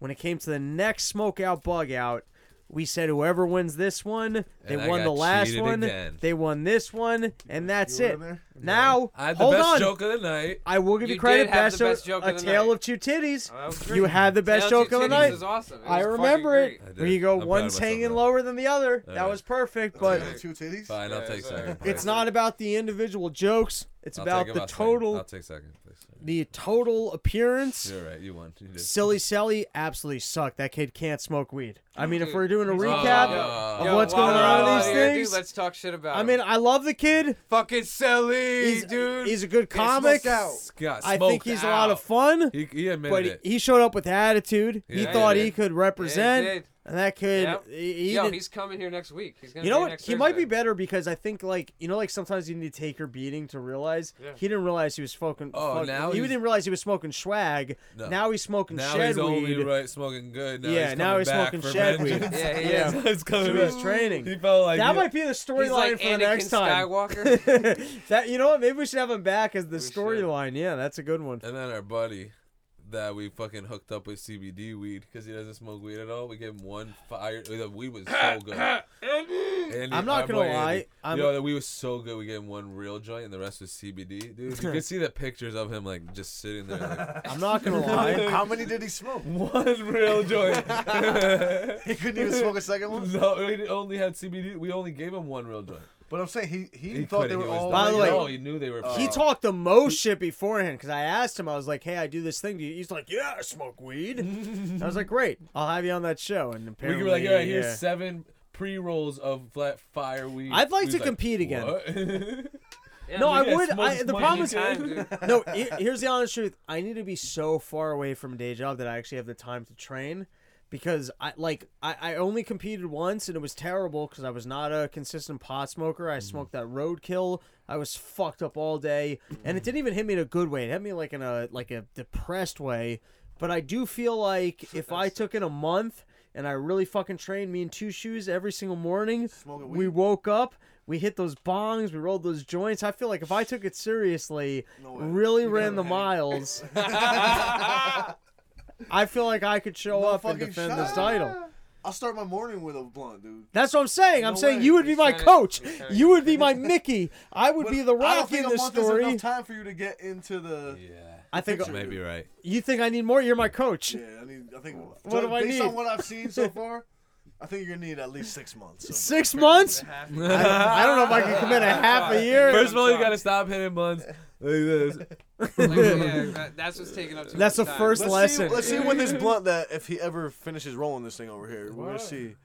[SPEAKER 6] when it came to the next smoke out bug out, we said whoever wins this one, they
[SPEAKER 2] And I
[SPEAKER 6] won
[SPEAKER 2] got
[SPEAKER 6] the last
[SPEAKER 2] cheated
[SPEAKER 6] one.
[SPEAKER 2] again.
[SPEAKER 6] They won this one, and that's it. Now,
[SPEAKER 2] I had the
[SPEAKER 6] hold
[SPEAKER 2] best
[SPEAKER 6] on.
[SPEAKER 2] joke of the night.
[SPEAKER 6] I will give
[SPEAKER 1] You
[SPEAKER 6] you, credit.
[SPEAKER 1] did have
[SPEAKER 6] Best,
[SPEAKER 1] the best
[SPEAKER 6] of,
[SPEAKER 1] joke
[SPEAKER 6] a
[SPEAKER 1] of the
[SPEAKER 6] tale
[SPEAKER 1] night.
[SPEAKER 6] of two titties.
[SPEAKER 1] Oh, that was
[SPEAKER 6] you
[SPEAKER 1] great.
[SPEAKER 6] had the best
[SPEAKER 1] Tails
[SPEAKER 6] joke of the
[SPEAKER 1] Titties
[SPEAKER 6] night.
[SPEAKER 1] was awesome. It
[SPEAKER 6] I
[SPEAKER 1] was fucking
[SPEAKER 6] remember it.
[SPEAKER 1] great.
[SPEAKER 2] I did.
[SPEAKER 6] Where you go,
[SPEAKER 2] I'm proud of
[SPEAKER 6] one's
[SPEAKER 2] myself
[SPEAKER 6] hanging
[SPEAKER 2] now.
[SPEAKER 6] lower than the other.
[SPEAKER 2] All
[SPEAKER 6] That
[SPEAKER 2] right.
[SPEAKER 6] was perfect, but
[SPEAKER 2] Two
[SPEAKER 4] titties.
[SPEAKER 2] Fine, I'll
[SPEAKER 1] Yeah,
[SPEAKER 2] take
[SPEAKER 1] so-
[SPEAKER 2] second. place.
[SPEAKER 6] it's not about the individual jokes. It's
[SPEAKER 2] I'll
[SPEAKER 6] about
[SPEAKER 2] take
[SPEAKER 6] the
[SPEAKER 2] second.
[SPEAKER 6] total,
[SPEAKER 2] I'll take second place.
[SPEAKER 6] the total appearance.
[SPEAKER 2] You're right. You won. You did.
[SPEAKER 6] Silly Sally absolutely sucked. That kid can't smoke weed. I mean, if
[SPEAKER 1] Dude.
[SPEAKER 6] we're doing a
[SPEAKER 1] Yo,
[SPEAKER 6] recap
[SPEAKER 2] Uh,
[SPEAKER 6] of
[SPEAKER 1] yo,
[SPEAKER 6] what's
[SPEAKER 1] while
[SPEAKER 6] going
[SPEAKER 1] we're
[SPEAKER 6] on in
[SPEAKER 1] all
[SPEAKER 6] these
[SPEAKER 1] here, dude,
[SPEAKER 6] things,
[SPEAKER 1] let's talk shit about.
[SPEAKER 6] I mean,
[SPEAKER 1] him.
[SPEAKER 6] I love the kid.
[SPEAKER 1] fucking silly,
[SPEAKER 6] He's
[SPEAKER 1] dude.
[SPEAKER 6] he's a good comic.
[SPEAKER 2] Got
[SPEAKER 6] I think
[SPEAKER 2] smoked
[SPEAKER 6] he's a lot
[SPEAKER 2] out.
[SPEAKER 6] of fun.
[SPEAKER 2] He, he admitted
[SPEAKER 6] But he,
[SPEAKER 2] it.
[SPEAKER 6] he showed up with attitude. he
[SPEAKER 2] Yeah, he
[SPEAKER 6] thought he
[SPEAKER 2] did.
[SPEAKER 6] could represent,
[SPEAKER 1] Yeah, he did.
[SPEAKER 6] and that could.
[SPEAKER 1] Yep.
[SPEAKER 6] He, he
[SPEAKER 1] Yo,
[SPEAKER 6] didn't-
[SPEAKER 1] he's coming here next week. He's gonna. be
[SPEAKER 6] you know
[SPEAKER 1] here
[SPEAKER 6] what?
[SPEAKER 1] next
[SPEAKER 6] He might be
[SPEAKER 1] Thursday.
[SPEAKER 6] better because I think, like, you know, like sometimes you need to take your beating to realize.
[SPEAKER 1] Yeah.
[SPEAKER 6] He didn't realize he was smoking.
[SPEAKER 2] Oh,
[SPEAKER 6] fuck-
[SPEAKER 2] now
[SPEAKER 6] he
[SPEAKER 2] he's-
[SPEAKER 6] didn't realize he was smoking swag.
[SPEAKER 2] No.
[SPEAKER 6] Now he's smoking
[SPEAKER 2] now
[SPEAKER 6] shed
[SPEAKER 2] he's
[SPEAKER 6] weed.
[SPEAKER 2] only right smoking good. Now
[SPEAKER 6] yeah,
[SPEAKER 2] he's
[SPEAKER 6] now
[SPEAKER 2] coming
[SPEAKER 6] he's
[SPEAKER 2] back
[SPEAKER 6] smoking
[SPEAKER 2] for
[SPEAKER 6] shed
[SPEAKER 2] vengeance.
[SPEAKER 6] weed.
[SPEAKER 1] Yeah, he
[SPEAKER 6] Yeah.
[SPEAKER 1] is.
[SPEAKER 2] He's coming
[SPEAKER 6] Through his
[SPEAKER 2] back.
[SPEAKER 6] training.
[SPEAKER 2] He felt like
[SPEAKER 6] That
[SPEAKER 2] he-
[SPEAKER 6] might be the
[SPEAKER 1] He's
[SPEAKER 6] storyline
[SPEAKER 1] like
[SPEAKER 6] for
[SPEAKER 1] Anakin
[SPEAKER 6] the next time.
[SPEAKER 1] Skywalker.
[SPEAKER 6] that you know what? Maybe we should have him back as the
[SPEAKER 1] should.
[SPEAKER 6] storyline. Yeah, that's a good one.
[SPEAKER 2] And then our buddy that we fucking hooked up with CBD weed because he doesn't smoke weed at all. We gave him one fire. The weed was so good. Andy,
[SPEAKER 6] I'm not
[SPEAKER 2] our
[SPEAKER 6] gonna
[SPEAKER 2] boy Andy.
[SPEAKER 6] lie, I'm-
[SPEAKER 2] Yo, the weed was so good. We gave him one real joint and the rest was CBD. Dude, you could see the pictures of him like just sitting there. Like,
[SPEAKER 6] I'm not gonna lie.
[SPEAKER 4] How many did he smoke?
[SPEAKER 2] one real joint.
[SPEAKER 4] He couldn't even smoke a second one.
[SPEAKER 2] no, we only had CBD. We only gave him one real joint.
[SPEAKER 4] But I'm saying he he,
[SPEAKER 2] He
[SPEAKER 4] thought
[SPEAKER 2] couldn't.
[SPEAKER 4] they were
[SPEAKER 2] He was
[SPEAKER 4] all. Oh,
[SPEAKER 2] like,
[SPEAKER 6] By the way,
[SPEAKER 2] no, he knew they were.
[SPEAKER 6] He
[SPEAKER 2] fake.
[SPEAKER 6] talked the most shit beforehand because I asked him. I was like, "Hey, I do this thing. Do you?" He's like, "Yeah, I smoke weed." I was like, "Great, I'll have you on that show." And
[SPEAKER 2] We
[SPEAKER 6] apparently,
[SPEAKER 2] were like, all right,
[SPEAKER 6] yeah.
[SPEAKER 2] here's seven pre rolls of flat fire weed.
[SPEAKER 6] I'd like
[SPEAKER 2] We
[SPEAKER 6] to
[SPEAKER 2] was
[SPEAKER 6] compete again.
[SPEAKER 2] "What?"
[SPEAKER 6] no, I
[SPEAKER 2] Yeah,
[SPEAKER 6] would.
[SPEAKER 2] smoke
[SPEAKER 6] I, the
[SPEAKER 2] money
[SPEAKER 6] problem is,
[SPEAKER 1] Time, dude.
[SPEAKER 6] no. he- Here's the honest truth. I need to be so far away from a day job that I actually have the time to train, because I like I, I only competed once and it was terrible because I was not a consistent pot smoker.
[SPEAKER 2] Mm.
[SPEAKER 6] I smoked that roadkill. I was fucked up all day, and it didn't even hit me in a good way. It hit me like in a like a depressed way. But I do feel like if I took in a month and I really fucking trained me in two shoes every single morning,
[SPEAKER 4] Smoking
[SPEAKER 6] we woke up, we hit those bongs, we rolled those joints. I feel like if I took it seriously,
[SPEAKER 4] way.
[SPEAKER 6] really ran the miles, I feel like I could show
[SPEAKER 4] No
[SPEAKER 6] up and
[SPEAKER 4] fucking
[SPEAKER 6] defend
[SPEAKER 4] shot.
[SPEAKER 6] this title.
[SPEAKER 4] I'll start my morning with a blunt, dude.
[SPEAKER 6] That's what I'm saying. I'm
[SPEAKER 4] No
[SPEAKER 6] saying
[SPEAKER 4] way.
[SPEAKER 6] you would be my
[SPEAKER 1] trying to-
[SPEAKER 6] coach.
[SPEAKER 1] he's trying to-
[SPEAKER 6] You would be my Mickey. I would
[SPEAKER 4] But
[SPEAKER 6] be the
[SPEAKER 4] I don't
[SPEAKER 6] Rock
[SPEAKER 4] think
[SPEAKER 6] in
[SPEAKER 4] a
[SPEAKER 6] this
[SPEAKER 4] month is enough
[SPEAKER 6] story.
[SPEAKER 4] time for you to get into the.
[SPEAKER 2] yeah,
[SPEAKER 6] I think
[SPEAKER 4] picture.
[SPEAKER 2] maybe right.
[SPEAKER 6] you think I need more. You're my coach.
[SPEAKER 4] Yeah, I need. I think.
[SPEAKER 6] What do I
[SPEAKER 4] based
[SPEAKER 6] need?
[SPEAKER 4] on what I've seen so far, I think you're gonna need at least six months. of-
[SPEAKER 6] Six months?
[SPEAKER 1] Half-
[SPEAKER 6] I, I don't know if I can commit a half a year.
[SPEAKER 2] First of all, you gotta stop hitting buns like this.
[SPEAKER 1] Like, yeah, that- that's what's taking up. too
[SPEAKER 6] That's
[SPEAKER 1] much
[SPEAKER 6] the
[SPEAKER 1] time.
[SPEAKER 6] first
[SPEAKER 4] Let's
[SPEAKER 6] lesson.
[SPEAKER 4] see. Let's see when this blunt that if he ever finishes rolling this thing over here, we're gonna
[SPEAKER 3] What?
[SPEAKER 4] see.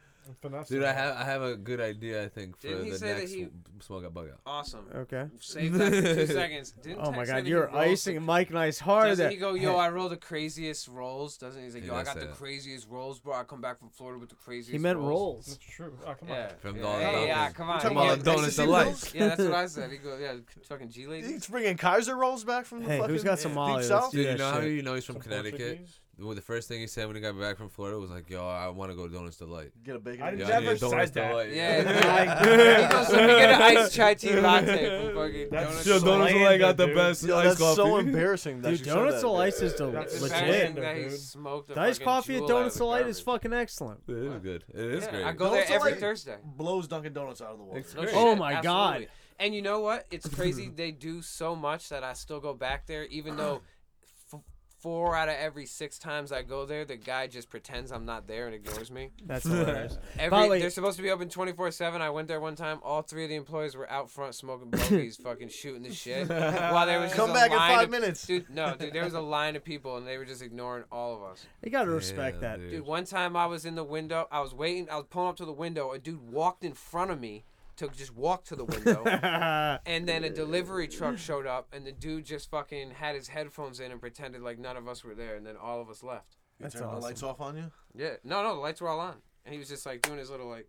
[SPEAKER 2] Dude, I have I have a good idea. I think for
[SPEAKER 1] Didn't he
[SPEAKER 2] the
[SPEAKER 1] say that
[SPEAKER 2] next
[SPEAKER 1] he-
[SPEAKER 2] smoke out bug out.
[SPEAKER 1] Awesome.
[SPEAKER 6] Okay.
[SPEAKER 1] Save that for two seconds. Didn't
[SPEAKER 6] Oh my
[SPEAKER 1] Tex
[SPEAKER 6] God,
[SPEAKER 1] say that
[SPEAKER 6] you're
[SPEAKER 1] he rolls
[SPEAKER 6] icing
[SPEAKER 1] the-
[SPEAKER 6] Mike Nice hard.
[SPEAKER 1] Doesn't
[SPEAKER 6] there.
[SPEAKER 1] he go, yo, I roll the craziest rolls? Doesn't he? He's like,
[SPEAKER 2] He
[SPEAKER 1] yo, I
[SPEAKER 2] does
[SPEAKER 1] got
[SPEAKER 2] say
[SPEAKER 1] the
[SPEAKER 2] that.
[SPEAKER 1] craziest rolls, bro. I come back from Florida with the craziest.
[SPEAKER 6] He meant
[SPEAKER 1] rolls.
[SPEAKER 6] rolls.
[SPEAKER 3] That's true. Ah, come
[SPEAKER 1] Yeah.
[SPEAKER 2] From
[SPEAKER 1] yeah,
[SPEAKER 2] Dollar
[SPEAKER 1] yeah,
[SPEAKER 2] Donuts.
[SPEAKER 1] yeah, come on.
[SPEAKER 2] talking
[SPEAKER 1] He
[SPEAKER 2] about
[SPEAKER 1] goes-
[SPEAKER 2] the donuts to life.
[SPEAKER 1] Yeah, that's what I said. He goes, yeah, fucking G ladies.
[SPEAKER 4] He's bringing Kaiser rolls back from the
[SPEAKER 6] Hey,
[SPEAKER 4] fucking
[SPEAKER 6] who's got some Molly?
[SPEAKER 4] deep
[SPEAKER 6] Let's
[SPEAKER 4] south.
[SPEAKER 6] do
[SPEAKER 2] Dude, you
[SPEAKER 6] that
[SPEAKER 2] know how
[SPEAKER 6] shit.
[SPEAKER 2] you know he's from Connecticut? well, the first thing he said when he got back from Florida was like, "Yo, I want to go to Donuts Delight."
[SPEAKER 4] Get a bacon.
[SPEAKER 7] I
[SPEAKER 4] and
[SPEAKER 7] didn't-
[SPEAKER 2] Yeah,
[SPEAKER 4] egg.
[SPEAKER 2] I need
[SPEAKER 7] Never
[SPEAKER 2] a Donuts
[SPEAKER 7] said that.
[SPEAKER 2] Delight.
[SPEAKER 1] Yeah,
[SPEAKER 7] Like-
[SPEAKER 1] he goes, "Let me get an iced chai tea latte from fucking
[SPEAKER 7] That's
[SPEAKER 1] Donuts."
[SPEAKER 2] Yo, Donuts Delight got the
[SPEAKER 7] Slander, dude.
[SPEAKER 2] best
[SPEAKER 4] Yo,
[SPEAKER 2] ice
[SPEAKER 4] that's
[SPEAKER 2] coffee.
[SPEAKER 4] so embarrassing. That
[SPEAKER 6] Dude,
[SPEAKER 4] you said
[SPEAKER 6] Donuts
[SPEAKER 4] that.
[SPEAKER 6] Delight is del-
[SPEAKER 7] That's
[SPEAKER 1] It's
[SPEAKER 7] Legit.
[SPEAKER 1] embarrassing
[SPEAKER 6] legit.
[SPEAKER 1] that he
[SPEAKER 7] Dude.
[SPEAKER 1] smoked a
[SPEAKER 6] The iced
[SPEAKER 1] fucking
[SPEAKER 6] coffee
[SPEAKER 1] jewel
[SPEAKER 6] at
[SPEAKER 1] out of
[SPEAKER 6] Donuts
[SPEAKER 1] the
[SPEAKER 6] Delight is
[SPEAKER 1] garbage.
[SPEAKER 6] fucking excellent.
[SPEAKER 2] It is good. It is
[SPEAKER 1] Yeah,
[SPEAKER 2] great.
[SPEAKER 1] I go
[SPEAKER 4] Donuts
[SPEAKER 1] there every
[SPEAKER 4] Delight-
[SPEAKER 1] Thursday.
[SPEAKER 4] blows Dunkin' Donuts out of the water.
[SPEAKER 2] It's
[SPEAKER 1] No
[SPEAKER 2] great.
[SPEAKER 1] shit,
[SPEAKER 6] Oh my
[SPEAKER 1] absolutely.
[SPEAKER 6] God.
[SPEAKER 1] And you know what? It's crazy. they do so much that I still go back there, even though f- four out of every six times I go there, the guy just pretends I'm not there and ignores me.
[SPEAKER 6] That's hilarious. By
[SPEAKER 1] Every
[SPEAKER 6] the way-
[SPEAKER 1] they're supposed to be open 24 seven. I went there one time. All three of the employees were out front smoking bogeys, fucking shooting the shit. While there was just
[SPEAKER 4] Come
[SPEAKER 1] a
[SPEAKER 4] back in
[SPEAKER 1] line
[SPEAKER 4] five
[SPEAKER 1] of-
[SPEAKER 4] minutes.
[SPEAKER 1] Dude, no, dude, there was a line of people and they were just ignoring all of us.
[SPEAKER 6] You gotta respect that.
[SPEAKER 1] Dude, one time I was in the window. I was waiting. I was pulling up to the window. A dude walked in front of me to just walk to the window. and then a delivery truck showed up, and the dude just fucking had his headphones in and pretended like none of us were there, and then all of us left.
[SPEAKER 4] That's turn the lights off on you.
[SPEAKER 1] Yeah. No, no, the lights were all on. And he was just like doing his little like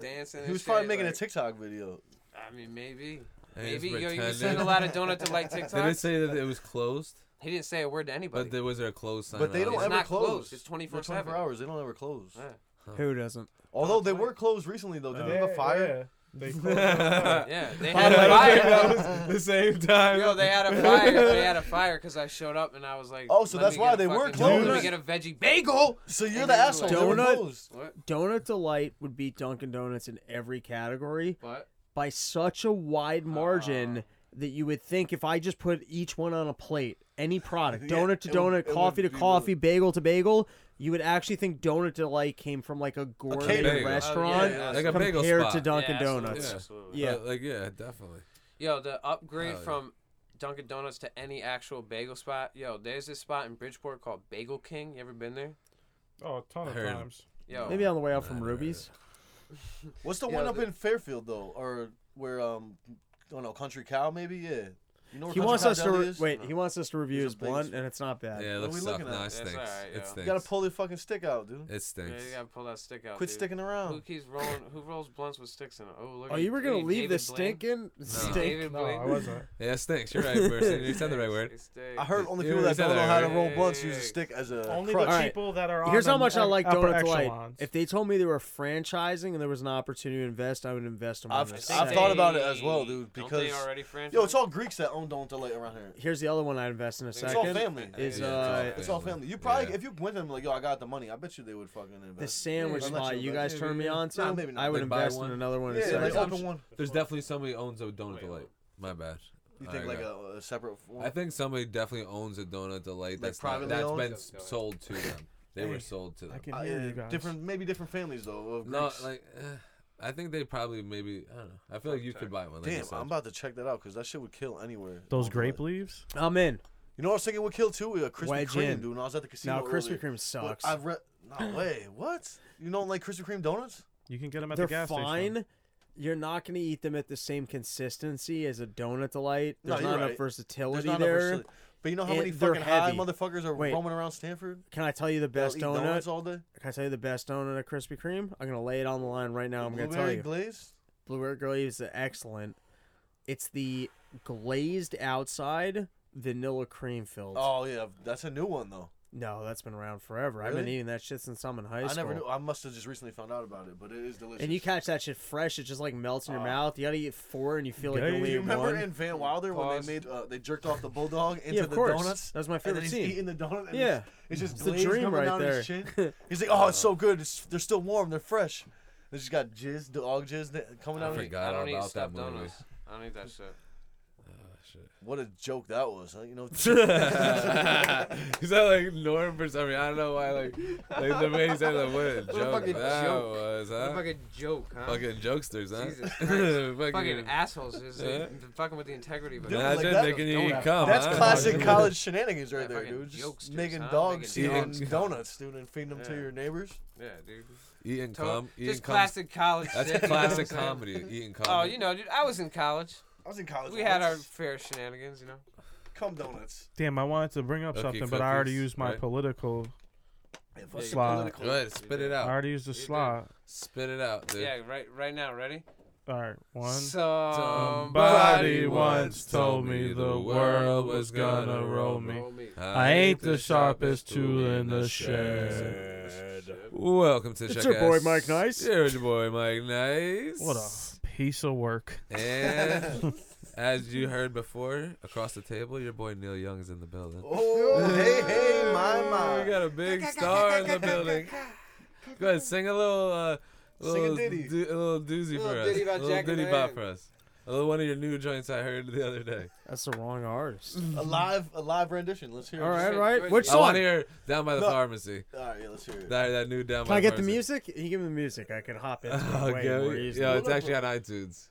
[SPEAKER 1] dancing.
[SPEAKER 4] He
[SPEAKER 1] and
[SPEAKER 4] was
[SPEAKER 1] shit,
[SPEAKER 4] probably making a
[SPEAKER 1] like-
[SPEAKER 4] TikTok video.
[SPEAKER 1] I mean, maybe.
[SPEAKER 2] And he's
[SPEAKER 1] Maybe yo, you
[SPEAKER 2] pretending.
[SPEAKER 1] send a lot of donut to like
[SPEAKER 2] Did it
[SPEAKER 1] TikTok.
[SPEAKER 2] say that it was closed?
[SPEAKER 1] He didn't say a word to anybody.
[SPEAKER 2] But there was there a closed sign.
[SPEAKER 4] But they
[SPEAKER 2] on
[SPEAKER 4] don't
[SPEAKER 2] it?
[SPEAKER 1] It's
[SPEAKER 4] ever
[SPEAKER 1] not
[SPEAKER 4] close.
[SPEAKER 1] closed. It's
[SPEAKER 4] They're
[SPEAKER 1] 24/7.
[SPEAKER 4] hours. They don't ever close.
[SPEAKER 1] Yeah.
[SPEAKER 6] Who doesn't?
[SPEAKER 4] Although they were closed recently though. Did they have a fire?
[SPEAKER 7] They closed the
[SPEAKER 1] yeah, they
[SPEAKER 6] By
[SPEAKER 1] had
[SPEAKER 6] the
[SPEAKER 1] a
[SPEAKER 6] way-
[SPEAKER 1] fire.
[SPEAKER 7] fire. the same time.
[SPEAKER 1] Yo, they had a fire. They had a fire because I showed up and I was like,
[SPEAKER 4] Oh, so
[SPEAKER 1] "Let
[SPEAKER 4] that's
[SPEAKER 1] me
[SPEAKER 4] why
[SPEAKER 1] get a
[SPEAKER 4] they were
[SPEAKER 1] fucking- Let me
[SPEAKER 4] closed.
[SPEAKER 1] get a veggie bagel.
[SPEAKER 4] So
[SPEAKER 1] And
[SPEAKER 4] you're the
[SPEAKER 1] they were
[SPEAKER 4] asshole. They were
[SPEAKER 6] Donut-
[SPEAKER 4] closed.
[SPEAKER 1] What?
[SPEAKER 6] Donut Delight would beat Dunkin' Donuts in every category
[SPEAKER 1] What?
[SPEAKER 6] by such a
[SPEAKER 1] Ah.
[SPEAKER 6] wide margin that you would think if I just put each one on a plate, any product,
[SPEAKER 4] Yeah,
[SPEAKER 6] donut to
[SPEAKER 4] it would-
[SPEAKER 6] donut,
[SPEAKER 4] it would
[SPEAKER 6] coffee to
[SPEAKER 4] be really-
[SPEAKER 6] coffee, bagel to bagel, you would actually think Donut Delight came from like a gourmet
[SPEAKER 4] catering.
[SPEAKER 2] Oh, yeah,
[SPEAKER 6] restaurant
[SPEAKER 1] yeah,
[SPEAKER 2] Like a bagel
[SPEAKER 6] compared to
[SPEAKER 2] spot.
[SPEAKER 6] Dunkin'
[SPEAKER 1] Yeah, absolutely,
[SPEAKER 6] Donuts.
[SPEAKER 1] absolutely.
[SPEAKER 6] Yeah.
[SPEAKER 2] Uh, like yeah, definitely.
[SPEAKER 1] Yo, the upgrade
[SPEAKER 2] Hell yeah.
[SPEAKER 1] from Dunkin' Donuts to any actual bagel spot. Yo, there's this spot in Bridgeport called Bagel King. You ever been there?
[SPEAKER 7] Oh, a ton of
[SPEAKER 2] Heard.
[SPEAKER 7] times.
[SPEAKER 1] Yo,
[SPEAKER 6] Maybe on the way out from Ruby's.
[SPEAKER 4] What's the
[SPEAKER 1] Yeah,
[SPEAKER 4] one up
[SPEAKER 1] the-
[SPEAKER 4] in Fairfield though, or where um, I don't know, Country Cow maybe? Yeah. You know where
[SPEAKER 6] He
[SPEAKER 4] Country
[SPEAKER 6] wants
[SPEAKER 4] Cow
[SPEAKER 6] us to
[SPEAKER 4] Deli
[SPEAKER 6] re-
[SPEAKER 4] is?
[SPEAKER 6] wait. He wants us to review
[SPEAKER 4] There's
[SPEAKER 6] his
[SPEAKER 4] a bagel
[SPEAKER 6] blunt,
[SPEAKER 4] spot.
[SPEAKER 6] and it's not bad.
[SPEAKER 2] Yeah, it
[SPEAKER 4] What are we
[SPEAKER 2] looking suck.
[SPEAKER 4] looking at?
[SPEAKER 2] No, it
[SPEAKER 1] That's
[SPEAKER 2] stinks.
[SPEAKER 1] alright, yo.
[SPEAKER 2] It
[SPEAKER 4] You
[SPEAKER 2] stinks.
[SPEAKER 4] gotta pull the fucking stick out, dude.
[SPEAKER 2] It
[SPEAKER 1] yeah,
[SPEAKER 2] stinks.
[SPEAKER 1] you gotta pull that stick out.
[SPEAKER 4] Quit
[SPEAKER 1] dude.
[SPEAKER 4] sticking
[SPEAKER 1] Who
[SPEAKER 4] around.
[SPEAKER 1] keeps rolling? Who rolls blunts with sticks in it? Oh, look.
[SPEAKER 6] Oh,
[SPEAKER 1] at-
[SPEAKER 6] you were gonna
[SPEAKER 1] look at
[SPEAKER 6] leave
[SPEAKER 1] David
[SPEAKER 6] the
[SPEAKER 1] Blaine.
[SPEAKER 6] stinking stink.
[SPEAKER 1] David
[SPEAKER 7] No,
[SPEAKER 1] Blaine.
[SPEAKER 7] I wasn't.
[SPEAKER 2] Yeah, it stinks. You're right, Burson. You said the right word.
[SPEAKER 1] It stinks.
[SPEAKER 4] I heard only
[SPEAKER 2] You
[SPEAKER 4] people
[SPEAKER 2] already
[SPEAKER 4] that
[SPEAKER 2] said
[SPEAKER 4] don't know
[SPEAKER 2] that,
[SPEAKER 4] how to
[SPEAKER 1] right?
[SPEAKER 4] roll
[SPEAKER 1] Yeah,
[SPEAKER 4] blunts
[SPEAKER 1] yeah,
[SPEAKER 4] use a
[SPEAKER 1] yeah.
[SPEAKER 4] stick as a
[SPEAKER 7] Only
[SPEAKER 4] crutch.
[SPEAKER 6] All
[SPEAKER 7] the
[SPEAKER 6] right.
[SPEAKER 7] people that are on
[SPEAKER 6] Here's how
[SPEAKER 7] the
[SPEAKER 6] much I
[SPEAKER 7] e-
[SPEAKER 6] like
[SPEAKER 7] upper
[SPEAKER 6] Donut Delight.
[SPEAKER 7] echelons.
[SPEAKER 6] If they told me they were franchising and there was an opportunity to invest, I would invest in one.
[SPEAKER 4] I've-
[SPEAKER 6] of those
[SPEAKER 4] I've
[SPEAKER 6] sets.
[SPEAKER 4] thought about it as well, dude,
[SPEAKER 1] Don't they
[SPEAKER 4] because-
[SPEAKER 1] already franchise?
[SPEAKER 4] Yo, it's all Greeks that own Don't Delay around here.
[SPEAKER 6] Here's the other one I invest in a
[SPEAKER 4] all
[SPEAKER 6] second.
[SPEAKER 4] family.
[SPEAKER 6] Is
[SPEAKER 2] Yeah,
[SPEAKER 6] uh,
[SPEAKER 4] It's all family. You probably, if you went to them like, yo, I got the money. I bet you they would fucking
[SPEAKER 6] the
[SPEAKER 4] invest.
[SPEAKER 6] sandwich
[SPEAKER 4] Yeah,
[SPEAKER 6] spot
[SPEAKER 4] yeah,
[SPEAKER 6] you
[SPEAKER 4] yeah.
[SPEAKER 6] guys
[SPEAKER 2] Yeah,
[SPEAKER 6] turned me
[SPEAKER 2] yeah.
[SPEAKER 6] on to.
[SPEAKER 4] Nah, maybe not.
[SPEAKER 6] I would
[SPEAKER 2] Like, buy
[SPEAKER 6] invest
[SPEAKER 2] one.
[SPEAKER 6] in another one. in a
[SPEAKER 4] yeah,
[SPEAKER 6] second.
[SPEAKER 4] like open one.
[SPEAKER 2] There's definitely somebody owns a donut delight. My bad.
[SPEAKER 4] You
[SPEAKER 2] I
[SPEAKER 4] think like
[SPEAKER 2] got-
[SPEAKER 4] a, a separate one?
[SPEAKER 2] I think somebody definitely owns a donut delight that's not,
[SPEAKER 4] privately
[SPEAKER 2] that's
[SPEAKER 4] owned?
[SPEAKER 2] been s- sold to them. They were sold to
[SPEAKER 3] I
[SPEAKER 2] them.
[SPEAKER 3] can
[SPEAKER 4] Uh,
[SPEAKER 3] hear
[SPEAKER 4] yeah,
[SPEAKER 3] you guys.
[SPEAKER 4] different, maybe different families though. Of
[SPEAKER 2] No,
[SPEAKER 4] Greeks.
[SPEAKER 2] like eh, I think they probably maybe I don't know. I feel like you could buy one. Like you
[SPEAKER 4] Damn,
[SPEAKER 2] said.
[SPEAKER 4] I'm about to check that out because that shit would kill anywhere.
[SPEAKER 3] Those
[SPEAKER 4] Don't do
[SPEAKER 3] grape
[SPEAKER 4] it.
[SPEAKER 3] leaves?
[SPEAKER 6] I'm in.
[SPEAKER 4] You know what I was thinking would kill too? A Krispy
[SPEAKER 6] Wedge
[SPEAKER 4] Kreme,
[SPEAKER 6] in.
[SPEAKER 4] dude. When I was at the casino.
[SPEAKER 6] Now
[SPEAKER 4] earlier.
[SPEAKER 6] Krispy Kreme
[SPEAKER 4] But
[SPEAKER 6] sucks.
[SPEAKER 4] I've read. No way. What? You don't like Krispy Kreme donuts?
[SPEAKER 3] You can get them at
[SPEAKER 6] They're
[SPEAKER 3] the gas
[SPEAKER 6] fine.
[SPEAKER 3] station.
[SPEAKER 6] You're not going to eat them at the same consistency as a donut delight.
[SPEAKER 4] No,
[SPEAKER 6] There's
[SPEAKER 4] you're
[SPEAKER 6] not enough
[SPEAKER 4] right.
[SPEAKER 6] versatility
[SPEAKER 4] There's not enough
[SPEAKER 6] there.
[SPEAKER 4] versatility. But you know how
[SPEAKER 6] And
[SPEAKER 4] many
[SPEAKER 6] they're
[SPEAKER 4] fucking high
[SPEAKER 6] heavy.
[SPEAKER 4] motherfuckers are
[SPEAKER 6] Wait.
[SPEAKER 4] roaming around Stanford?
[SPEAKER 6] Can I tell you the best
[SPEAKER 4] They'll eat
[SPEAKER 6] donut?
[SPEAKER 4] donuts all day.
[SPEAKER 6] Can I tell you the best donut at Krispy Kreme? I'm gonna lay it on the line right now. I'm gonna tell
[SPEAKER 4] Blueberry
[SPEAKER 6] you.
[SPEAKER 4] glaze.
[SPEAKER 6] Blueberry glaze is excellent. It's the glazed outside, vanilla cream filled.
[SPEAKER 4] Oh yeah, that's a new one though.
[SPEAKER 6] No, that's been around forever. I've been
[SPEAKER 4] Really?
[SPEAKER 6] eating that shit since I'm in high
[SPEAKER 4] I
[SPEAKER 6] school.
[SPEAKER 4] never knew. I must have just recently found out about it, but it is delicious.
[SPEAKER 6] And you catch that shit fresh. It just like melts in your mouth. You gotta eat four, and you feel like
[SPEAKER 3] Yeah,
[SPEAKER 6] you
[SPEAKER 3] you
[SPEAKER 6] only
[SPEAKER 4] Do Oh. you
[SPEAKER 6] ate
[SPEAKER 4] remember
[SPEAKER 6] one.
[SPEAKER 4] in Van Wilder
[SPEAKER 1] Pause.
[SPEAKER 4] when they made uh, they jerked off the bulldog into
[SPEAKER 6] of
[SPEAKER 4] the
[SPEAKER 6] course.
[SPEAKER 4] donuts?
[SPEAKER 6] That was my
[SPEAKER 4] and
[SPEAKER 6] favorite
[SPEAKER 4] then he's
[SPEAKER 6] scene.
[SPEAKER 4] Eating the donut. And
[SPEAKER 6] Yeah.
[SPEAKER 4] it's, it's just
[SPEAKER 6] It's the
[SPEAKER 4] glaze
[SPEAKER 6] dream
[SPEAKER 4] coming
[SPEAKER 6] right
[SPEAKER 4] out of his
[SPEAKER 6] there.
[SPEAKER 4] chin. He's like, oh, it's so good. It's, they're still warm. They're fresh. They just got jizz, dog jizz that- coming
[SPEAKER 2] I
[SPEAKER 4] out of his
[SPEAKER 2] forgot
[SPEAKER 1] I don't eat
[SPEAKER 2] about that
[SPEAKER 1] stuffed
[SPEAKER 2] movie.
[SPEAKER 1] donuts. I don't eat that shit.
[SPEAKER 4] What a joke that was. Huh? You know,
[SPEAKER 2] Is that like Norm for some reason? I don't know why. Like, like the way he said that, what a joke
[SPEAKER 1] fucking
[SPEAKER 2] that
[SPEAKER 1] joke.
[SPEAKER 2] was, huh?
[SPEAKER 1] Fucking joke, huh?
[SPEAKER 2] Fucking jokesters, huh?
[SPEAKER 1] Jesus
[SPEAKER 2] fucking,
[SPEAKER 1] Christ. fucking assholes is
[SPEAKER 2] Yeah.
[SPEAKER 1] fucking with the integrity of it.
[SPEAKER 4] Dude, like
[SPEAKER 2] imagine
[SPEAKER 4] that-
[SPEAKER 2] making you
[SPEAKER 1] Donut.
[SPEAKER 2] come.
[SPEAKER 4] that's
[SPEAKER 2] huh?
[SPEAKER 4] classic
[SPEAKER 3] Fucking-
[SPEAKER 4] college shenanigans right there,
[SPEAKER 1] fucking
[SPEAKER 4] dude. Just
[SPEAKER 1] jokesters,
[SPEAKER 4] making
[SPEAKER 1] huh?
[SPEAKER 4] dogs
[SPEAKER 1] Making
[SPEAKER 4] eating
[SPEAKER 2] dogs.
[SPEAKER 4] donuts, dude, and feeding them to
[SPEAKER 1] Yeah.
[SPEAKER 4] your neighbors.
[SPEAKER 1] yeah, dude.
[SPEAKER 2] Eating
[SPEAKER 1] To-
[SPEAKER 2] cum. Eating
[SPEAKER 1] just
[SPEAKER 2] cum.
[SPEAKER 1] classic college
[SPEAKER 2] That's
[SPEAKER 1] shit. you know what I'm
[SPEAKER 2] classic
[SPEAKER 1] saying?
[SPEAKER 2] comedy. Eating cum.
[SPEAKER 1] Oh, you know, dude, I was in college.
[SPEAKER 4] I was in college.
[SPEAKER 1] We had our
[SPEAKER 4] once.
[SPEAKER 1] fair shenanigans, you know.
[SPEAKER 4] cum donuts.
[SPEAKER 3] Damn, I wanted to bring up
[SPEAKER 2] Cookie
[SPEAKER 3] something, but I already
[SPEAKER 2] cookies,
[SPEAKER 3] used my
[SPEAKER 2] right?
[SPEAKER 3] political.
[SPEAKER 4] Yeah, fuck your
[SPEAKER 3] Slide.
[SPEAKER 4] political-
[SPEAKER 2] Good. Spit it
[SPEAKER 3] I
[SPEAKER 2] out.
[SPEAKER 3] already used the
[SPEAKER 1] did.
[SPEAKER 3] slot.
[SPEAKER 2] Spit it out, dude.
[SPEAKER 1] Yeah, right, right now, ready?
[SPEAKER 3] All right, one.
[SPEAKER 1] Somebody
[SPEAKER 3] once told me the world was gonna roll me.
[SPEAKER 1] roll me.
[SPEAKER 2] I
[SPEAKER 3] I ain't the sharpest tool in the shed.
[SPEAKER 2] Welcome to
[SPEAKER 6] It's
[SPEAKER 2] Check
[SPEAKER 6] your boy,
[SPEAKER 2] Ass.
[SPEAKER 6] Mike Nice.
[SPEAKER 2] Yeah, It's your boy Mike Nice.
[SPEAKER 3] What a piece of work.
[SPEAKER 2] And as you heard before, across the table, your boy Neil Young is in the building.
[SPEAKER 4] Oh, hey, hey, my, my.
[SPEAKER 2] We got a big star in the building. Go ahead, sing a little, uh,
[SPEAKER 4] Sing a
[SPEAKER 2] little
[SPEAKER 4] ditty.
[SPEAKER 2] do- a little doozy for us.
[SPEAKER 1] ditty about
[SPEAKER 2] a little
[SPEAKER 1] Jack and
[SPEAKER 2] ditty bop
[SPEAKER 1] Diane.
[SPEAKER 2] for us. A little one of your new joints I heard the other day.
[SPEAKER 6] That's the wrong artist.
[SPEAKER 4] A live, a live rendition. Let's hear it.
[SPEAKER 6] All right,
[SPEAKER 1] good,
[SPEAKER 6] right.
[SPEAKER 1] good.
[SPEAKER 6] Which
[SPEAKER 2] I want
[SPEAKER 6] song?
[SPEAKER 2] to hear "Down by the
[SPEAKER 4] No.
[SPEAKER 2] Pharmacy."
[SPEAKER 4] All right, yeah, let's hear it.
[SPEAKER 2] That that new "Down
[SPEAKER 6] Can
[SPEAKER 2] by
[SPEAKER 6] I
[SPEAKER 2] the
[SPEAKER 6] get the
[SPEAKER 2] Pharmacy."
[SPEAKER 6] music? You give me the music. I can hop into
[SPEAKER 2] Oh,
[SPEAKER 6] it way
[SPEAKER 2] give
[SPEAKER 6] more
[SPEAKER 2] me-
[SPEAKER 6] easily.
[SPEAKER 2] Yo, it's actually on iTunes.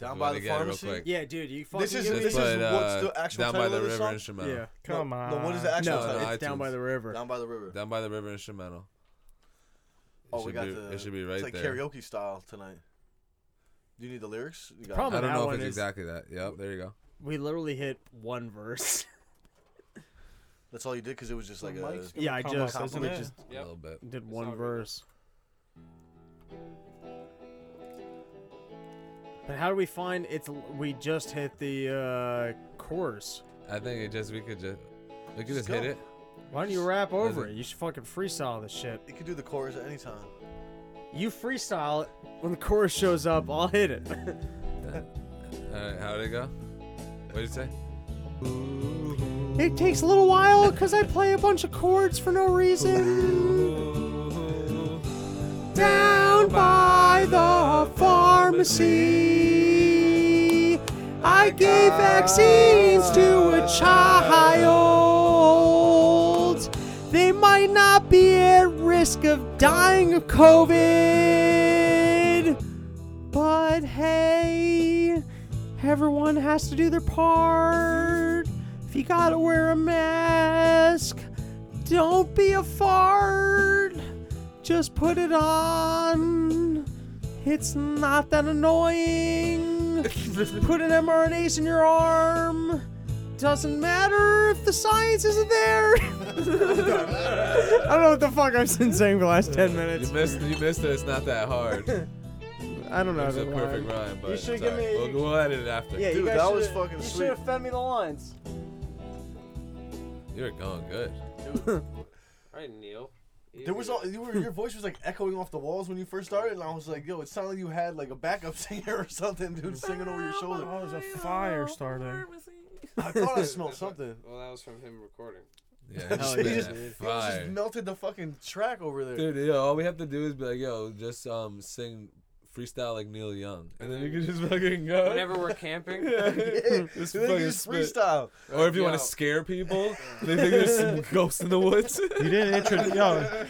[SPEAKER 4] Down
[SPEAKER 2] We
[SPEAKER 4] by
[SPEAKER 2] wanna
[SPEAKER 4] the
[SPEAKER 2] get it real
[SPEAKER 4] pharmacy.
[SPEAKER 2] quick.
[SPEAKER 6] Yeah, dude, you fucking
[SPEAKER 4] This is
[SPEAKER 6] give me
[SPEAKER 4] this is
[SPEAKER 2] But,
[SPEAKER 4] what's
[SPEAKER 2] uh,
[SPEAKER 4] the actual
[SPEAKER 2] "Down
[SPEAKER 4] title
[SPEAKER 2] by the
[SPEAKER 4] of this
[SPEAKER 2] River"
[SPEAKER 4] song?
[SPEAKER 2] instrumental.
[SPEAKER 6] Yeah,
[SPEAKER 4] No,
[SPEAKER 3] Come on.
[SPEAKER 4] No, what is the actual
[SPEAKER 6] no,
[SPEAKER 2] on
[SPEAKER 4] title?
[SPEAKER 6] it's down
[SPEAKER 2] iTunes.
[SPEAKER 6] by the river.
[SPEAKER 4] Down by the river.
[SPEAKER 2] Down by the River instrumental. It
[SPEAKER 4] Oh, we
[SPEAKER 2] should
[SPEAKER 4] got
[SPEAKER 2] be-
[SPEAKER 4] the.
[SPEAKER 2] It should be right
[SPEAKER 4] It's like
[SPEAKER 2] there.
[SPEAKER 4] karaoke style tonight. Do you need the lyrics? You got
[SPEAKER 6] Probably
[SPEAKER 2] I
[SPEAKER 6] That
[SPEAKER 2] don't know
[SPEAKER 6] one
[SPEAKER 2] if it's
[SPEAKER 6] is-
[SPEAKER 2] exactly that. Yep, there you go.
[SPEAKER 6] We literally hit one verse.
[SPEAKER 4] That's all you did because it was just like a.
[SPEAKER 7] Mike's-
[SPEAKER 6] yeah, I
[SPEAKER 7] Come
[SPEAKER 6] just
[SPEAKER 7] on,
[SPEAKER 6] we
[SPEAKER 7] isn't it?
[SPEAKER 6] just
[SPEAKER 2] A
[SPEAKER 1] Yep.
[SPEAKER 2] little bit.
[SPEAKER 6] did
[SPEAKER 1] all
[SPEAKER 6] one
[SPEAKER 1] good.
[SPEAKER 6] verse. But how do we find it's? We just hit the uh, chorus.
[SPEAKER 2] I think it just we could just we could
[SPEAKER 4] Just
[SPEAKER 2] just hit
[SPEAKER 4] go.
[SPEAKER 2] it.
[SPEAKER 6] Why don't you rap over
[SPEAKER 2] it-
[SPEAKER 6] it? You should fucking freestyle this shit.
[SPEAKER 4] You could do the chorus at any time.
[SPEAKER 6] You freestyle it. When the chorus shows up, I'll hit it.
[SPEAKER 2] All right, how'd it go? What did you say?
[SPEAKER 6] it takes a little while because I play a bunch of chords for no reason. Down by the pharmacy, I gave vaccines to a child. They might not be at risk of dying of COVID. But hey, everyone has to do their part. If you gotta wear a mask, don't be a fart. Just put it on. It's not that annoying. put an mRNAs in your arm. Doesn't matter if the science isn't there. I don't know what the fuck I've been saying for the last 10 minutes.
[SPEAKER 2] You missed. You missed it. It's not that hard. It
[SPEAKER 6] I don't know.
[SPEAKER 2] was a
[SPEAKER 6] the
[SPEAKER 2] perfect
[SPEAKER 6] line.
[SPEAKER 2] rhyme, but
[SPEAKER 6] You should
[SPEAKER 2] it's
[SPEAKER 6] give
[SPEAKER 2] all right.
[SPEAKER 6] me-
[SPEAKER 2] We'll, we'll edit it after.
[SPEAKER 6] Yeah, you
[SPEAKER 4] Dude,
[SPEAKER 6] guys
[SPEAKER 4] that was
[SPEAKER 6] shoulda-
[SPEAKER 4] fucking
[SPEAKER 6] You
[SPEAKER 4] sweet.
[SPEAKER 6] should have fed me the lines.
[SPEAKER 2] You're going good.
[SPEAKER 1] All right, Neil. You
[SPEAKER 4] There
[SPEAKER 1] do
[SPEAKER 4] was
[SPEAKER 1] it.
[SPEAKER 4] all you were, your voice was like echoing off the walls when you first started, and I was like, "Yo, it sounded like you had like a backup singer or something, dude, singing over your shoulder."
[SPEAKER 3] Oh, there's a fire starting.
[SPEAKER 4] I thought I smelled something.
[SPEAKER 1] Well, that was from him recording.
[SPEAKER 2] Yeah,
[SPEAKER 6] Hell
[SPEAKER 2] it's
[SPEAKER 4] yeah,
[SPEAKER 2] been
[SPEAKER 6] dude.
[SPEAKER 4] You just
[SPEAKER 2] fire.
[SPEAKER 4] melted the fucking track over there.
[SPEAKER 2] Dude, yo, all we have to do is be like, yo, just um, sing freestyle like Neil Young, and then you can just fucking go.
[SPEAKER 1] Whenever we're camping,
[SPEAKER 4] Yeah,
[SPEAKER 2] Just
[SPEAKER 4] dude, they
[SPEAKER 2] fucking
[SPEAKER 4] just
[SPEAKER 2] spit.
[SPEAKER 4] freestyle.
[SPEAKER 2] Or if you want
[SPEAKER 1] Yo.
[SPEAKER 2] to scare people, they think there's some ghosts in the woods.
[SPEAKER 3] You didn't introduce. Yo,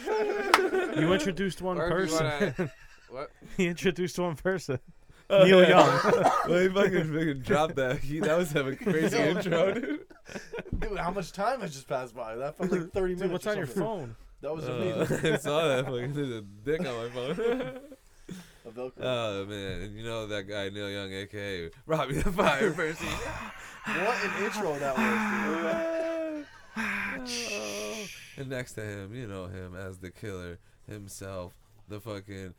[SPEAKER 3] you introduced one
[SPEAKER 1] Or if you
[SPEAKER 3] person.
[SPEAKER 1] wanna- what?
[SPEAKER 3] he introduced one person. Neil Young.
[SPEAKER 2] Let me fucking, fucking drop that. He, that was having crazy intro, dude.
[SPEAKER 4] Dude, how much time has just passed by? That felt like thirty
[SPEAKER 3] Dude, what's
[SPEAKER 4] minutes. or
[SPEAKER 3] on your
[SPEAKER 4] something.
[SPEAKER 3] phone?
[SPEAKER 4] That was
[SPEAKER 2] Uh,
[SPEAKER 4] amazing.
[SPEAKER 2] I saw that. Fucking, there's a dick on my phone.
[SPEAKER 4] A Velcro.
[SPEAKER 2] oh man, and you know that guy Neil Young, aka Robbie the Fire Person.
[SPEAKER 4] what an intro that was. dude.
[SPEAKER 2] and next to him, you know him as the killer himself, the fucking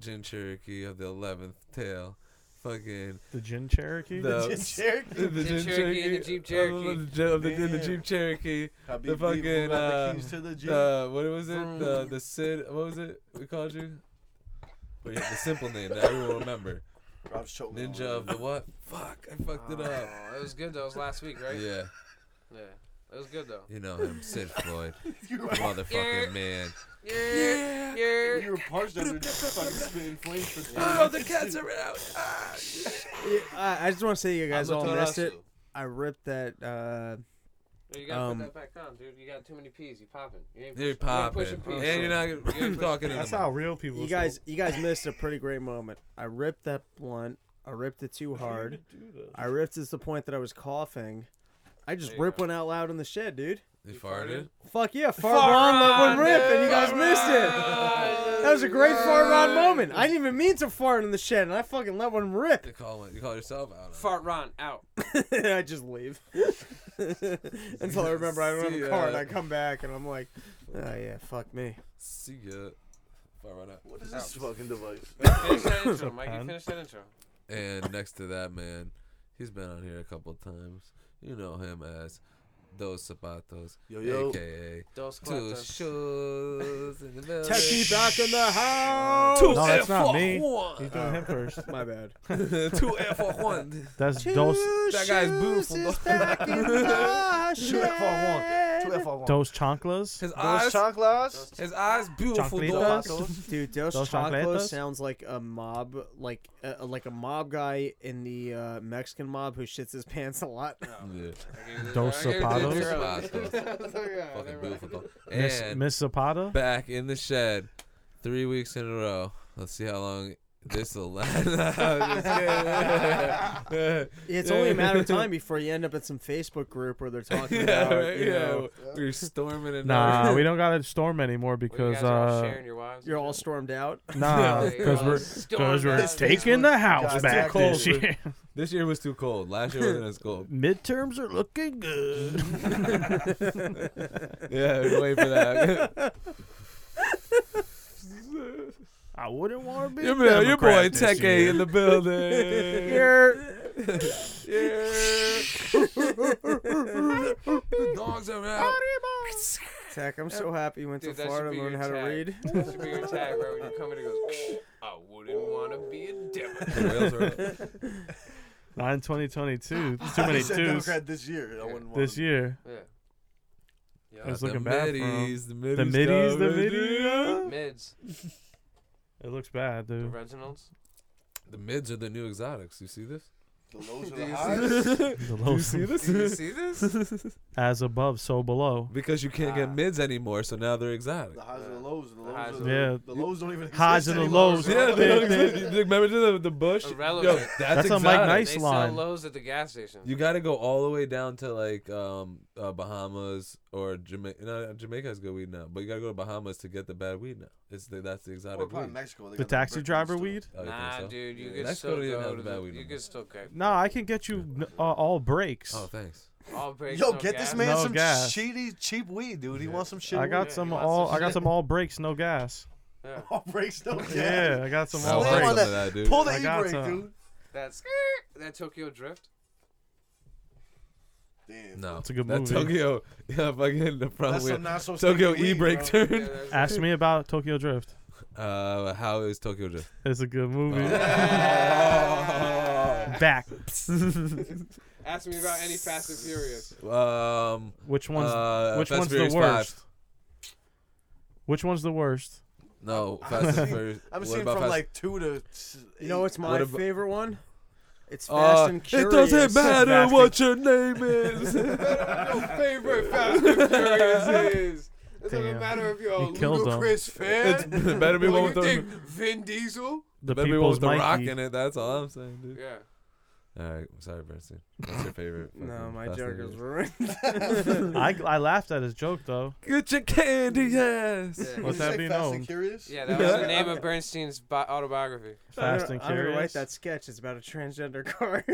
[SPEAKER 2] Jin Cherokee of the Eleventh Tail, fucking
[SPEAKER 3] The Gin Cherokee?
[SPEAKER 2] the.
[SPEAKER 4] Jim Cherokee.
[SPEAKER 2] the
[SPEAKER 1] Jim Cherokee and the Jeep Cherokee.
[SPEAKER 2] of the- of the- in the
[SPEAKER 4] Yeah.
[SPEAKER 2] Jeep Cherokee.
[SPEAKER 4] Habib
[SPEAKER 2] the
[SPEAKER 4] Lee, who
[SPEAKER 2] fucking,
[SPEAKER 4] got the
[SPEAKER 2] uh,
[SPEAKER 4] keys to the Jeep.
[SPEAKER 2] Uh, what was it? The the Sid. What was it? We called you. But yeah, the simple name that everyone will remember.
[SPEAKER 4] I was choking
[SPEAKER 2] Ninja
[SPEAKER 4] on
[SPEAKER 2] of the what? Fuck, I fucked it up.
[SPEAKER 1] Oh, it was good though. It was last week, right?
[SPEAKER 2] Yeah,
[SPEAKER 1] Yeah. It was good though.
[SPEAKER 2] you know him, Sid Floyd,
[SPEAKER 4] it. You were,
[SPEAKER 2] motherfucking man.
[SPEAKER 1] Yeah.
[SPEAKER 4] you were parched under just fucking spitting flames for three
[SPEAKER 2] Oh, the cats are out.
[SPEAKER 6] Yeah, I, I just want to say you guys all missed it.
[SPEAKER 1] Amaterasu.
[SPEAKER 6] I ripped that. Uh,
[SPEAKER 1] You gotta
[SPEAKER 6] Um,
[SPEAKER 1] put that back on, dude. You got too many peas. You popping. You ain't
[SPEAKER 2] You're
[SPEAKER 1] pushing- you ain't
[SPEAKER 2] popping,
[SPEAKER 1] pushing peas.
[SPEAKER 2] and you're not you're talking.
[SPEAKER 3] That's
[SPEAKER 2] in
[SPEAKER 3] how real people
[SPEAKER 6] you guys, you guys missed a pretty great moment. I ripped that blunt. I ripped it too hard. I ripped it to the point that I was coughing. I just
[SPEAKER 1] There you
[SPEAKER 6] ripped
[SPEAKER 1] go.
[SPEAKER 6] one out loud in the shed, dude.
[SPEAKER 2] the, you farted.
[SPEAKER 6] Fuck yeah, far rod, let one rip, and you guys missed it. That was a great far rod moment. I didn't even mean to fart in the shed, and I fucking let one rip.
[SPEAKER 2] You call it- you call yourself out. on
[SPEAKER 1] Fart Ron out.
[SPEAKER 6] I just leave until I remember I don't have
[SPEAKER 2] See
[SPEAKER 6] a car, and
[SPEAKER 2] ya.
[SPEAKER 6] I come back, and I'm like, oh yeah, fuck me.
[SPEAKER 2] it. See ya. Fart right up.
[SPEAKER 4] What is this fucking device?
[SPEAKER 1] Finish that intro, Mikey. Finish that intro.
[SPEAKER 2] And next to that man, he's been on here a couple times. You know him as Dos Zapatos,
[SPEAKER 4] Yo, yo.
[SPEAKER 2] aka
[SPEAKER 1] Dos
[SPEAKER 2] Two
[SPEAKER 1] Clatos.
[SPEAKER 2] Shoes in the Middle.
[SPEAKER 6] Techie back in the house.
[SPEAKER 3] No, that's not me. He's doing him first.
[SPEAKER 6] My bad.
[SPEAKER 2] Two Air Force One.
[SPEAKER 3] That's Dos
[SPEAKER 2] That guy's beautiful.
[SPEAKER 6] Shoes is back in the shed.
[SPEAKER 4] Two F on one.
[SPEAKER 3] Dos Chanclas.
[SPEAKER 2] His
[SPEAKER 4] Those
[SPEAKER 2] eyes,
[SPEAKER 4] chanclas.
[SPEAKER 2] his eyes, beautiful.
[SPEAKER 3] Chanclitas.
[SPEAKER 2] Dos Zapatos.
[SPEAKER 6] Dude, Dos,
[SPEAKER 3] Dos
[SPEAKER 6] Chanclas
[SPEAKER 3] Chancletas?
[SPEAKER 6] sounds like a mob, like uh, like a mob guy in the uh, Mexican mob who shits his pants a lot.
[SPEAKER 2] Yeah.
[SPEAKER 3] Dos Zapatos.
[SPEAKER 2] Fucking beautiful. dog.
[SPEAKER 3] Miss,
[SPEAKER 2] And
[SPEAKER 3] Miss Zapata.
[SPEAKER 2] back in the shed, three weeks in a row. Let's see how long this will last.
[SPEAKER 6] It's only a matter of time before you end up in some Facebook group where they're talking
[SPEAKER 2] yeah,
[SPEAKER 6] about,
[SPEAKER 2] right,
[SPEAKER 6] you
[SPEAKER 2] yeah.
[SPEAKER 6] know,
[SPEAKER 2] We're storming it.
[SPEAKER 3] Nah,
[SPEAKER 2] out.
[SPEAKER 3] we don't got to storm anymore
[SPEAKER 1] Because
[SPEAKER 3] because
[SPEAKER 1] you guys are all
[SPEAKER 3] uh,
[SPEAKER 1] sharing your wives.
[SPEAKER 6] you're all stormed out.
[SPEAKER 3] nah,
[SPEAKER 1] Yeah,
[SPEAKER 3] because
[SPEAKER 1] you're all
[SPEAKER 3] we're
[SPEAKER 1] stormed
[SPEAKER 3] because we're
[SPEAKER 1] out.
[SPEAKER 3] taking the house
[SPEAKER 4] Guys,
[SPEAKER 3] back
[SPEAKER 4] tactical.
[SPEAKER 3] this year.
[SPEAKER 2] This year was too cold. Last year wasn't as cold.
[SPEAKER 3] Midterms are looking good.
[SPEAKER 2] Yeah, we wait for that.
[SPEAKER 3] I wouldn't want to be
[SPEAKER 2] your,
[SPEAKER 3] a
[SPEAKER 2] man, your boy
[SPEAKER 3] Democrat this
[SPEAKER 2] Tech
[SPEAKER 3] year.
[SPEAKER 2] A in the building. the dogs are out.
[SPEAKER 6] Tech, I'm so happy you went
[SPEAKER 1] Dude,
[SPEAKER 6] to
[SPEAKER 1] that should
[SPEAKER 6] Florida
[SPEAKER 1] be
[SPEAKER 6] to learn
[SPEAKER 1] your
[SPEAKER 6] how to
[SPEAKER 1] tag.
[SPEAKER 6] read.
[SPEAKER 1] That should be your tag, right? When you come in, it goes, I wouldn't want to be a Democrat.
[SPEAKER 2] The whales are out.
[SPEAKER 3] Not in 2022. Too many
[SPEAKER 4] He said
[SPEAKER 3] twos
[SPEAKER 4] Democrat this year. I wouldn't
[SPEAKER 3] this
[SPEAKER 4] wanna-
[SPEAKER 3] year.
[SPEAKER 1] Yeah. Yeah.
[SPEAKER 3] It's
[SPEAKER 2] The
[SPEAKER 3] looking bad for 'em.
[SPEAKER 2] middies, the middies,
[SPEAKER 3] The middies, the
[SPEAKER 2] coming,
[SPEAKER 3] middies.
[SPEAKER 1] Mids,
[SPEAKER 3] It looks bad,
[SPEAKER 1] the
[SPEAKER 3] dude.
[SPEAKER 1] Reginalds.
[SPEAKER 2] dude. The mids are the new exotics. You see this?
[SPEAKER 4] The lows are the highs.
[SPEAKER 3] The lows-
[SPEAKER 2] Do you see this?
[SPEAKER 3] as above, so below.
[SPEAKER 2] because you can't get mids anymore, so now they're exotic.
[SPEAKER 4] The highs are the lows. The
[SPEAKER 1] highs are
[SPEAKER 4] lows are
[SPEAKER 1] the-
[SPEAKER 3] Yeah.
[SPEAKER 4] the, the lows don't even exist.
[SPEAKER 3] Highs and the
[SPEAKER 4] anymore.
[SPEAKER 3] lows.
[SPEAKER 2] Yeah, they don't exist. You Remember the, the bush?
[SPEAKER 1] Irrelevant.
[SPEAKER 3] That's a Mike
[SPEAKER 2] exotic.
[SPEAKER 3] Nice-
[SPEAKER 1] they sell
[SPEAKER 3] line.
[SPEAKER 1] lows at the gas station.
[SPEAKER 2] You got to go all the way down to like um, uh, Bahamas or Jamaica. No, Jamaica has good weed now, but you got to go to Bahamas to get the bad weed now. It's the, that's the
[SPEAKER 4] Or
[SPEAKER 2] exotic
[SPEAKER 4] probably
[SPEAKER 2] weed.
[SPEAKER 4] Mexico. They
[SPEAKER 3] The
[SPEAKER 4] got that
[SPEAKER 3] taxi
[SPEAKER 4] brick
[SPEAKER 3] driver
[SPEAKER 4] store.
[SPEAKER 3] weed?
[SPEAKER 2] Oh, you think
[SPEAKER 1] nah,
[SPEAKER 2] so?
[SPEAKER 1] dude, you
[SPEAKER 2] Yeah,
[SPEAKER 1] could
[SPEAKER 2] Mexico
[SPEAKER 1] still
[SPEAKER 2] didn't have
[SPEAKER 1] go.
[SPEAKER 2] the
[SPEAKER 1] To
[SPEAKER 2] bad
[SPEAKER 1] the,
[SPEAKER 2] weed
[SPEAKER 1] you
[SPEAKER 2] no
[SPEAKER 1] could
[SPEAKER 2] more.
[SPEAKER 1] still go.
[SPEAKER 3] No, I can get you n- uh, all breaks.
[SPEAKER 2] Oh, thanks.
[SPEAKER 1] All breaks,
[SPEAKER 4] Yo,
[SPEAKER 1] no
[SPEAKER 4] get
[SPEAKER 1] gas.
[SPEAKER 4] this man
[SPEAKER 3] No
[SPEAKER 4] some
[SPEAKER 3] gas.
[SPEAKER 4] shitty, cheap weed, dude. He wants some shit.
[SPEAKER 3] I got
[SPEAKER 1] Yeah,
[SPEAKER 3] some
[SPEAKER 1] you want
[SPEAKER 3] all.
[SPEAKER 1] some
[SPEAKER 3] I got
[SPEAKER 1] shit?
[SPEAKER 3] some all brakes, no gas.
[SPEAKER 1] Yeah,
[SPEAKER 4] all breaks no gas.
[SPEAKER 3] Yeah, I got some
[SPEAKER 4] Now
[SPEAKER 3] all
[SPEAKER 4] Slam
[SPEAKER 2] I'll take
[SPEAKER 4] on
[SPEAKER 2] some of
[SPEAKER 3] brakes.
[SPEAKER 4] that.
[SPEAKER 2] that, dude.
[SPEAKER 4] Pull the
[SPEAKER 3] I
[SPEAKER 4] e
[SPEAKER 3] got
[SPEAKER 4] brake,
[SPEAKER 3] some.
[SPEAKER 4] dude.
[SPEAKER 1] that's that Tokyo Drift.
[SPEAKER 4] Damn.
[SPEAKER 2] No,
[SPEAKER 3] It's a good
[SPEAKER 2] that
[SPEAKER 3] movie.
[SPEAKER 2] Tokyo, yeah, fucking the problem
[SPEAKER 4] That's
[SPEAKER 2] with
[SPEAKER 4] some not so
[SPEAKER 2] Tokyo
[SPEAKER 4] sticky weed,
[SPEAKER 2] E brake
[SPEAKER 4] bro.
[SPEAKER 1] Yeah,
[SPEAKER 2] turn.
[SPEAKER 1] that's-
[SPEAKER 3] Ask me about Tokyo Drift.
[SPEAKER 2] Uh, how is Tokyo Drift?
[SPEAKER 3] It's a good movie.
[SPEAKER 2] Uh,
[SPEAKER 1] Yeah.
[SPEAKER 3] Back.
[SPEAKER 1] Ask me about any Fast and Furious.
[SPEAKER 2] Um,
[SPEAKER 3] Which one's
[SPEAKER 2] uh,
[SPEAKER 3] Which
[SPEAKER 2] Fast and
[SPEAKER 3] one's the
[SPEAKER 2] Furious
[SPEAKER 3] worst?
[SPEAKER 2] 5.
[SPEAKER 3] Which one's the worst?
[SPEAKER 2] No, Fast and Furious.
[SPEAKER 4] I'm
[SPEAKER 2] what
[SPEAKER 4] seeing
[SPEAKER 2] about
[SPEAKER 4] from
[SPEAKER 2] Fast-
[SPEAKER 4] like two to. s-
[SPEAKER 6] You know
[SPEAKER 4] eight.
[SPEAKER 6] what's my
[SPEAKER 2] ab-
[SPEAKER 6] favorite one? It's Fast
[SPEAKER 2] Uh,
[SPEAKER 6] and
[SPEAKER 2] it
[SPEAKER 6] Curious.
[SPEAKER 2] doesn't matter
[SPEAKER 3] Fast
[SPEAKER 2] what your name is.
[SPEAKER 1] Your favorite Fast and Furious is. It
[SPEAKER 3] Damn.
[SPEAKER 1] doesn't matter if you're a
[SPEAKER 3] He killed him.
[SPEAKER 1] Ludacris
[SPEAKER 2] it's
[SPEAKER 1] fan.
[SPEAKER 2] it better be
[SPEAKER 1] or
[SPEAKER 2] one
[SPEAKER 1] you
[SPEAKER 2] with the
[SPEAKER 1] think Vin Diesel?
[SPEAKER 3] The
[SPEAKER 2] better be one
[SPEAKER 3] people's
[SPEAKER 2] with the rock
[SPEAKER 3] Mikey.
[SPEAKER 2] in it. That's all I'm saying, dude.
[SPEAKER 1] Yeah.
[SPEAKER 2] All right, sorry, Bernstein. What's your favorite?
[SPEAKER 6] No,
[SPEAKER 2] fucking
[SPEAKER 6] my
[SPEAKER 2] Fast and
[SPEAKER 6] joke is
[SPEAKER 2] Furious?
[SPEAKER 6] ruined.
[SPEAKER 3] I, I laughed at his joke though.
[SPEAKER 2] Get your candy ass.
[SPEAKER 1] Yeah.
[SPEAKER 4] Did
[SPEAKER 3] What's
[SPEAKER 4] you
[SPEAKER 3] that
[SPEAKER 4] say
[SPEAKER 3] being
[SPEAKER 4] Fast
[SPEAKER 3] known?
[SPEAKER 4] and Curious?
[SPEAKER 1] Yeah, that was the name of Bernstein's bi- autobiography.
[SPEAKER 6] I'm
[SPEAKER 3] Fast
[SPEAKER 6] gonna-
[SPEAKER 3] and
[SPEAKER 6] I'm gonna write
[SPEAKER 3] Curious.
[SPEAKER 6] that sketch. It's about a transgender car.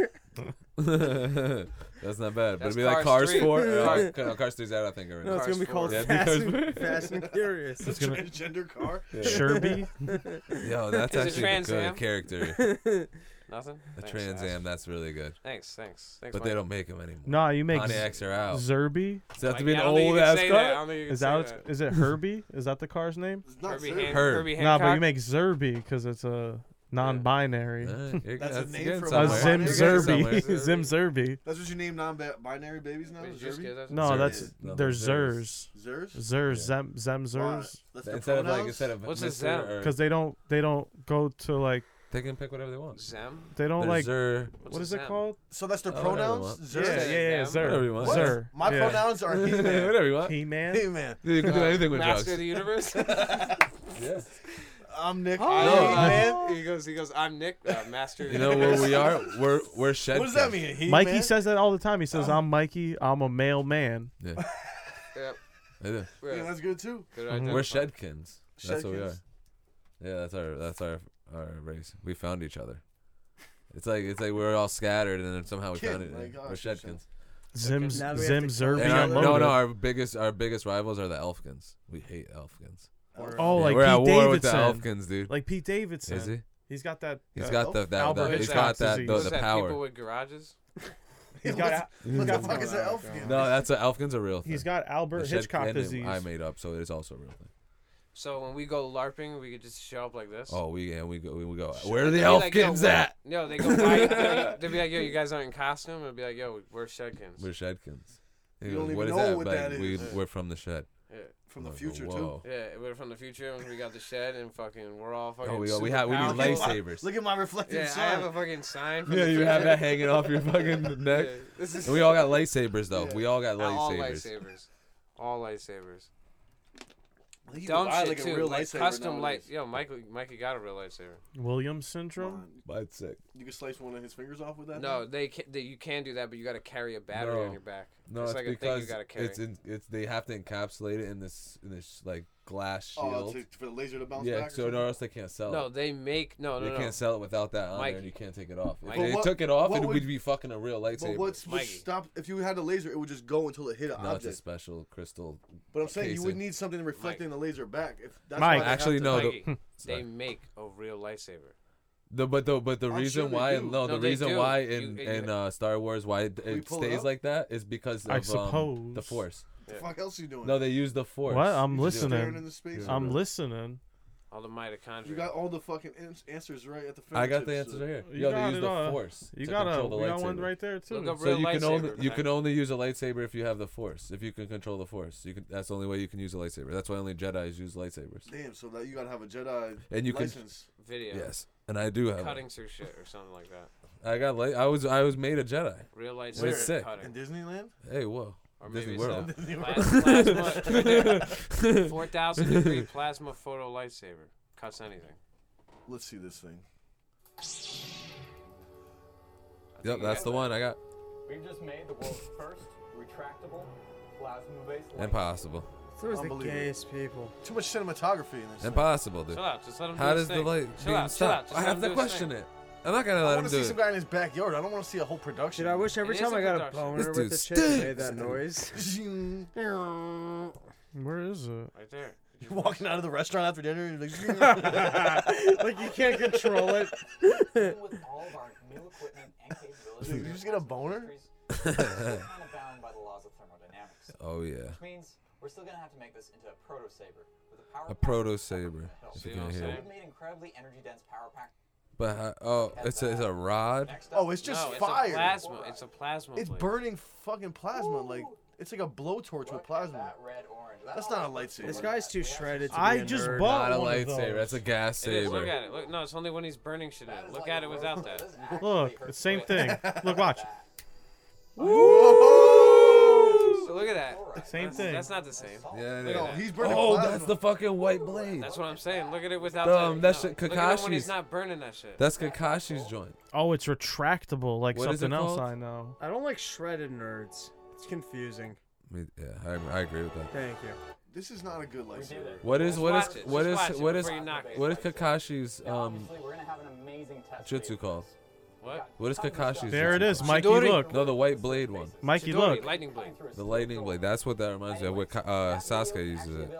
[SPEAKER 2] That's not bad. But
[SPEAKER 1] That's
[SPEAKER 2] it'd be like
[SPEAKER 1] Cars
[SPEAKER 2] Cars
[SPEAKER 1] three.
[SPEAKER 2] 4.
[SPEAKER 1] Car-
[SPEAKER 2] Uh, no, Cars 3's out, I think, already.
[SPEAKER 6] no, it's
[SPEAKER 1] Cars
[SPEAKER 6] gonna be called
[SPEAKER 2] four. Yeah,
[SPEAKER 6] Fast,
[SPEAKER 2] because-
[SPEAKER 6] and, Fast and Curious.
[SPEAKER 3] It's gonna
[SPEAKER 4] Transgender car.
[SPEAKER 3] Sherby.
[SPEAKER 2] Yo, that's
[SPEAKER 1] Is it
[SPEAKER 2] actually
[SPEAKER 1] Trans
[SPEAKER 2] a good
[SPEAKER 1] Am?
[SPEAKER 2] character.
[SPEAKER 1] Nothing?
[SPEAKER 2] A
[SPEAKER 1] Thanks,
[SPEAKER 2] Trans
[SPEAKER 1] Ash.
[SPEAKER 2] Am, that's really good.
[SPEAKER 1] Thanks, thanks. thanks
[SPEAKER 2] But they don't make them anymore.
[SPEAKER 3] No, you make Z-
[SPEAKER 2] Pontiacs are out.
[SPEAKER 3] Zerby.
[SPEAKER 2] So that's
[SPEAKER 1] Like,
[SPEAKER 2] be
[SPEAKER 1] I
[SPEAKER 2] an
[SPEAKER 1] don't think you
[SPEAKER 2] old
[SPEAKER 1] can
[SPEAKER 2] ass
[SPEAKER 1] say
[SPEAKER 2] car.
[SPEAKER 1] that. I don't think you can
[SPEAKER 3] Is
[SPEAKER 1] say
[SPEAKER 3] that, what it's- is it Herbie? Is that the car's name?
[SPEAKER 4] It's not
[SPEAKER 1] Herbie,
[SPEAKER 4] serious.
[SPEAKER 1] Han-
[SPEAKER 2] Herb.
[SPEAKER 1] Herbie
[SPEAKER 3] Nah,
[SPEAKER 1] Hancock.
[SPEAKER 3] but you make Zerby because it's a non-binary.
[SPEAKER 2] Alright, you're-
[SPEAKER 4] That's a name
[SPEAKER 2] getting
[SPEAKER 4] for a
[SPEAKER 3] A
[SPEAKER 2] somewhere.
[SPEAKER 4] Zim
[SPEAKER 3] Zim
[SPEAKER 2] You're getting somewhere.
[SPEAKER 3] Zerby.
[SPEAKER 1] somewhere.
[SPEAKER 3] Zim Zerby.
[SPEAKER 4] That's what you name non-binary babies now.
[SPEAKER 1] Wait, did
[SPEAKER 4] is
[SPEAKER 1] you just
[SPEAKER 4] Zerby?
[SPEAKER 1] get that?
[SPEAKER 3] No,
[SPEAKER 2] Zers.
[SPEAKER 3] that's
[SPEAKER 2] No,
[SPEAKER 3] they're Zers.
[SPEAKER 2] Zers.
[SPEAKER 4] Zers.
[SPEAKER 3] Zers. Zem Zem
[SPEAKER 4] Why?
[SPEAKER 3] Zers.
[SPEAKER 4] That's their
[SPEAKER 2] Instead of like
[SPEAKER 4] pronouns?
[SPEAKER 2] instead of
[SPEAKER 1] What's a Zem?
[SPEAKER 2] Mr. or-
[SPEAKER 3] Because they don't they don't go to like
[SPEAKER 2] they can pick whatever they want.
[SPEAKER 1] Zem?
[SPEAKER 3] they don't
[SPEAKER 2] They're
[SPEAKER 3] like
[SPEAKER 2] Zer,
[SPEAKER 1] What's
[SPEAKER 3] what
[SPEAKER 1] a
[SPEAKER 3] is it
[SPEAKER 1] Zem?
[SPEAKER 3] called?
[SPEAKER 4] So that's their
[SPEAKER 2] Oh, whatever they
[SPEAKER 4] pronouns.
[SPEAKER 2] want.
[SPEAKER 4] Zer.
[SPEAKER 3] Yeah, yeah, yeah.
[SPEAKER 1] Zem?
[SPEAKER 3] Zer.
[SPEAKER 2] Whatever you want.
[SPEAKER 4] What?
[SPEAKER 3] Zer.
[SPEAKER 4] My
[SPEAKER 3] yeah.
[SPEAKER 4] pronouns are he, man.
[SPEAKER 2] whatever you want.
[SPEAKER 3] He man.
[SPEAKER 4] He, man.
[SPEAKER 2] You can do
[SPEAKER 1] Uh,
[SPEAKER 2] anything with drugs.
[SPEAKER 1] Master of the
[SPEAKER 3] Oh,
[SPEAKER 1] Universe?
[SPEAKER 2] Yeah.
[SPEAKER 4] I'm Nick.
[SPEAKER 1] I
[SPEAKER 4] He,
[SPEAKER 1] am,
[SPEAKER 2] No.
[SPEAKER 4] man.
[SPEAKER 1] He goes, he goes, I'm Nick, uh, Master of
[SPEAKER 2] You
[SPEAKER 1] the
[SPEAKER 2] know where
[SPEAKER 1] Universe.
[SPEAKER 2] we are? We're we're shed.
[SPEAKER 4] What does that mean? He,
[SPEAKER 3] Mikey
[SPEAKER 4] man?
[SPEAKER 3] says that all the time. He says, "I'm Mikey. I'm a male man."
[SPEAKER 2] Yeah.
[SPEAKER 1] Yep.
[SPEAKER 2] I do.
[SPEAKER 1] We're,
[SPEAKER 4] Yeah, that's good too.
[SPEAKER 1] good
[SPEAKER 2] We're
[SPEAKER 1] identifier.
[SPEAKER 2] Shedkins. That's what we are.
[SPEAKER 4] Shedkins.
[SPEAKER 2] Yeah, that's our that's our our race. We found each other. It's like it's like we're all scattered and then somehow we
[SPEAKER 4] Kid,
[SPEAKER 2] found it.
[SPEAKER 4] my gosh,
[SPEAKER 2] we're Shedkins.
[SPEAKER 3] Zim
[SPEAKER 6] Now we have
[SPEAKER 3] Zim
[SPEAKER 6] to-
[SPEAKER 3] Zerby.
[SPEAKER 2] And our,
[SPEAKER 3] unloaded.
[SPEAKER 2] no, no, our biggest our biggest rivals are the Elfkins. We hate Elfkins.
[SPEAKER 1] uh,
[SPEAKER 3] oh,
[SPEAKER 2] Yeah,
[SPEAKER 3] like
[SPEAKER 2] we're
[SPEAKER 3] Pete
[SPEAKER 2] at war with the
[SPEAKER 3] Davidson.
[SPEAKER 2] Elfkins, dude.
[SPEAKER 3] like Pete Davidson.
[SPEAKER 2] Is he?
[SPEAKER 3] He's got that.
[SPEAKER 2] He's
[SPEAKER 3] uh,
[SPEAKER 2] got the that,
[SPEAKER 3] Albert
[SPEAKER 2] that he's
[SPEAKER 1] Hitchcock's
[SPEAKER 2] got that
[SPEAKER 3] disease.
[SPEAKER 2] the,
[SPEAKER 1] What's
[SPEAKER 2] the
[SPEAKER 1] that, People
[SPEAKER 2] power.
[SPEAKER 1] with garages?
[SPEAKER 3] He's got Al- he's
[SPEAKER 4] What the
[SPEAKER 3] got
[SPEAKER 4] fuck is an
[SPEAKER 1] Oh,
[SPEAKER 4] elf game?
[SPEAKER 2] No, that's a Elfkin's a real thing.
[SPEAKER 3] he's got
[SPEAKER 2] The
[SPEAKER 3] Albert
[SPEAKER 2] shed
[SPEAKER 3] Hitchcock
[SPEAKER 2] cannon
[SPEAKER 3] disease.
[SPEAKER 2] I made up, so it is also a real thing.
[SPEAKER 1] So when we go LARPing, we could just show up like this.
[SPEAKER 2] Oh, we and we go we, we go. Where are
[SPEAKER 1] They'd
[SPEAKER 2] the
[SPEAKER 1] be like, yo,
[SPEAKER 2] Elfkins
[SPEAKER 1] we're-
[SPEAKER 2] at?
[SPEAKER 1] No, they go. Why, they'd be like, "Yo, you guys aren't in costume." It'd be like, "Yo, we're Shedkins."
[SPEAKER 2] We're Shedkins. He
[SPEAKER 4] You
[SPEAKER 2] goes,
[SPEAKER 4] don't even
[SPEAKER 2] what is
[SPEAKER 4] know
[SPEAKER 2] that?
[SPEAKER 4] what
[SPEAKER 2] Like,
[SPEAKER 4] that
[SPEAKER 2] we,
[SPEAKER 4] is.
[SPEAKER 2] We're from the shed.
[SPEAKER 1] yeah.
[SPEAKER 4] From
[SPEAKER 2] I
[SPEAKER 4] the
[SPEAKER 2] go,
[SPEAKER 4] future too.
[SPEAKER 2] "Whoa."
[SPEAKER 1] yeah, we're from the future, and we got the shed, and fucking, we're all fucking.
[SPEAKER 2] Oh, we, got- we have we need
[SPEAKER 1] superpowerful.
[SPEAKER 4] Look at my-
[SPEAKER 2] lightsabers.
[SPEAKER 4] Look at my reflective
[SPEAKER 1] Yeah, I
[SPEAKER 4] sign.
[SPEAKER 1] have a fucking sign. From
[SPEAKER 2] Yeah,
[SPEAKER 1] the
[SPEAKER 2] you have
[SPEAKER 1] future.
[SPEAKER 2] that hanging off your fucking neck.
[SPEAKER 1] Yeah, this is
[SPEAKER 2] And we all got lightsabers though. We all got
[SPEAKER 1] all
[SPEAKER 2] lightsabers.
[SPEAKER 1] lightsabers. All lightsabers.
[SPEAKER 4] Look, you
[SPEAKER 1] Dumb
[SPEAKER 4] can buy,
[SPEAKER 1] shit
[SPEAKER 4] like, a
[SPEAKER 1] too,
[SPEAKER 4] real
[SPEAKER 1] like
[SPEAKER 4] lightsaber
[SPEAKER 1] custom light.
[SPEAKER 4] nowadays.
[SPEAKER 1] Yo, Michael, Mikey got a real lightsaber.
[SPEAKER 3] Williams syndrome.
[SPEAKER 2] That's sick.
[SPEAKER 4] You can slice one of his fingers off with that.
[SPEAKER 1] No, they, ca they you can do that, but you got to carry a battery
[SPEAKER 2] No.
[SPEAKER 1] on your back.
[SPEAKER 2] No,
[SPEAKER 1] it's,
[SPEAKER 2] it's,
[SPEAKER 1] like a thing
[SPEAKER 2] because
[SPEAKER 1] you got to carry.
[SPEAKER 2] it's in, it's they have to encapsulate it in this in this like glass shield.
[SPEAKER 4] Oh, to, for the laser to bounce
[SPEAKER 2] yeah,
[SPEAKER 4] back. or
[SPEAKER 2] so
[SPEAKER 4] something?
[SPEAKER 2] or else they can't sell.
[SPEAKER 1] no,
[SPEAKER 2] it.
[SPEAKER 1] they make no,
[SPEAKER 2] They
[SPEAKER 1] no, no.
[SPEAKER 2] can't sell it without that on
[SPEAKER 1] Mike-
[SPEAKER 2] there, and you can't take it off. If
[SPEAKER 1] Mike-
[SPEAKER 2] they
[SPEAKER 4] But what-
[SPEAKER 2] took it off,
[SPEAKER 4] what
[SPEAKER 2] it
[SPEAKER 4] would-
[SPEAKER 2] would, be fucking a real lightsaber.
[SPEAKER 4] But what's what
[SPEAKER 1] Mikey.
[SPEAKER 4] stop if you had a laser? It would just go until it hit an
[SPEAKER 2] no, it's a
[SPEAKER 4] object.
[SPEAKER 2] special crystal.
[SPEAKER 4] But I'm saying you would
[SPEAKER 2] casing.
[SPEAKER 4] need something reflecting the laser back. If that's
[SPEAKER 3] Mike.
[SPEAKER 4] why they have
[SPEAKER 2] Actually,
[SPEAKER 4] to-
[SPEAKER 2] no.
[SPEAKER 1] Mikey,
[SPEAKER 2] The,
[SPEAKER 1] they
[SPEAKER 2] sorry.
[SPEAKER 1] make a real lightsaber.
[SPEAKER 2] The- but the but the
[SPEAKER 4] I'm
[SPEAKER 2] reason
[SPEAKER 4] sure they
[SPEAKER 2] why
[SPEAKER 4] do.
[SPEAKER 1] No,
[SPEAKER 2] no, the
[SPEAKER 1] they
[SPEAKER 2] reason
[SPEAKER 1] do.
[SPEAKER 2] why
[SPEAKER 1] You-
[SPEAKER 2] in
[SPEAKER 1] you-
[SPEAKER 2] in uh, Star Wars why it,
[SPEAKER 4] we
[SPEAKER 2] it
[SPEAKER 4] pull it
[SPEAKER 2] stays
[SPEAKER 4] up?
[SPEAKER 2] like that is because of,
[SPEAKER 3] I
[SPEAKER 2] um, the
[SPEAKER 3] suppose.
[SPEAKER 2] force.
[SPEAKER 4] What the fuck else you doing?
[SPEAKER 2] No, they use the force.
[SPEAKER 3] What? I'm
[SPEAKER 4] You're just
[SPEAKER 3] listening.
[SPEAKER 4] staring into space.
[SPEAKER 3] I'm listening.
[SPEAKER 1] All the mitochondria.
[SPEAKER 4] You got all the fucking ans- answers right at the
[SPEAKER 2] I got
[SPEAKER 4] fingertips.
[SPEAKER 2] the answers right here.
[SPEAKER 3] You
[SPEAKER 2] Yo,
[SPEAKER 3] got
[SPEAKER 2] they
[SPEAKER 3] it
[SPEAKER 2] use the
[SPEAKER 3] all.
[SPEAKER 2] force.
[SPEAKER 3] You
[SPEAKER 2] to
[SPEAKER 3] got
[SPEAKER 2] control
[SPEAKER 3] a
[SPEAKER 2] the
[SPEAKER 3] we got one
[SPEAKER 2] lightsaber.
[SPEAKER 3] right there too.
[SPEAKER 1] Look up
[SPEAKER 2] So
[SPEAKER 1] real
[SPEAKER 2] you can only
[SPEAKER 1] lightsaber
[SPEAKER 2] you
[SPEAKER 1] tonight.
[SPEAKER 2] can only use a lightsaber if you have the force. If you can control the force, you can. That's the only way you can use a lightsaber. That's why only Jedi's use lightsabers.
[SPEAKER 4] Damn, so that you gotta have a Jedi
[SPEAKER 2] And you can-
[SPEAKER 4] license.
[SPEAKER 1] video.
[SPEAKER 2] Yes, and I do have. one.
[SPEAKER 1] Cutting through shit or something like that.
[SPEAKER 2] I got. Light, I was. I was made a Jedi.
[SPEAKER 1] Real lightsaber
[SPEAKER 2] Where? Sick.
[SPEAKER 1] cutting.
[SPEAKER 4] in Disneyland.
[SPEAKER 2] Hey, whoa.
[SPEAKER 1] Or
[SPEAKER 2] Disney
[SPEAKER 1] maybe
[SPEAKER 2] World.
[SPEAKER 1] it's a plas- plasma, four thousand degree plasma photo lightsaber cuts anything.
[SPEAKER 4] Let's see this thing.
[SPEAKER 2] Yep, that's the one I got.
[SPEAKER 8] We've just made the world's first retractable plasma-based
[SPEAKER 2] Impossible.
[SPEAKER 6] Those
[SPEAKER 4] the
[SPEAKER 6] the
[SPEAKER 4] Unbelievable.
[SPEAKER 6] gayest people.
[SPEAKER 4] Too much cinematography in this. thing.
[SPEAKER 2] Impossible, dude.
[SPEAKER 1] Chill out. Just let him.
[SPEAKER 2] How
[SPEAKER 1] do his
[SPEAKER 2] does the
[SPEAKER 1] thing.
[SPEAKER 2] light
[SPEAKER 1] Chill
[SPEAKER 2] beam
[SPEAKER 1] out, chill out,
[SPEAKER 2] stop?
[SPEAKER 1] just
[SPEAKER 2] I
[SPEAKER 1] let him
[SPEAKER 2] have
[SPEAKER 1] do
[SPEAKER 2] to
[SPEAKER 1] his
[SPEAKER 2] question
[SPEAKER 1] thing.
[SPEAKER 2] it. I'm not gonna
[SPEAKER 4] I
[SPEAKER 2] let
[SPEAKER 4] want
[SPEAKER 2] him
[SPEAKER 4] to
[SPEAKER 2] do
[SPEAKER 4] see some
[SPEAKER 2] it.
[SPEAKER 4] guy in his backyard. I don't want to see a whole production.
[SPEAKER 6] Dude, I wish every
[SPEAKER 1] It is
[SPEAKER 6] time
[SPEAKER 1] a
[SPEAKER 6] I got a
[SPEAKER 1] production.
[SPEAKER 6] boner
[SPEAKER 2] This
[SPEAKER 6] with a
[SPEAKER 2] dude
[SPEAKER 6] chick, I made
[SPEAKER 2] stinks.
[SPEAKER 6] that noise.
[SPEAKER 4] Zing.
[SPEAKER 3] Where is it?
[SPEAKER 1] Right there.
[SPEAKER 4] You're walking out of the restaurant after dinner. And you're like, zing.
[SPEAKER 6] like you can't control it.
[SPEAKER 8] Even with all of our new equipment and capabilities,
[SPEAKER 4] Dude, you just get a boner?
[SPEAKER 8] we're still kind of bound by the laws of thermodynamics,
[SPEAKER 2] Oh yeah,
[SPEAKER 8] which means we're still going to have to make this into a proto saber with a power.
[SPEAKER 2] a
[SPEAKER 8] pack
[SPEAKER 2] proto
[SPEAKER 8] that's separate
[SPEAKER 2] saber.
[SPEAKER 8] from the
[SPEAKER 2] If
[SPEAKER 8] hilt.
[SPEAKER 1] See
[SPEAKER 2] you
[SPEAKER 1] what
[SPEAKER 2] can
[SPEAKER 1] I'm
[SPEAKER 2] hear
[SPEAKER 1] saying?
[SPEAKER 2] it.
[SPEAKER 8] We've made incredibly energy-dense power pack.
[SPEAKER 2] But how, oh, it's a, it's a rod.
[SPEAKER 8] Next up,
[SPEAKER 4] Oh, it's just
[SPEAKER 1] no, it's
[SPEAKER 4] fire.
[SPEAKER 1] a plasma. It's a plasma.
[SPEAKER 4] It's
[SPEAKER 1] plate.
[SPEAKER 4] burning fucking plasma. Like it's like a blowtorch
[SPEAKER 8] look
[SPEAKER 4] with
[SPEAKER 8] at
[SPEAKER 4] plasma.
[SPEAKER 8] That red orange. That
[SPEAKER 4] That's
[SPEAKER 8] all
[SPEAKER 4] not a
[SPEAKER 8] looks
[SPEAKER 4] lightsaber.
[SPEAKER 8] like
[SPEAKER 6] This guy's too
[SPEAKER 8] we actually
[SPEAKER 6] shredded. To
[SPEAKER 3] I
[SPEAKER 6] be a
[SPEAKER 3] just
[SPEAKER 6] nerd.
[SPEAKER 3] bought-
[SPEAKER 2] Not a
[SPEAKER 3] one of
[SPEAKER 2] lightsaber.
[SPEAKER 3] those.
[SPEAKER 2] That's a gas
[SPEAKER 1] It is. Look
[SPEAKER 2] saber.
[SPEAKER 1] at it. Look, no, it's only when he's burning shit
[SPEAKER 8] That
[SPEAKER 1] out.
[SPEAKER 8] is
[SPEAKER 1] Look
[SPEAKER 8] like
[SPEAKER 1] at
[SPEAKER 8] a
[SPEAKER 1] it without
[SPEAKER 8] rose.
[SPEAKER 1] that.
[SPEAKER 8] This actually
[SPEAKER 3] Look,
[SPEAKER 8] hurts
[SPEAKER 3] same
[SPEAKER 8] way less.
[SPEAKER 3] thing. Look, watch.
[SPEAKER 1] So look at that.
[SPEAKER 3] Same
[SPEAKER 1] That's-
[SPEAKER 3] thing.
[SPEAKER 1] That's not the same.
[SPEAKER 2] Yeah, it
[SPEAKER 4] No,
[SPEAKER 2] is.
[SPEAKER 4] he's burning
[SPEAKER 2] Oh,
[SPEAKER 4] plasma.
[SPEAKER 2] that's the fucking white blade.
[SPEAKER 1] That's what I'm saying. Look at it without
[SPEAKER 2] Um,
[SPEAKER 1] that.
[SPEAKER 2] that's
[SPEAKER 1] no.
[SPEAKER 2] it,
[SPEAKER 1] Look at him when
[SPEAKER 2] Kakashi's.
[SPEAKER 1] he's not burning that shit.
[SPEAKER 2] That's Kakashi's joint.
[SPEAKER 3] Oh, it's retractable, like
[SPEAKER 2] What is it
[SPEAKER 3] something else
[SPEAKER 2] called?
[SPEAKER 3] I know.
[SPEAKER 6] I don't like shredded nerds. It's confusing.
[SPEAKER 2] I mean, yeah, I, I agree with that.
[SPEAKER 6] Thank you.
[SPEAKER 4] This is not a good lightsaber.
[SPEAKER 2] What is
[SPEAKER 1] Just
[SPEAKER 2] what
[SPEAKER 1] watch
[SPEAKER 2] is
[SPEAKER 1] it.
[SPEAKER 2] what
[SPEAKER 1] Just watch
[SPEAKER 2] is um,
[SPEAKER 1] it
[SPEAKER 2] what is
[SPEAKER 1] before you knock it.
[SPEAKER 2] what is Kakashi's
[SPEAKER 8] Now,
[SPEAKER 2] um
[SPEAKER 8] obviously, we're going to have an amazing test.
[SPEAKER 2] jutsu
[SPEAKER 8] phase.
[SPEAKER 2] called?
[SPEAKER 1] What?
[SPEAKER 2] What is Kakashi's?
[SPEAKER 3] There it
[SPEAKER 2] jutsu
[SPEAKER 3] is,
[SPEAKER 2] called?
[SPEAKER 3] Mikey.
[SPEAKER 1] Shidori.
[SPEAKER 3] Look,
[SPEAKER 2] No, the white blade one.
[SPEAKER 3] Mikey,
[SPEAKER 1] Chidori,
[SPEAKER 4] e-,
[SPEAKER 3] look.
[SPEAKER 1] lightning blade.
[SPEAKER 2] The lightning blade. That's what that reminds me of. What Ka- uh, Sasuke uses it.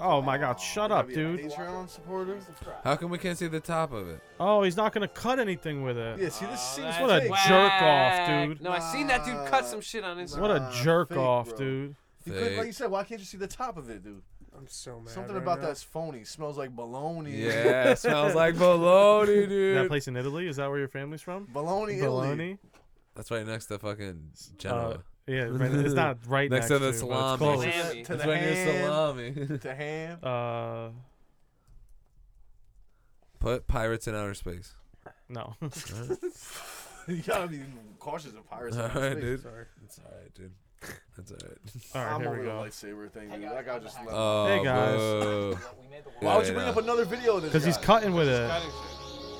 [SPEAKER 3] Oh my God, shut up, dude.
[SPEAKER 4] Patreon supporter.
[SPEAKER 2] How come we can't see the top of it?
[SPEAKER 3] Oh, he's not gonna cut anything with it.
[SPEAKER 4] Yeah, see,
[SPEAKER 1] Oh,
[SPEAKER 4] this seems
[SPEAKER 3] What a
[SPEAKER 4] fake.
[SPEAKER 3] whack. jerk off, dude.
[SPEAKER 1] No, I seen that dude cut some shit on Instagram.
[SPEAKER 3] What a
[SPEAKER 4] Nah,
[SPEAKER 3] jerk
[SPEAKER 4] Ah, fake,
[SPEAKER 3] off,
[SPEAKER 4] bro.
[SPEAKER 3] dude.
[SPEAKER 4] You couldn't- like
[SPEAKER 2] Fake.
[SPEAKER 4] you said, why can't you see the top of it, dude?
[SPEAKER 6] I'm so mad.
[SPEAKER 4] Something
[SPEAKER 6] right
[SPEAKER 4] about
[SPEAKER 6] now.
[SPEAKER 4] that's phony. Smells like baloney.
[SPEAKER 2] Yeah, it smells like bologna,
[SPEAKER 3] That
[SPEAKER 2] dude.
[SPEAKER 3] place in Italy? Is that where your family's from?
[SPEAKER 4] Baloney, Italy.
[SPEAKER 3] Bologna.
[SPEAKER 2] That's right next to fucking
[SPEAKER 3] Uh,
[SPEAKER 2] Genoa.
[SPEAKER 3] yeah, right, it's not right
[SPEAKER 2] Next
[SPEAKER 3] next,
[SPEAKER 2] to the
[SPEAKER 3] but it's
[SPEAKER 2] salami.
[SPEAKER 3] close.
[SPEAKER 1] Salami.
[SPEAKER 4] To the, to
[SPEAKER 2] That's
[SPEAKER 4] the
[SPEAKER 2] right near
[SPEAKER 4] ham.
[SPEAKER 2] salami.
[SPEAKER 4] To ham.
[SPEAKER 3] Uh,
[SPEAKER 2] Put pirates in outer space.
[SPEAKER 3] no.
[SPEAKER 4] you gotta be cautious of pirates.
[SPEAKER 2] All
[SPEAKER 4] in outer
[SPEAKER 2] right,
[SPEAKER 4] space.
[SPEAKER 2] dude. That's all right, dude. That's all right.
[SPEAKER 3] All right,
[SPEAKER 4] I'm
[SPEAKER 3] here
[SPEAKER 4] over
[SPEAKER 3] we
[SPEAKER 4] the
[SPEAKER 3] go. Uh,
[SPEAKER 4] lightsaber thing, dude. That guy just left.
[SPEAKER 2] Oh,
[SPEAKER 3] Hey, guys.
[SPEAKER 2] boo.
[SPEAKER 4] why would you
[SPEAKER 2] Yeah,
[SPEAKER 4] bring
[SPEAKER 2] yeah.
[SPEAKER 4] up another video of this?
[SPEAKER 3] Because he's
[SPEAKER 4] guy?
[SPEAKER 3] cutting with it.
[SPEAKER 1] Cutting shit.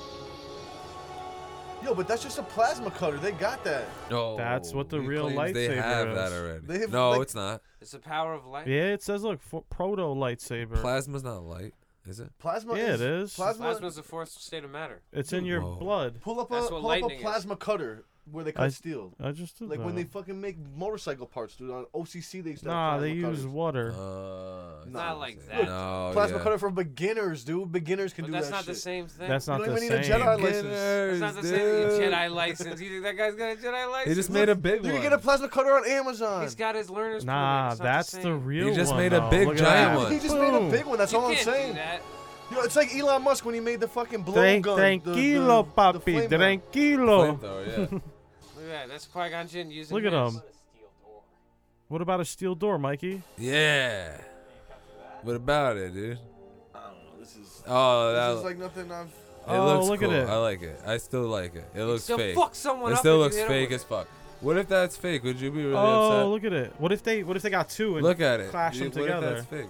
[SPEAKER 4] Yo, but that's just a plasma cutter. They got that.
[SPEAKER 2] No,
[SPEAKER 3] That's what the
[SPEAKER 2] he
[SPEAKER 3] real
[SPEAKER 2] claims They
[SPEAKER 3] lightsaber
[SPEAKER 2] have that
[SPEAKER 3] is.
[SPEAKER 2] already.
[SPEAKER 4] They have,
[SPEAKER 2] no,
[SPEAKER 4] like-
[SPEAKER 2] it's not.
[SPEAKER 1] It's the power of light.
[SPEAKER 3] Yeah, it says look for proto lightsaber.
[SPEAKER 2] Plasma's not light, is it?
[SPEAKER 4] Plasma.
[SPEAKER 3] Yeah,
[SPEAKER 4] is,
[SPEAKER 3] it is.
[SPEAKER 4] Plasma.
[SPEAKER 1] Plasma's the fourth state of matter.
[SPEAKER 3] it's in your
[SPEAKER 2] Whoa.
[SPEAKER 3] blood.
[SPEAKER 4] Pull up a
[SPEAKER 1] That's what
[SPEAKER 4] pull up a
[SPEAKER 1] lightning is.
[SPEAKER 4] plasma cutter where they
[SPEAKER 3] I
[SPEAKER 4] cut
[SPEAKER 3] s-
[SPEAKER 4] steel.
[SPEAKER 3] I just did
[SPEAKER 4] Like when
[SPEAKER 3] that.
[SPEAKER 4] they fucking make motorcycle parts, dude. On OCC, they used to have
[SPEAKER 3] nah, they
[SPEAKER 4] plasma
[SPEAKER 3] use
[SPEAKER 4] cutters.
[SPEAKER 2] Uh,
[SPEAKER 3] water.
[SPEAKER 2] it's
[SPEAKER 4] Nah.
[SPEAKER 1] Not like that.
[SPEAKER 3] Oh,
[SPEAKER 2] No,
[SPEAKER 4] plasma
[SPEAKER 2] yeah.
[SPEAKER 4] cutter for beginners, dude. Beginners can
[SPEAKER 1] But
[SPEAKER 4] do
[SPEAKER 1] that's
[SPEAKER 4] that
[SPEAKER 1] not
[SPEAKER 4] shit.
[SPEAKER 1] the same thing.
[SPEAKER 3] That's not
[SPEAKER 4] you don't
[SPEAKER 3] the
[SPEAKER 4] even
[SPEAKER 3] same.
[SPEAKER 4] need a Jedi license.
[SPEAKER 1] It's
[SPEAKER 2] Beginners,
[SPEAKER 1] not the same as a
[SPEAKER 2] dude.
[SPEAKER 1] Jedi license. You think that guy's got a Jedi license?
[SPEAKER 2] He just made a big
[SPEAKER 4] You
[SPEAKER 2] one.
[SPEAKER 4] can get a plasma cutter on Amazon.
[SPEAKER 1] He's got his learner's permit.
[SPEAKER 3] Nah,
[SPEAKER 1] It's not
[SPEAKER 3] that's
[SPEAKER 1] the,
[SPEAKER 3] the,
[SPEAKER 1] same.
[SPEAKER 3] real
[SPEAKER 2] just
[SPEAKER 3] one,
[SPEAKER 2] made a
[SPEAKER 3] though.
[SPEAKER 2] big
[SPEAKER 3] Look at
[SPEAKER 2] giant
[SPEAKER 3] that.
[SPEAKER 2] one.
[SPEAKER 4] he just made a
[SPEAKER 3] Boom.
[SPEAKER 4] big one. That's
[SPEAKER 1] You
[SPEAKER 4] all I'm
[SPEAKER 1] can't
[SPEAKER 4] saying.
[SPEAKER 1] do that.
[SPEAKER 4] You know, it's like Elon Musk when he made the fucking blow
[SPEAKER 3] Tran-
[SPEAKER 4] gun. the- the-
[SPEAKER 3] tranquilo,
[SPEAKER 4] the
[SPEAKER 3] papi,
[SPEAKER 4] flame gun.
[SPEAKER 3] tranquilo.
[SPEAKER 2] Flamethrower, yeah.
[SPEAKER 1] Look at that. That's Qui-Gon Jinn using
[SPEAKER 3] Look at
[SPEAKER 1] his.
[SPEAKER 3] him. What about a steel door, Mikey?
[SPEAKER 2] yeah. What about it, dude? Oh, that
[SPEAKER 4] This is like nothing I've.
[SPEAKER 2] it
[SPEAKER 3] Oh,
[SPEAKER 2] looks
[SPEAKER 3] look at
[SPEAKER 2] cool.
[SPEAKER 3] it.
[SPEAKER 2] I like it. I still like it. It looks
[SPEAKER 1] Still
[SPEAKER 2] fake.
[SPEAKER 1] fuck someone
[SPEAKER 2] It
[SPEAKER 1] up
[SPEAKER 2] still
[SPEAKER 1] if you
[SPEAKER 2] looks
[SPEAKER 1] hit 'em
[SPEAKER 2] fake
[SPEAKER 1] with
[SPEAKER 2] as fuck. What if that's fake? Would you be really
[SPEAKER 3] oh,
[SPEAKER 2] upset?
[SPEAKER 3] look at it. What if they What if they got two and
[SPEAKER 2] Look at it.
[SPEAKER 3] clash
[SPEAKER 2] You-
[SPEAKER 3] them
[SPEAKER 2] what if
[SPEAKER 3] together?
[SPEAKER 2] that's fake?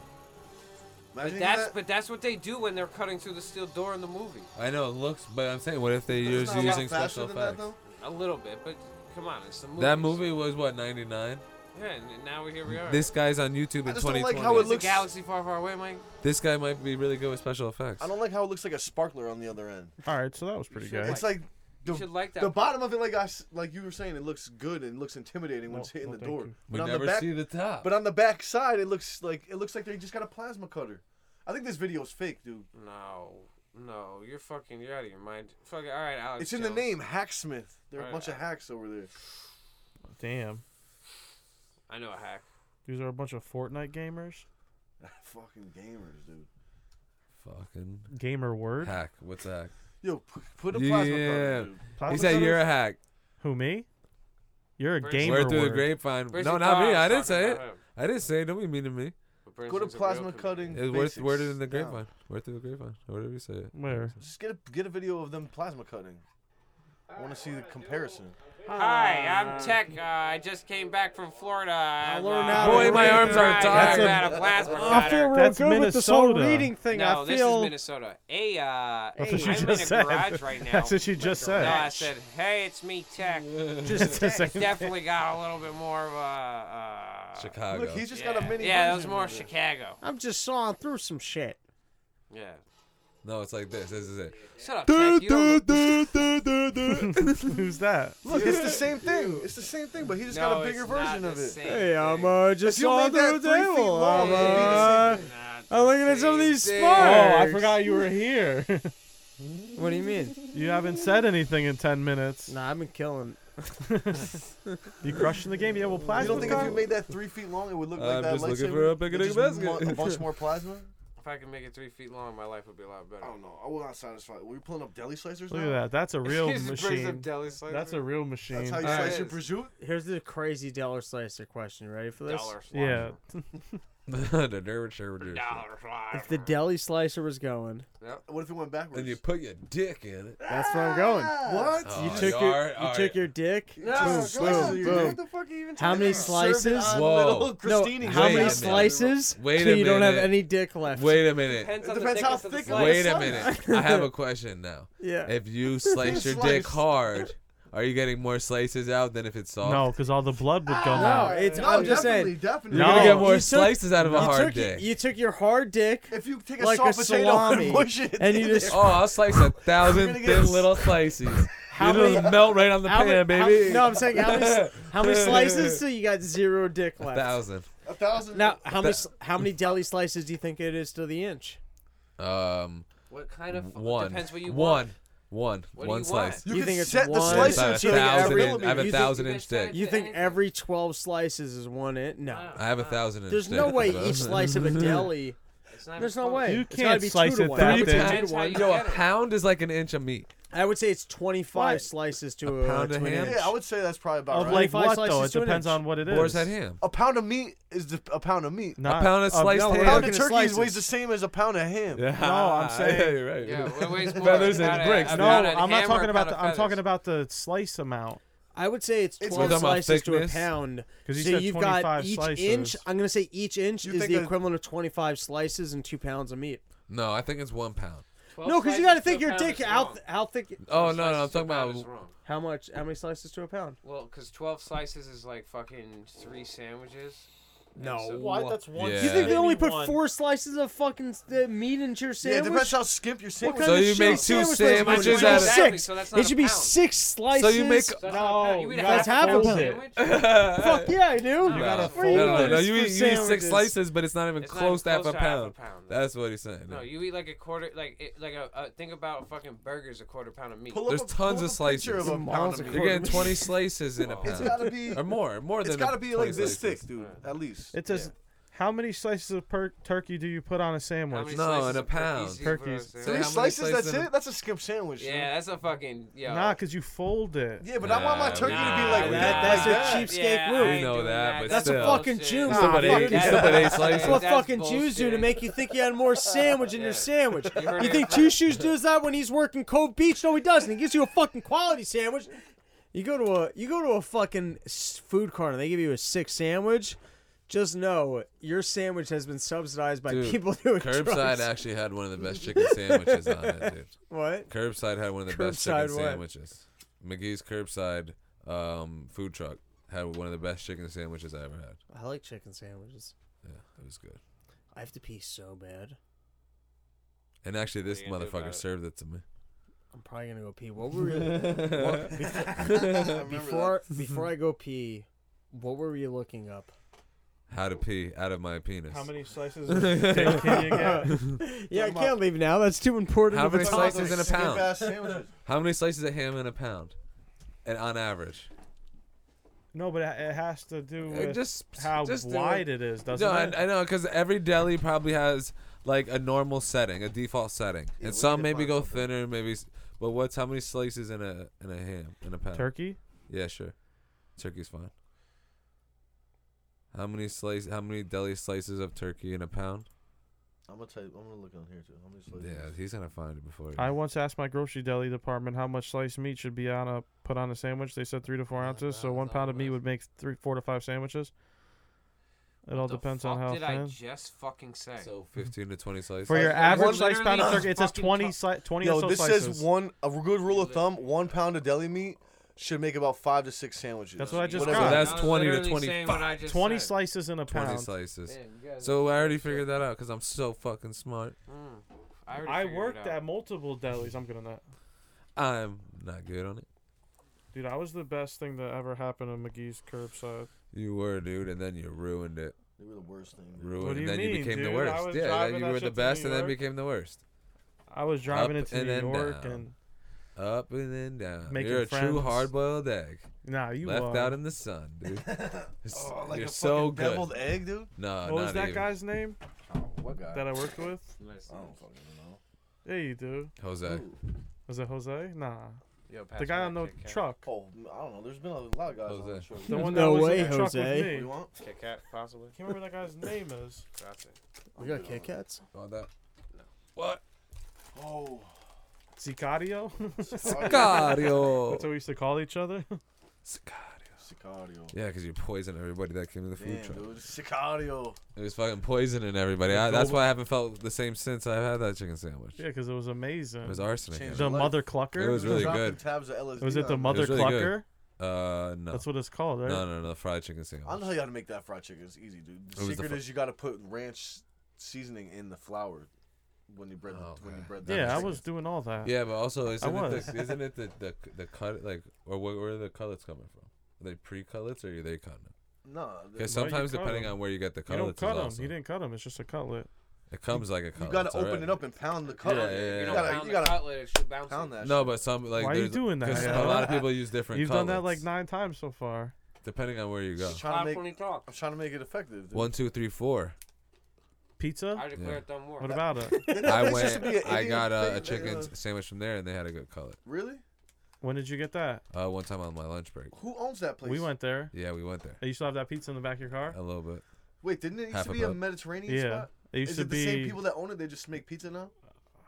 [SPEAKER 4] Imagine
[SPEAKER 1] That's
[SPEAKER 4] that.
[SPEAKER 1] but that's what they do when they're cutting through the steel door in the movie.
[SPEAKER 2] I know it looks, but I'm saying, what if they
[SPEAKER 4] Isn't
[SPEAKER 2] use
[SPEAKER 4] that a lot
[SPEAKER 2] using
[SPEAKER 4] faster
[SPEAKER 2] special
[SPEAKER 4] than that,
[SPEAKER 2] effects?
[SPEAKER 4] though?
[SPEAKER 1] A little bit, but come on, it's the movie.
[SPEAKER 2] That movie was what 99.
[SPEAKER 1] Yeah, and now here we are.
[SPEAKER 2] This guy's on YouTube
[SPEAKER 4] I
[SPEAKER 2] in
[SPEAKER 4] just don't
[SPEAKER 2] 2020.
[SPEAKER 4] like how it
[SPEAKER 1] It's
[SPEAKER 4] looks-
[SPEAKER 1] a galaxy far, far away, Mike.
[SPEAKER 2] This guy might be really good with special effects.
[SPEAKER 4] I don't like how it looks like a sparkler on the other end.
[SPEAKER 3] All right, so that was pretty good.
[SPEAKER 4] It's like
[SPEAKER 1] You
[SPEAKER 4] the,
[SPEAKER 1] should like that.
[SPEAKER 4] the bottom of it, like I, s- like you were saying, it looks good and looks intimidating when
[SPEAKER 3] No,
[SPEAKER 4] it's hitting
[SPEAKER 3] no,
[SPEAKER 4] the
[SPEAKER 3] thank
[SPEAKER 4] door.
[SPEAKER 3] you.
[SPEAKER 2] we
[SPEAKER 4] But on
[SPEAKER 2] never
[SPEAKER 4] the back,
[SPEAKER 2] see the top.
[SPEAKER 4] but on the back side, it looks like it looks like they just got a plasma cutter. I think this video's fake, dude.
[SPEAKER 1] no, no, you're fucking, you're out of your mind. Fucking, all right, Alex.
[SPEAKER 4] It's in the
[SPEAKER 1] Jones.
[SPEAKER 4] name, Hacksmith. There are a
[SPEAKER 1] Alright,
[SPEAKER 4] bunch of
[SPEAKER 1] I-
[SPEAKER 4] hacks over there.
[SPEAKER 3] Damn,
[SPEAKER 1] I know a hack.
[SPEAKER 3] these are a bunch of Fortnite gamers.
[SPEAKER 4] Fucking gamers, dude.
[SPEAKER 2] Fucking
[SPEAKER 3] Gamer word.
[SPEAKER 2] hack. What's a hack?
[SPEAKER 4] Yo, p- put a plasma
[SPEAKER 2] Yeah.
[SPEAKER 4] cutter. Dude.
[SPEAKER 2] He
[SPEAKER 3] Plasma
[SPEAKER 2] said you're
[SPEAKER 3] cutters?
[SPEAKER 2] a hack.
[SPEAKER 3] who me? You're a
[SPEAKER 1] Where's-
[SPEAKER 3] gamer
[SPEAKER 2] We're through
[SPEAKER 3] word.
[SPEAKER 2] the grapevine.
[SPEAKER 1] Where's
[SPEAKER 2] no,
[SPEAKER 1] the-
[SPEAKER 2] not
[SPEAKER 1] oh,
[SPEAKER 2] me.
[SPEAKER 1] was
[SPEAKER 2] I didn't
[SPEAKER 1] talking
[SPEAKER 2] say it.
[SPEAKER 1] about him.
[SPEAKER 2] I didn't say it. Don't be mean to me.
[SPEAKER 1] But Burns
[SPEAKER 4] Go to
[SPEAKER 1] is a real
[SPEAKER 4] plasma
[SPEAKER 1] comedian.
[SPEAKER 4] cutting.
[SPEAKER 2] It, word, word it in the
[SPEAKER 4] basics. Yeah.
[SPEAKER 2] grapevine. Word through the grapevine. Or whatever you say. it.
[SPEAKER 3] Where?
[SPEAKER 4] Just get a, get a video of them plasma cutting. I want to see the comparison.
[SPEAKER 1] Hi, I'm Tech. Uh, I just came back from Florida. uh, I
[SPEAKER 6] learned how to
[SPEAKER 2] Boy, my
[SPEAKER 6] read.
[SPEAKER 2] arms are
[SPEAKER 1] Right,
[SPEAKER 2] tired.
[SPEAKER 1] I'm out of plasma
[SPEAKER 6] I feel
[SPEAKER 1] cutter.
[SPEAKER 6] real
[SPEAKER 3] That's
[SPEAKER 6] good with this whole
[SPEAKER 3] Minnesota.
[SPEAKER 6] reading thing.
[SPEAKER 1] No,
[SPEAKER 6] I
[SPEAKER 1] this is
[SPEAKER 6] feel
[SPEAKER 1] Minnesota. Hey, uh,
[SPEAKER 3] That's
[SPEAKER 1] hey,
[SPEAKER 3] what she
[SPEAKER 1] I'm
[SPEAKER 3] just
[SPEAKER 1] in a
[SPEAKER 3] said.
[SPEAKER 1] garage right now.
[SPEAKER 3] That's what she just
[SPEAKER 1] no, I
[SPEAKER 3] said.
[SPEAKER 1] said, hey, it's me, Tech.
[SPEAKER 3] Just the same thing.
[SPEAKER 1] Definitely got a little bit more of a. Uh,
[SPEAKER 2] Chicago.
[SPEAKER 4] Look, he's just
[SPEAKER 1] yeah.
[SPEAKER 4] got a mini.
[SPEAKER 1] Yeah, that was
[SPEAKER 4] version
[SPEAKER 1] more
[SPEAKER 4] of it.
[SPEAKER 1] Chicago.
[SPEAKER 6] I'm just sawing through some shit.
[SPEAKER 1] Yeah.
[SPEAKER 2] no, it's like this. This is it.
[SPEAKER 1] Shut up, Tech. You don't look-
[SPEAKER 3] Who's that?
[SPEAKER 4] Look, it's the same thing. It's the same thing, but he just
[SPEAKER 1] No,
[SPEAKER 4] got a
[SPEAKER 1] it's
[SPEAKER 4] bigger
[SPEAKER 1] not
[SPEAKER 4] version
[SPEAKER 1] the
[SPEAKER 4] of it.
[SPEAKER 1] same
[SPEAKER 6] Hey, I'm
[SPEAKER 1] thing.
[SPEAKER 6] uh, just
[SPEAKER 4] If you
[SPEAKER 6] sawing
[SPEAKER 4] made that
[SPEAKER 6] through the
[SPEAKER 4] three feet
[SPEAKER 6] table.
[SPEAKER 4] long,
[SPEAKER 6] I'm,
[SPEAKER 4] it'd be the
[SPEAKER 6] uh,
[SPEAKER 4] same thing.
[SPEAKER 1] Not the
[SPEAKER 6] I'm looking at some of
[SPEAKER 1] same
[SPEAKER 6] these
[SPEAKER 1] thing.
[SPEAKER 3] Oh,
[SPEAKER 6] sparks.
[SPEAKER 3] I forgot you were here.
[SPEAKER 6] What do you mean?
[SPEAKER 3] you haven't said anything in ten minutes.
[SPEAKER 6] Nah, I've been killing.
[SPEAKER 3] You crushing the game. Yeah, well,
[SPEAKER 4] You
[SPEAKER 3] plasma.
[SPEAKER 4] don't think if you
[SPEAKER 3] cutter-
[SPEAKER 4] made that three feet long, it would look like
[SPEAKER 2] I'm
[SPEAKER 4] that
[SPEAKER 2] just looking
[SPEAKER 4] lightsaber?
[SPEAKER 2] for a big
[SPEAKER 4] With just
[SPEAKER 2] basket.
[SPEAKER 4] mo- a bunch more plasma.
[SPEAKER 1] If I could make it three feet long, my life would be a lot better.
[SPEAKER 4] I don't know. I was not satisfied. Were you pulling up deli slicers?
[SPEAKER 3] Look
[SPEAKER 4] now?
[SPEAKER 3] at that. That's a real
[SPEAKER 1] He just brings up
[SPEAKER 3] machine.
[SPEAKER 1] deli slicer.
[SPEAKER 3] That's a real machine.
[SPEAKER 4] That's how you
[SPEAKER 1] All
[SPEAKER 4] slice
[SPEAKER 1] right.
[SPEAKER 4] your prosciutto.
[SPEAKER 6] Here's the crazy dollar slicer question. You Ready for this?
[SPEAKER 1] dollar slicer.
[SPEAKER 3] yeah.
[SPEAKER 2] the nerve sure
[SPEAKER 1] The
[SPEAKER 2] do.
[SPEAKER 1] Dollar
[SPEAKER 6] If the
[SPEAKER 1] slicer.
[SPEAKER 6] deli slicer was going,
[SPEAKER 4] What if it went backwards?
[SPEAKER 2] And you put your dick in it.
[SPEAKER 6] that's where I'm going.
[SPEAKER 4] what?
[SPEAKER 2] Oh,
[SPEAKER 6] You took your,
[SPEAKER 2] alright,
[SPEAKER 6] you
[SPEAKER 2] alright.
[SPEAKER 6] took your dick.
[SPEAKER 4] No,
[SPEAKER 6] boom,
[SPEAKER 4] God.
[SPEAKER 6] boom,
[SPEAKER 4] You're
[SPEAKER 6] boom.
[SPEAKER 4] not the
[SPEAKER 1] fuck are you even
[SPEAKER 6] How many
[SPEAKER 4] Serve it
[SPEAKER 6] slices?
[SPEAKER 4] on
[SPEAKER 2] Whoa.
[SPEAKER 4] little
[SPEAKER 2] No,
[SPEAKER 6] No,
[SPEAKER 4] Christine
[SPEAKER 6] how
[SPEAKER 2] Wait a
[SPEAKER 6] many
[SPEAKER 2] minute.
[SPEAKER 6] slices
[SPEAKER 2] Wait a
[SPEAKER 6] till you don't have
[SPEAKER 2] minute.
[SPEAKER 6] any dick left?
[SPEAKER 2] Wait a minute.
[SPEAKER 1] Depends on
[SPEAKER 4] Depends
[SPEAKER 1] the
[SPEAKER 4] how
[SPEAKER 1] thickness of
[SPEAKER 4] thick
[SPEAKER 1] the
[SPEAKER 4] it
[SPEAKER 1] slice.
[SPEAKER 2] Wait
[SPEAKER 4] is.
[SPEAKER 2] a minute. I have a question now.
[SPEAKER 6] Yeah.
[SPEAKER 2] If you slice your dick
[SPEAKER 4] Slice.
[SPEAKER 2] hard, are you getting more slices out than if it's soft?
[SPEAKER 3] No, because all the blood would go
[SPEAKER 6] no,
[SPEAKER 3] out.
[SPEAKER 6] it's
[SPEAKER 4] No,
[SPEAKER 6] I'm just
[SPEAKER 4] definitely,
[SPEAKER 6] saying.
[SPEAKER 4] definitely.
[SPEAKER 2] You're gonna
[SPEAKER 3] No.
[SPEAKER 2] get more
[SPEAKER 6] You took-
[SPEAKER 2] slices out of a
[SPEAKER 6] you
[SPEAKER 2] hard
[SPEAKER 6] took,
[SPEAKER 2] dick.
[SPEAKER 6] You took your hard dick.
[SPEAKER 4] If you take a
[SPEAKER 6] Like
[SPEAKER 4] soft
[SPEAKER 6] a
[SPEAKER 4] potato
[SPEAKER 6] salami,
[SPEAKER 4] and push it,
[SPEAKER 6] and
[SPEAKER 4] in
[SPEAKER 6] you
[SPEAKER 4] there.
[SPEAKER 6] just-
[SPEAKER 2] Oh, I'll slice a thousand
[SPEAKER 4] gonna
[SPEAKER 2] thin
[SPEAKER 4] get s-
[SPEAKER 2] little slices.
[SPEAKER 6] How
[SPEAKER 2] It'll
[SPEAKER 6] many-
[SPEAKER 2] melt right on the
[SPEAKER 6] How
[SPEAKER 2] pan,
[SPEAKER 6] many- how-
[SPEAKER 2] baby.
[SPEAKER 6] no, I'm saying how many, s- how many slices till you got zero dick
[SPEAKER 2] a
[SPEAKER 6] left?
[SPEAKER 2] thousand.
[SPEAKER 4] a thousand.
[SPEAKER 6] Now, how many s- how many deli slices do you think it is to the inch?
[SPEAKER 2] Um,
[SPEAKER 1] What kind of
[SPEAKER 2] one.
[SPEAKER 1] depends what you
[SPEAKER 2] one.
[SPEAKER 1] want.
[SPEAKER 2] One.
[SPEAKER 1] What do
[SPEAKER 2] one
[SPEAKER 1] you
[SPEAKER 2] slice.
[SPEAKER 4] you,
[SPEAKER 6] you
[SPEAKER 4] can
[SPEAKER 6] think it's
[SPEAKER 4] set the
[SPEAKER 6] one-
[SPEAKER 4] slicer
[SPEAKER 2] I have a
[SPEAKER 4] to like
[SPEAKER 2] thousand.
[SPEAKER 4] every
[SPEAKER 2] In, I have a
[SPEAKER 6] You think-
[SPEAKER 2] thousand
[SPEAKER 1] you
[SPEAKER 2] inch
[SPEAKER 1] guys
[SPEAKER 2] dick.
[SPEAKER 6] You think
[SPEAKER 1] Anything.
[SPEAKER 6] every 12 slices is one inch? No.
[SPEAKER 2] I have a thousand inch
[SPEAKER 6] There's
[SPEAKER 2] dick.
[SPEAKER 6] no way
[SPEAKER 2] bro.
[SPEAKER 6] each slice of a deli.
[SPEAKER 1] It's not
[SPEAKER 6] There's
[SPEAKER 1] even
[SPEAKER 6] no
[SPEAKER 1] close.
[SPEAKER 6] way.
[SPEAKER 3] You
[SPEAKER 6] It's gotta
[SPEAKER 3] can't
[SPEAKER 6] be two
[SPEAKER 3] slice
[SPEAKER 6] to
[SPEAKER 3] it
[SPEAKER 6] one.
[SPEAKER 3] that
[SPEAKER 2] Three
[SPEAKER 3] thin.
[SPEAKER 2] pounds.
[SPEAKER 1] Depends how you
[SPEAKER 2] You know, a
[SPEAKER 1] get it.
[SPEAKER 2] pound is like an inch of meat.
[SPEAKER 6] I would say it's 25
[SPEAKER 3] What?
[SPEAKER 6] slices to
[SPEAKER 2] A
[SPEAKER 6] a,
[SPEAKER 2] pound
[SPEAKER 6] to
[SPEAKER 2] of
[SPEAKER 6] an
[SPEAKER 2] ham?
[SPEAKER 6] inch.
[SPEAKER 4] Yeah, I would say that's probably about
[SPEAKER 3] Of
[SPEAKER 4] right.
[SPEAKER 3] like
[SPEAKER 6] Five
[SPEAKER 3] what
[SPEAKER 6] slices
[SPEAKER 3] though? It
[SPEAKER 6] to an
[SPEAKER 3] depends
[SPEAKER 6] inch.
[SPEAKER 3] on what it is.
[SPEAKER 2] Boar's head ham.
[SPEAKER 4] a pound of meat is the, a pound of meat.
[SPEAKER 3] Not- Oh,
[SPEAKER 2] a pound of sliced
[SPEAKER 3] no,
[SPEAKER 2] ham.
[SPEAKER 4] A
[SPEAKER 3] we're
[SPEAKER 4] pound
[SPEAKER 3] not
[SPEAKER 4] of
[SPEAKER 3] gonna
[SPEAKER 4] turkey
[SPEAKER 6] slice
[SPEAKER 4] weighs the same as a pound of ham.
[SPEAKER 3] I'm saying-
[SPEAKER 2] you're right.
[SPEAKER 1] Yeah, what weighs more?
[SPEAKER 2] Feathers
[SPEAKER 1] a pound
[SPEAKER 2] and
[SPEAKER 1] of-
[SPEAKER 2] bricks.
[SPEAKER 1] a
[SPEAKER 3] No,
[SPEAKER 1] pound of
[SPEAKER 3] I'm
[SPEAKER 1] ham
[SPEAKER 3] not
[SPEAKER 1] or a
[SPEAKER 3] talking about.
[SPEAKER 1] pound
[SPEAKER 3] The,
[SPEAKER 1] of
[SPEAKER 3] I'm talking
[SPEAKER 1] feathers?
[SPEAKER 3] about the slice amount.
[SPEAKER 6] I would say it's
[SPEAKER 4] It's-
[SPEAKER 6] 12
[SPEAKER 2] We're talking about
[SPEAKER 6] slices to a
[SPEAKER 2] thickness.
[SPEAKER 6] pound.
[SPEAKER 3] 'Cause you
[SPEAKER 6] so
[SPEAKER 3] said
[SPEAKER 6] you've got
[SPEAKER 3] 25
[SPEAKER 6] each
[SPEAKER 3] slices.
[SPEAKER 6] inch. I'm going to say each inch
[SPEAKER 4] You
[SPEAKER 6] is
[SPEAKER 4] think
[SPEAKER 6] the
[SPEAKER 4] a-
[SPEAKER 6] equivalent of 25 slices and two pounds of meat.
[SPEAKER 2] No, I think it's one pound.
[SPEAKER 1] Twelve
[SPEAKER 6] No, because you
[SPEAKER 1] slices
[SPEAKER 6] got to
[SPEAKER 1] to
[SPEAKER 6] think
[SPEAKER 1] a
[SPEAKER 6] your
[SPEAKER 1] pound
[SPEAKER 6] dick
[SPEAKER 1] is
[SPEAKER 6] out.
[SPEAKER 1] wrong.
[SPEAKER 6] How thick?
[SPEAKER 2] Oh
[SPEAKER 1] Twelve
[SPEAKER 2] no, no,
[SPEAKER 1] slices to a
[SPEAKER 2] I'm talking
[SPEAKER 1] pound
[SPEAKER 2] about.
[SPEAKER 1] is wrong.
[SPEAKER 6] How much? How many slices to a pound?
[SPEAKER 1] Well, because 12 slices is like fucking three sandwiches.
[SPEAKER 6] No.
[SPEAKER 9] Why? That's one.
[SPEAKER 2] Yeah.
[SPEAKER 6] You think they
[SPEAKER 9] maybe
[SPEAKER 6] only put
[SPEAKER 9] one.
[SPEAKER 6] four slices of fucking s- uh, meat into your
[SPEAKER 4] Yeah, it
[SPEAKER 6] sandwich?
[SPEAKER 4] depends how skimp your sandwich
[SPEAKER 6] kind
[SPEAKER 2] So
[SPEAKER 6] of
[SPEAKER 2] you
[SPEAKER 6] shitty
[SPEAKER 2] make two
[SPEAKER 6] sandwich
[SPEAKER 2] sandwiches
[SPEAKER 6] is it?
[SPEAKER 2] out of-
[SPEAKER 1] Exactly,
[SPEAKER 6] six.
[SPEAKER 1] so that's not
[SPEAKER 6] it
[SPEAKER 1] a
[SPEAKER 6] should be
[SPEAKER 1] pound.
[SPEAKER 6] six slices.
[SPEAKER 2] So you make-
[SPEAKER 1] So that's not a pound.
[SPEAKER 9] No,
[SPEAKER 1] You eat
[SPEAKER 9] you
[SPEAKER 1] half
[SPEAKER 6] gotta have
[SPEAKER 1] full
[SPEAKER 6] a pound.
[SPEAKER 1] sandwich?
[SPEAKER 6] Fuck yeah, I do.
[SPEAKER 1] You got a
[SPEAKER 6] What are
[SPEAKER 1] full-
[SPEAKER 6] you
[SPEAKER 2] No, no,
[SPEAKER 6] doing
[SPEAKER 2] no.
[SPEAKER 6] this
[SPEAKER 2] You
[SPEAKER 6] for
[SPEAKER 2] eat, you eat six
[SPEAKER 6] sandwiches?
[SPEAKER 2] slices, but it's not even
[SPEAKER 1] It's not even
[SPEAKER 2] close to half a
[SPEAKER 1] close to half a
[SPEAKER 2] pound.
[SPEAKER 1] pound.
[SPEAKER 2] That's what he's saying.
[SPEAKER 1] No, you eat like a quarter, like it, like a, a think about fucking burgers, a quarter pound of meat.
[SPEAKER 4] Pull up
[SPEAKER 2] There's
[SPEAKER 4] a-
[SPEAKER 2] tons
[SPEAKER 4] pull up
[SPEAKER 2] of
[SPEAKER 4] a picture
[SPEAKER 2] slices.
[SPEAKER 4] Of a pound of
[SPEAKER 2] You're
[SPEAKER 4] meat.
[SPEAKER 2] getting 20 slices in a pound.
[SPEAKER 4] It's gotta be.
[SPEAKER 2] or more, more
[SPEAKER 4] It's
[SPEAKER 2] than
[SPEAKER 4] gotta
[SPEAKER 2] a
[SPEAKER 4] be
[SPEAKER 2] 20
[SPEAKER 4] like this
[SPEAKER 2] slices.
[SPEAKER 4] thick, dude. At least.
[SPEAKER 3] It says, how many slices of per- turkey do you put on a
[SPEAKER 1] How
[SPEAKER 3] sandwich?
[SPEAKER 1] many
[SPEAKER 2] No,
[SPEAKER 1] slices
[SPEAKER 2] in a
[SPEAKER 1] of turkey
[SPEAKER 2] pound.
[SPEAKER 1] do you put on a
[SPEAKER 3] Turkeys.
[SPEAKER 1] sandwich?
[SPEAKER 2] So how
[SPEAKER 4] Three
[SPEAKER 2] many
[SPEAKER 4] slices.
[SPEAKER 2] slices
[SPEAKER 4] That's
[SPEAKER 2] in a-
[SPEAKER 4] it. That's a skimp sandwich. dude.
[SPEAKER 1] Yeah, that's a fucking yo.
[SPEAKER 3] Nah, because you fold it.
[SPEAKER 4] Yeah, but I want my
[SPEAKER 2] Nah,
[SPEAKER 4] turkey to be
[SPEAKER 1] nah,
[SPEAKER 4] like
[SPEAKER 1] nah.
[SPEAKER 4] that.
[SPEAKER 6] That's
[SPEAKER 4] like
[SPEAKER 6] a
[SPEAKER 4] that.
[SPEAKER 6] cheapskate
[SPEAKER 1] I
[SPEAKER 6] move.
[SPEAKER 2] We
[SPEAKER 1] ain't
[SPEAKER 2] know
[SPEAKER 1] doing
[SPEAKER 2] that, but
[SPEAKER 6] That's a
[SPEAKER 2] still.
[SPEAKER 6] fucking Jew
[SPEAKER 1] Jew
[SPEAKER 6] move.
[SPEAKER 2] Somebody
[SPEAKER 6] Nah,
[SPEAKER 2] ate,
[SPEAKER 6] fuck
[SPEAKER 2] somebody ate
[SPEAKER 6] that. That's
[SPEAKER 2] slices.
[SPEAKER 6] what
[SPEAKER 1] That's
[SPEAKER 6] fucking Jews do to
[SPEAKER 1] bullshit.
[SPEAKER 6] make you think you had more sandwich in your
[SPEAKER 1] Yeah.
[SPEAKER 6] sandwich.
[SPEAKER 1] You heard
[SPEAKER 6] You
[SPEAKER 1] it
[SPEAKER 6] think
[SPEAKER 1] first.
[SPEAKER 6] Two Shoes does that when he's working Cove Beach? No, he doesn't. He gives you a fucking quality sandwich. You go to a you go to a fucking s- food cart and they give you a sick sandwich. Just know your sandwich has been subsidized by
[SPEAKER 2] Dude,
[SPEAKER 6] people doing
[SPEAKER 2] Curbside
[SPEAKER 6] drugs.
[SPEAKER 2] actually had one of the best chicken sandwiches on it, dude.
[SPEAKER 6] What?
[SPEAKER 2] Curbside had one of the best
[SPEAKER 6] Curbside
[SPEAKER 2] chicken
[SPEAKER 6] what?
[SPEAKER 2] sandwiches. McGee's Curbside um, food truck had one of the best chicken sandwiches I ever had.
[SPEAKER 6] I like chicken sandwiches.
[SPEAKER 2] Yeah, it was good.
[SPEAKER 6] I have to pee so bad.
[SPEAKER 2] And actually, this
[SPEAKER 1] you gonna do about
[SPEAKER 2] motherfucker
[SPEAKER 1] it?
[SPEAKER 2] served it to me.
[SPEAKER 6] I'm probably gonna go pee. What were you? before before I go pee, what were you looking up?
[SPEAKER 2] How to pee out of my penis.
[SPEAKER 7] How many slices of dick can you get?
[SPEAKER 6] Yeah, I
[SPEAKER 7] Look 'em
[SPEAKER 6] can't leave now. That's too important.
[SPEAKER 2] How
[SPEAKER 6] of a
[SPEAKER 2] many
[SPEAKER 6] topic.
[SPEAKER 2] slices in a
[SPEAKER 4] Skimp
[SPEAKER 2] pound?
[SPEAKER 4] ass sandwiches.
[SPEAKER 2] How many slices of ham in a pound? And on average,
[SPEAKER 3] No, but it it has to do
[SPEAKER 2] Uh,
[SPEAKER 3] with
[SPEAKER 2] just
[SPEAKER 3] how
[SPEAKER 2] just do
[SPEAKER 3] wide it is, doesn't
[SPEAKER 2] No, I,
[SPEAKER 3] it?
[SPEAKER 2] I know because every deli probably has like a normal setting, a default setting,
[SPEAKER 4] Yeah, we
[SPEAKER 2] and some
[SPEAKER 4] need to
[SPEAKER 2] maybe
[SPEAKER 4] find
[SPEAKER 2] go
[SPEAKER 4] something.
[SPEAKER 2] thinner, maybe. s- But what's how many slices in a in a ham in a pound?
[SPEAKER 3] Turkey?
[SPEAKER 2] Yeah, sure. Turkey's fine. How many slice? How many deli slices of turkey in a pound?
[SPEAKER 4] I'm gonna tell you. I'm gonna look on here too. How many slices?
[SPEAKER 2] Oh, Yeah, he's gonna find it before. you.
[SPEAKER 3] I once asked my grocery deli department how much sliced meat should be on a put on a sandwich. They said three to four ounces, so one pound of meat would make three, four to five sandwiches. It all
[SPEAKER 1] The
[SPEAKER 3] depends
[SPEAKER 1] fuck
[SPEAKER 3] on how
[SPEAKER 1] did I
[SPEAKER 3] thin.
[SPEAKER 1] just fucking say?
[SPEAKER 2] so fifteen to twenty slices.
[SPEAKER 3] For your
[SPEAKER 4] One
[SPEAKER 3] average sliced
[SPEAKER 1] literally
[SPEAKER 3] pound of
[SPEAKER 1] just
[SPEAKER 3] turkey, it says
[SPEAKER 1] fucking
[SPEAKER 3] 20,
[SPEAKER 1] cut-
[SPEAKER 3] sli- 20 or
[SPEAKER 4] Yo,
[SPEAKER 3] so
[SPEAKER 4] this
[SPEAKER 3] slices.
[SPEAKER 4] says one. A good rule of thumb: one pound of deli meat should make about five to six sandwiches.
[SPEAKER 3] That's what I just
[SPEAKER 4] Whatever.
[SPEAKER 3] got.
[SPEAKER 2] So that's
[SPEAKER 1] I was
[SPEAKER 2] 20 to
[SPEAKER 1] literally saying what
[SPEAKER 2] 25.
[SPEAKER 1] I just
[SPEAKER 3] 20
[SPEAKER 1] said.
[SPEAKER 3] slices in a
[SPEAKER 2] twenty
[SPEAKER 3] pound.
[SPEAKER 2] slices.
[SPEAKER 1] Man, you guys
[SPEAKER 2] So
[SPEAKER 1] are
[SPEAKER 2] I already
[SPEAKER 1] bullshit.
[SPEAKER 2] figured that out because I'm so fucking smart.
[SPEAKER 1] Mm, I, already
[SPEAKER 3] I
[SPEAKER 1] figured it
[SPEAKER 3] worked
[SPEAKER 1] out.
[SPEAKER 3] at multiple delis. I'm gonna not.
[SPEAKER 2] I'm not good on it.
[SPEAKER 3] Dude, I was the best thing that ever happened to McGee's curbside.
[SPEAKER 2] You were, dude, and then you ruined it.
[SPEAKER 4] They were the worst thing. dude.
[SPEAKER 2] Ruined,
[SPEAKER 3] do
[SPEAKER 2] and
[SPEAKER 3] you
[SPEAKER 2] then you
[SPEAKER 3] mean,
[SPEAKER 2] became the
[SPEAKER 3] dude? I
[SPEAKER 2] worst.
[SPEAKER 3] was
[SPEAKER 2] Yeah,
[SPEAKER 3] driving
[SPEAKER 2] then you
[SPEAKER 3] that
[SPEAKER 2] were the
[SPEAKER 3] shit to
[SPEAKER 2] best,
[SPEAKER 3] New
[SPEAKER 2] and then
[SPEAKER 3] York.
[SPEAKER 2] became the worst.
[SPEAKER 3] I was driving
[SPEAKER 2] Up
[SPEAKER 3] into
[SPEAKER 2] and
[SPEAKER 3] New
[SPEAKER 2] then
[SPEAKER 3] York
[SPEAKER 2] down.
[SPEAKER 3] and
[SPEAKER 2] Up and then down.
[SPEAKER 3] Making
[SPEAKER 2] You're a true
[SPEAKER 3] friends.
[SPEAKER 2] hard-boiled egg.
[SPEAKER 3] nah, you
[SPEAKER 2] left
[SPEAKER 3] are.
[SPEAKER 2] out in the sun, dude. It's-
[SPEAKER 4] Oh, like
[SPEAKER 2] You're
[SPEAKER 4] a
[SPEAKER 2] so
[SPEAKER 4] fucking
[SPEAKER 2] good.
[SPEAKER 4] deviled egg, dude.
[SPEAKER 2] No,
[SPEAKER 3] what was
[SPEAKER 2] not
[SPEAKER 3] that
[SPEAKER 2] even.
[SPEAKER 3] guy's name
[SPEAKER 4] What guy?
[SPEAKER 3] that I worked with?
[SPEAKER 1] Nice.
[SPEAKER 4] I don't fucking know.
[SPEAKER 3] Yeah, you do.
[SPEAKER 2] Jose.
[SPEAKER 3] Was it Jose? Nah,
[SPEAKER 1] Yo, pass
[SPEAKER 3] the
[SPEAKER 1] me
[SPEAKER 3] guy
[SPEAKER 1] that
[SPEAKER 3] on the
[SPEAKER 1] Kit Kat.
[SPEAKER 3] truck.
[SPEAKER 4] Oh, I don't know. There's been a lot of guys
[SPEAKER 2] What was
[SPEAKER 4] on the
[SPEAKER 2] that?
[SPEAKER 4] show.
[SPEAKER 3] The one
[SPEAKER 6] No
[SPEAKER 3] that was
[SPEAKER 6] way,
[SPEAKER 3] in the truck with
[SPEAKER 6] Jose.
[SPEAKER 3] me.
[SPEAKER 4] What do you want?
[SPEAKER 1] Kit Kat, possibly.
[SPEAKER 3] can't remember that guy's name is.
[SPEAKER 1] That's it.
[SPEAKER 6] We got Kit Kats.
[SPEAKER 2] Oh, that. What?
[SPEAKER 4] Oh,
[SPEAKER 3] Sicario?
[SPEAKER 2] Sicario.
[SPEAKER 3] That's what we used to call each other.
[SPEAKER 2] Sicario.
[SPEAKER 4] Sicario.
[SPEAKER 2] Yeah, because you poisoned everybody that came to the food
[SPEAKER 4] Damn,
[SPEAKER 2] truck.
[SPEAKER 4] dude. Sicario.
[SPEAKER 2] It was fucking poisoning everybody. I, that's why I haven't felt the same since I had that chicken sandwich.
[SPEAKER 3] yeah, because it was amazing.
[SPEAKER 2] It was arsenic. in
[SPEAKER 4] Changed
[SPEAKER 2] it.
[SPEAKER 3] the
[SPEAKER 4] Life.
[SPEAKER 3] Mother Clucker?
[SPEAKER 2] It was really
[SPEAKER 4] Dropping
[SPEAKER 2] good.
[SPEAKER 4] Tabs of LSD
[SPEAKER 3] Was it the
[SPEAKER 4] on me.
[SPEAKER 3] Mother
[SPEAKER 2] was really good.
[SPEAKER 3] Clucker?
[SPEAKER 2] Uh, no.
[SPEAKER 3] That's what it's called, right?
[SPEAKER 2] No, no, no. The fried chicken sandwich.
[SPEAKER 4] I'll tell you how to make that fried chicken. It's easy, dude. The
[SPEAKER 2] It was the
[SPEAKER 4] secret
[SPEAKER 2] fu-
[SPEAKER 4] is you got to put ranch seasoning in the flour when you bread
[SPEAKER 2] Oh,
[SPEAKER 4] when you
[SPEAKER 2] okay.
[SPEAKER 4] bread. the
[SPEAKER 3] Yeah, I
[SPEAKER 4] chicken.
[SPEAKER 3] was doing all that.
[SPEAKER 2] Yeah, but also isn't it
[SPEAKER 3] was.
[SPEAKER 2] the, isn't it the, the the cut like or where, where are the cutlets coming from? Are they pre cutlets or are they cutting them?
[SPEAKER 4] No, the-
[SPEAKER 2] Because
[SPEAKER 3] Why you
[SPEAKER 2] sometimes
[SPEAKER 3] cut
[SPEAKER 2] depending
[SPEAKER 3] 'em?
[SPEAKER 2] on where you get the
[SPEAKER 3] You don't
[SPEAKER 2] cutlets, is
[SPEAKER 3] cut them.
[SPEAKER 2] awesome.
[SPEAKER 3] You didn't cut them. It's just a cutlet.
[SPEAKER 2] it comes like a
[SPEAKER 4] you
[SPEAKER 2] cutlet.
[SPEAKER 4] got to open
[SPEAKER 2] already.
[SPEAKER 4] it up and pound the cut.
[SPEAKER 2] Yeah, yeah, yeah.
[SPEAKER 1] You
[SPEAKER 4] You
[SPEAKER 1] don't
[SPEAKER 2] gotta-
[SPEAKER 1] pound
[SPEAKER 4] got
[SPEAKER 1] the
[SPEAKER 4] to
[SPEAKER 1] cutlet, it should bounce.
[SPEAKER 4] pound that.
[SPEAKER 2] No,
[SPEAKER 4] shit.
[SPEAKER 2] but some like
[SPEAKER 3] Why are you
[SPEAKER 2] there's-
[SPEAKER 3] doing that,
[SPEAKER 2] 'cause
[SPEAKER 3] Hal?
[SPEAKER 2] A lot of people use different.
[SPEAKER 3] You've done that like
[SPEAKER 2] cutlets,
[SPEAKER 3] nine times so far.
[SPEAKER 2] depending on where you go.
[SPEAKER 4] I'm trying to
[SPEAKER 1] when
[SPEAKER 4] make.
[SPEAKER 1] he talk.
[SPEAKER 4] I'm trying to make it effective. Dude.
[SPEAKER 2] One, two, three, four.
[SPEAKER 1] I
[SPEAKER 3] Pizza?
[SPEAKER 1] declare it done more.
[SPEAKER 3] What about it?
[SPEAKER 2] I
[SPEAKER 4] It's just
[SPEAKER 2] went.
[SPEAKER 4] to be an
[SPEAKER 2] I
[SPEAKER 4] Indian
[SPEAKER 2] got a,
[SPEAKER 4] thing
[SPEAKER 2] a
[SPEAKER 4] that,
[SPEAKER 2] chicken
[SPEAKER 4] uh,
[SPEAKER 2] s- sandwich from there, and they had a good cutlet.
[SPEAKER 4] Really?
[SPEAKER 3] when did you get that?
[SPEAKER 2] Uh, one time on my lunch break.
[SPEAKER 4] Who owns that place?
[SPEAKER 3] We went there.
[SPEAKER 2] Yeah, we went there
[SPEAKER 3] You still have that pizza in the back of your car?
[SPEAKER 2] a little bit.
[SPEAKER 4] Wait, didn't it used
[SPEAKER 2] Half
[SPEAKER 4] to
[SPEAKER 2] a
[SPEAKER 4] be a
[SPEAKER 2] buck.
[SPEAKER 4] Mediterranean
[SPEAKER 3] Yeah.
[SPEAKER 4] spot?
[SPEAKER 3] It used
[SPEAKER 4] Is
[SPEAKER 3] to
[SPEAKER 4] it
[SPEAKER 3] be
[SPEAKER 4] the same people that own it? They just make pizza now.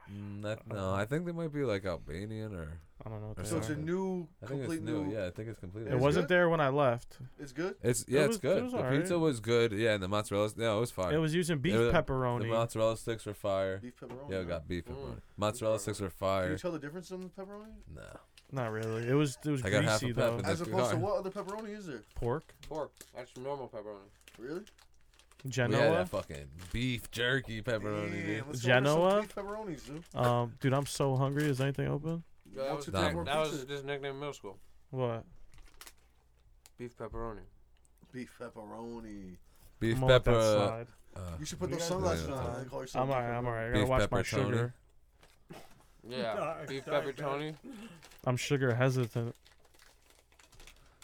[SPEAKER 2] Mm, that, no, I think they might be like Albanian or.
[SPEAKER 3] I don't know. What
[SPEAKER 2] Or
[SPEAKER 3] they
[SPEAKER 4] So it's a
[SPEAKER 3] are.
[SPEAKER 2] something.
[SPEAKER 4] new,
[SPEAKER 2] I think
[SPEAKER 4] complete
[SPEAKER 2] it's
[SPEAKER 4] new.
[SPEAKER 2] new. Yeah, I think it's completely.
[SPEAKER 3] it
[SPEAKER 4] was
[SPEAKER 3] wasn't
[SPEAKER 4] good?
[SPEAKER 3] there when I left.
[SPEAKER 4] It's good.
[SPEAKER 2] It's yeah, it's
[SPEAKER 3] was- it
[SPEAKER 2] good.
[SPEAKER 3] was
[SPEAKER 2] the
[SPEAKER 3] alright.
[SPEAKER 2] pizza was good. Yeah, and the mozzarella. No, Uh, it was fire.
[SPEAKER 3] It was using beef
[SPEAKER 2] were- the
[SPEAKER 3] pepperoni.
[SPEAKER 2] mozzarella sticks were fire.
[SPEAKER 4] Beef pepperoni.
[SPEAKER 2] Yeah,
[SPEAKER 4] huh?
[SPEAKER 2] we got beef pepperoni.
[SPEAKER 1] Mm.
[SPEAKER 2] Mozzarella sticks were
[SPEAKER 4] Can you
[SPEAKER 2] fire.
[SPEAKER 4] tell the difference in the pepperoni?
[SPEAKER 2] No,
[SPEAKER 3] Not really. It was it was
[SPEAKER 2] I got half
[SPEAKER 3] greasy
[SPEAKER 2] a pep
[SPEAKER 3] though.
[SPEAKER 2] in
[SPEAKER 4] As
[SPEAKER 2] That's
[SPEAKER 4] opposed to
[SPEAKER 2] hard.
[SPEAKER 4] what other pepperoni is there?
[SPEAKER 3] Pork.
[SPEAKER 1] Pork. That's normal pepperoni.
[SPEAKER 4] Really?
[SPEAKER 2] We had
[SPEAKER 3] Genoa.
[SPEAKER 2] that fucking beef jerky pepperoni, dude.
[SPEAKER 3] let's order some Genoa?
[SPEAKER 4] pepperonis, dude.
[SPEAKER 3] Um, dude, I'm so hungry. Is anything open?
[SPEAKER 1] That was,
[SPEAKER 2] two, three,
[SPEAKER 1] that,
[SPEAKER 2] four
[SPEAKER 1] that was
[SPEAKER 4] pieces.
[SPEAKER 1] his nickname in middle school.
[SPEAKER 3] What?
[SPEAKER 1] Beef pepperoni.
[SPEAKER 4] Beef pepperoni.
[SPEAKER 2] Beef
[SPEAKER 3] I'm on that
[SPEAKER 2] pepper.
[SPEAKER 3] side.
[SPEAKER 2] Uh,
[SPEAKER 4] You should put
[SPEAKER 7] We
[SPEAKER 4] those
[SPEAKER 7] got
[SPEAKER 4] sunglasses
[SPEAKER 2] that.
[SPEAKER 4] on and call yourself.
[SPEAKER 3] I'm alright. I'm alright. I gotta
[SPEAKER 2] beef
[SPEAKER 3] watch my
[SPEAKER 2] pepperoni.
[SPEAKER 3] sugar.
[SPEAKER 1] Yeah.
[SPEAKER 7] Sorry,
[SPEAKER 1] beef
[SPEAKER 7] sorry,
[SPEAKER 1] pepperoni.
[SPEAKER 3] I'm sugar hesitant.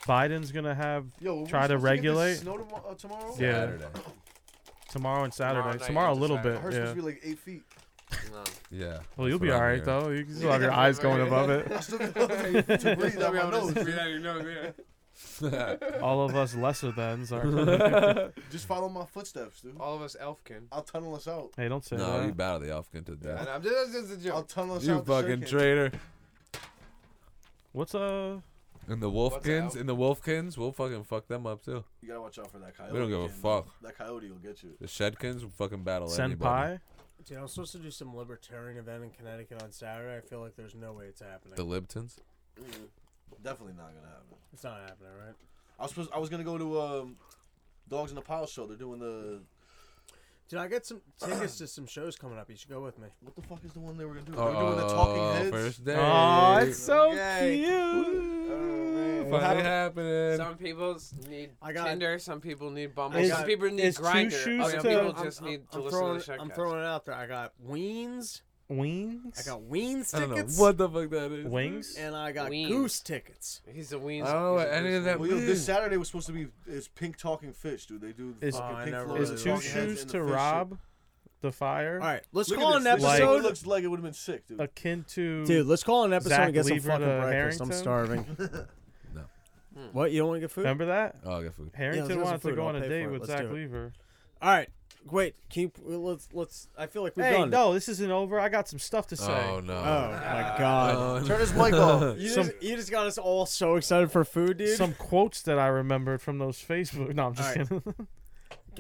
[SPEAKER 3] Biden's gonna have
[SPEAKER 4] Yo, were we
[SPEAKER 3] Try to
[SPEAKER 4] supposed get this
[SPEAKER 3] regulate.
[SPEAKER 4] Snow tomo- uh, tomorrow.
[SPEAKER 3] Yeah.
[SPEAKER 2] Saturday.
[SPEAKER 3] tomorrow and
[SPEAKER 1] Tomorrow
[SPEAKER 3] Saturday.
[SPEAKER 1] night
[SPEAKER 3] Tomorrow a
[SPEAKER 1] into
[SPEAKER 3] little
[SPEAKER 1] Saturday.
[SPEAKER 4] I
[SPEAKER 3] bit.
[SPEAKER 4] heard it's
[SPEAKER 3] Yeah.
[SPEAKER 4] supposed to be like eight feet.
[SPEAKER 1] No.
[SPEAKER 2] Yeah.
[SPEAKER 3] Well, you'll
[SPEAKER 2] that's what
[SPEAKER 3] be
[SPEAKER 2] I'm
[SPEAKER 3] all
[SPEAKER 2] hearing.
[SPEAKER 3] right though. You can still have your eyes going above it.
[SPEAKER 4] I still got to breathe out my nose. dude.
[SPEAKER 3] All of us lesser thans are.
[SPEAKER 4] Just follow my footsteps, dude.
[SPEAKER 1] All of us elfkin.
[SPEAKER 4] I'll tunnel us out.
[SPEAKER 3] hey, don't say
[SPEAKER 2] No, you
[SPEAKER 3] that.
[SPEAKER 2] battle the Elfkin to death.
[SPEAKER 1] And I'm just, that's just a
[SPEAKER 4] I'll
[SPEAKER 1] joke.
[SPEAKER 4] tunnel us
[SPEAKER 2] You
[SPEAKER 4] out. the shirt
[SPEAKER 2] fucking
[SPEAKER 4] can.
[SPEAKER 2] traitor.
[SPEAKER 3] What's uh?
[SPEAKER 2] And the
[SPEAKER 1] What's
[SPEAKER 2] Wolfkins,
[SPEAKER 1] out?
[SPEAKER 2] and the Wolfkins, we'll fucking fuck them up too.
[SPEAKER 4] You gotta watch out for that coyote.
[SPEAKER 2] We don't give a
[SPEAKER 4] kid,
[SPEAKER 2] fuck.
[SPEAKER 4] man. That coyote will get you.
[SPEAKER 2] The Shedkins will fucking battle anybody.
[SPEAKER 3] Senpai?
[SPEAKER 6] Dude, I'm supposed to do some libertarian event in Connecticut on Saturday. I feel like there's no way it's happening.
[SPEAKER 2] The Libtons.
[SPEAKER 4] Mm-mm. Definitely not gonna happen.
[SPEAKER 6] it's not happening, right?
[SPEAKER 4] I was supposed. I was gonna go to um, Dogs in the Pile show. They're doing the
[SPEAKER 6] Dude, I got some tickets to some shows coming up. You should go with me.
[SPEAKER 4] what the fuck is the one they were gonna do? They're doing the Talking Heads.
[SPEAKER 2] Uh, First day.
[SPEAKER 3] Oh, it's so
[SPEAKER 1] Yay.
[SPEAKER 6] Oh,
[SPEAKER 3] cute.
[SPEAKER 2] finally happening.
[SPEAKER 1] Some people s- need
[SPEAKER 6] I got-
[SPEAKER 1] Tinder. Some people need Bumble.
[SPEAKER 6] Is-
[SPEAKER 1] some people need
[SPEAKER 3] is Two
[SPEAKER 1] Grinder.
[SPEAKER 3] Shoes
[SPEAKER 1] Other
[SPEAKER 3] to-
[SPEAKER 1] Oh, people
[SPEAKER 6] I'm-
[SPEAKER 1] just
[SPEAKER 6] I'm-
[SPEAKER 1] need to
[SPEAKER 6] I'm
[SPEAKER 1] listen
[SPEAKER 6] throwing,
[SPEAKER 1] to the
[SPEAKER 6] I'm
[SPEAKER 1] Shedcast.
[SPEAKER 6] throwing it out there. I got Weens.
[SPEAKER 3] Wings.
[SPEAKER 6] I got Weens tickets.
[SPEAKER 2] I don't know what the fuck that is.
[SPEAKER 3] wings.
[SPEAKER 6] And I got
[SPEAKER 1] Weens.
[SPEAKER 6] Goose tickets.
[SPEAKER 1] He's a weens.
[SPEAKER 2] I don't know
[SPEAKER 1] he's a
[SPEAKER 2] what any
[SPEAKER 1] goose
[SPEAKER 2] of that
[SPEAKER 4] Well, yo, this Saturday was supposed to be it's Pink Talking Fish, dude. They do
[SPEAKER 3] Is-
[SPEAKER 4] fucking
[SPEAKER 6] Oh, I
[SPEAKER 4] Pink
[SPEAKER 6] never
[SPEAKER 4] Floyd,
[SPEAKER 3] Is
[SPEAKER 6] really
[SPEAKER 4] the
[SPEAKER 3] two
[SPEAKER 4] Talking Heads,
[SPEAKER 3] shoes
[SPEAKER 4] and the
[SPEAKER 3] to
[SPEAKER 4] fish shit.
[SPEAKER 3] rob the fire
[SPEAKER 6] All right, let's
[SPEAKER 4] Look
[SPEAKER 6] call
[SPEAKER 4] at
[SPEAKER 6] an
[SPEAKER 4] this. This is
[SPEAKER 3] Like-
[SPEAKER 4] what it
[SPEAKER 6] episode.
[SPEAKER 4] looks like it would have been sick, dude.
[SPEAKER 3] akin to
[SPEAKER 6] Dude, let's call an episode
[SPEAKER 3] Zach
[SPEAKER 6] and get some
[SPEAKER 3] Lever
[SPEAKER 6] fucking
[SPEAKER 3] to
[SPEAKER 6] breakfast. I'm
[SPEAKER 3] Harrington?
[SPEAKER 6] starving.
[SPEAKER 2] No.
[SPEAKER 6] What? You don't want to get food?
[SPEAKER 3] Remember that?
[SPEAKER 2] Oh, I got food.
[SPEAKER 3] Harrington
[SPEAKER 6] get some
[SPEAKER 3] wanted to
[SPEAKER 6] food.
[SPEAKER 3] go
[SPEAKER 6] I'll
[SPEAKER 3] on a
[SPEAKER 6] pay
[SPEAKER 3] date
[SPEAKER 6] for it.
[SPEAKER 3] with
[SPEAKER 6] Let's
[SPEAKER 3] Zach
[SPEAKER 6] do it.
[SPEAKER 3] Lever.
[SPEAKER 6] All right. Wait. Keep. Let's. Let's. I feel like we've
[SPEAKER 3] Hey,
[SPEAKER 6] done. It.
[SPEAKER 3] no, this isn't over. I got some stuff to say.
[SPEAKER 2] Oh no.
[SPEAKER 6] Oh my god.
[SPEAKER 2] Oh,
[SPEAKER 4] Turn his mic off.
[SPEAKER 6] You,
[SPEAKER 3] Some-
[SPEAKER 6] just, you just got us all so excited for food, dude.
[SPEAKER 3] Some quotes that I remembered from those Facebook. No, I'm just
[SPEAKER 6] All right.
[SPEAKER 3] kidding.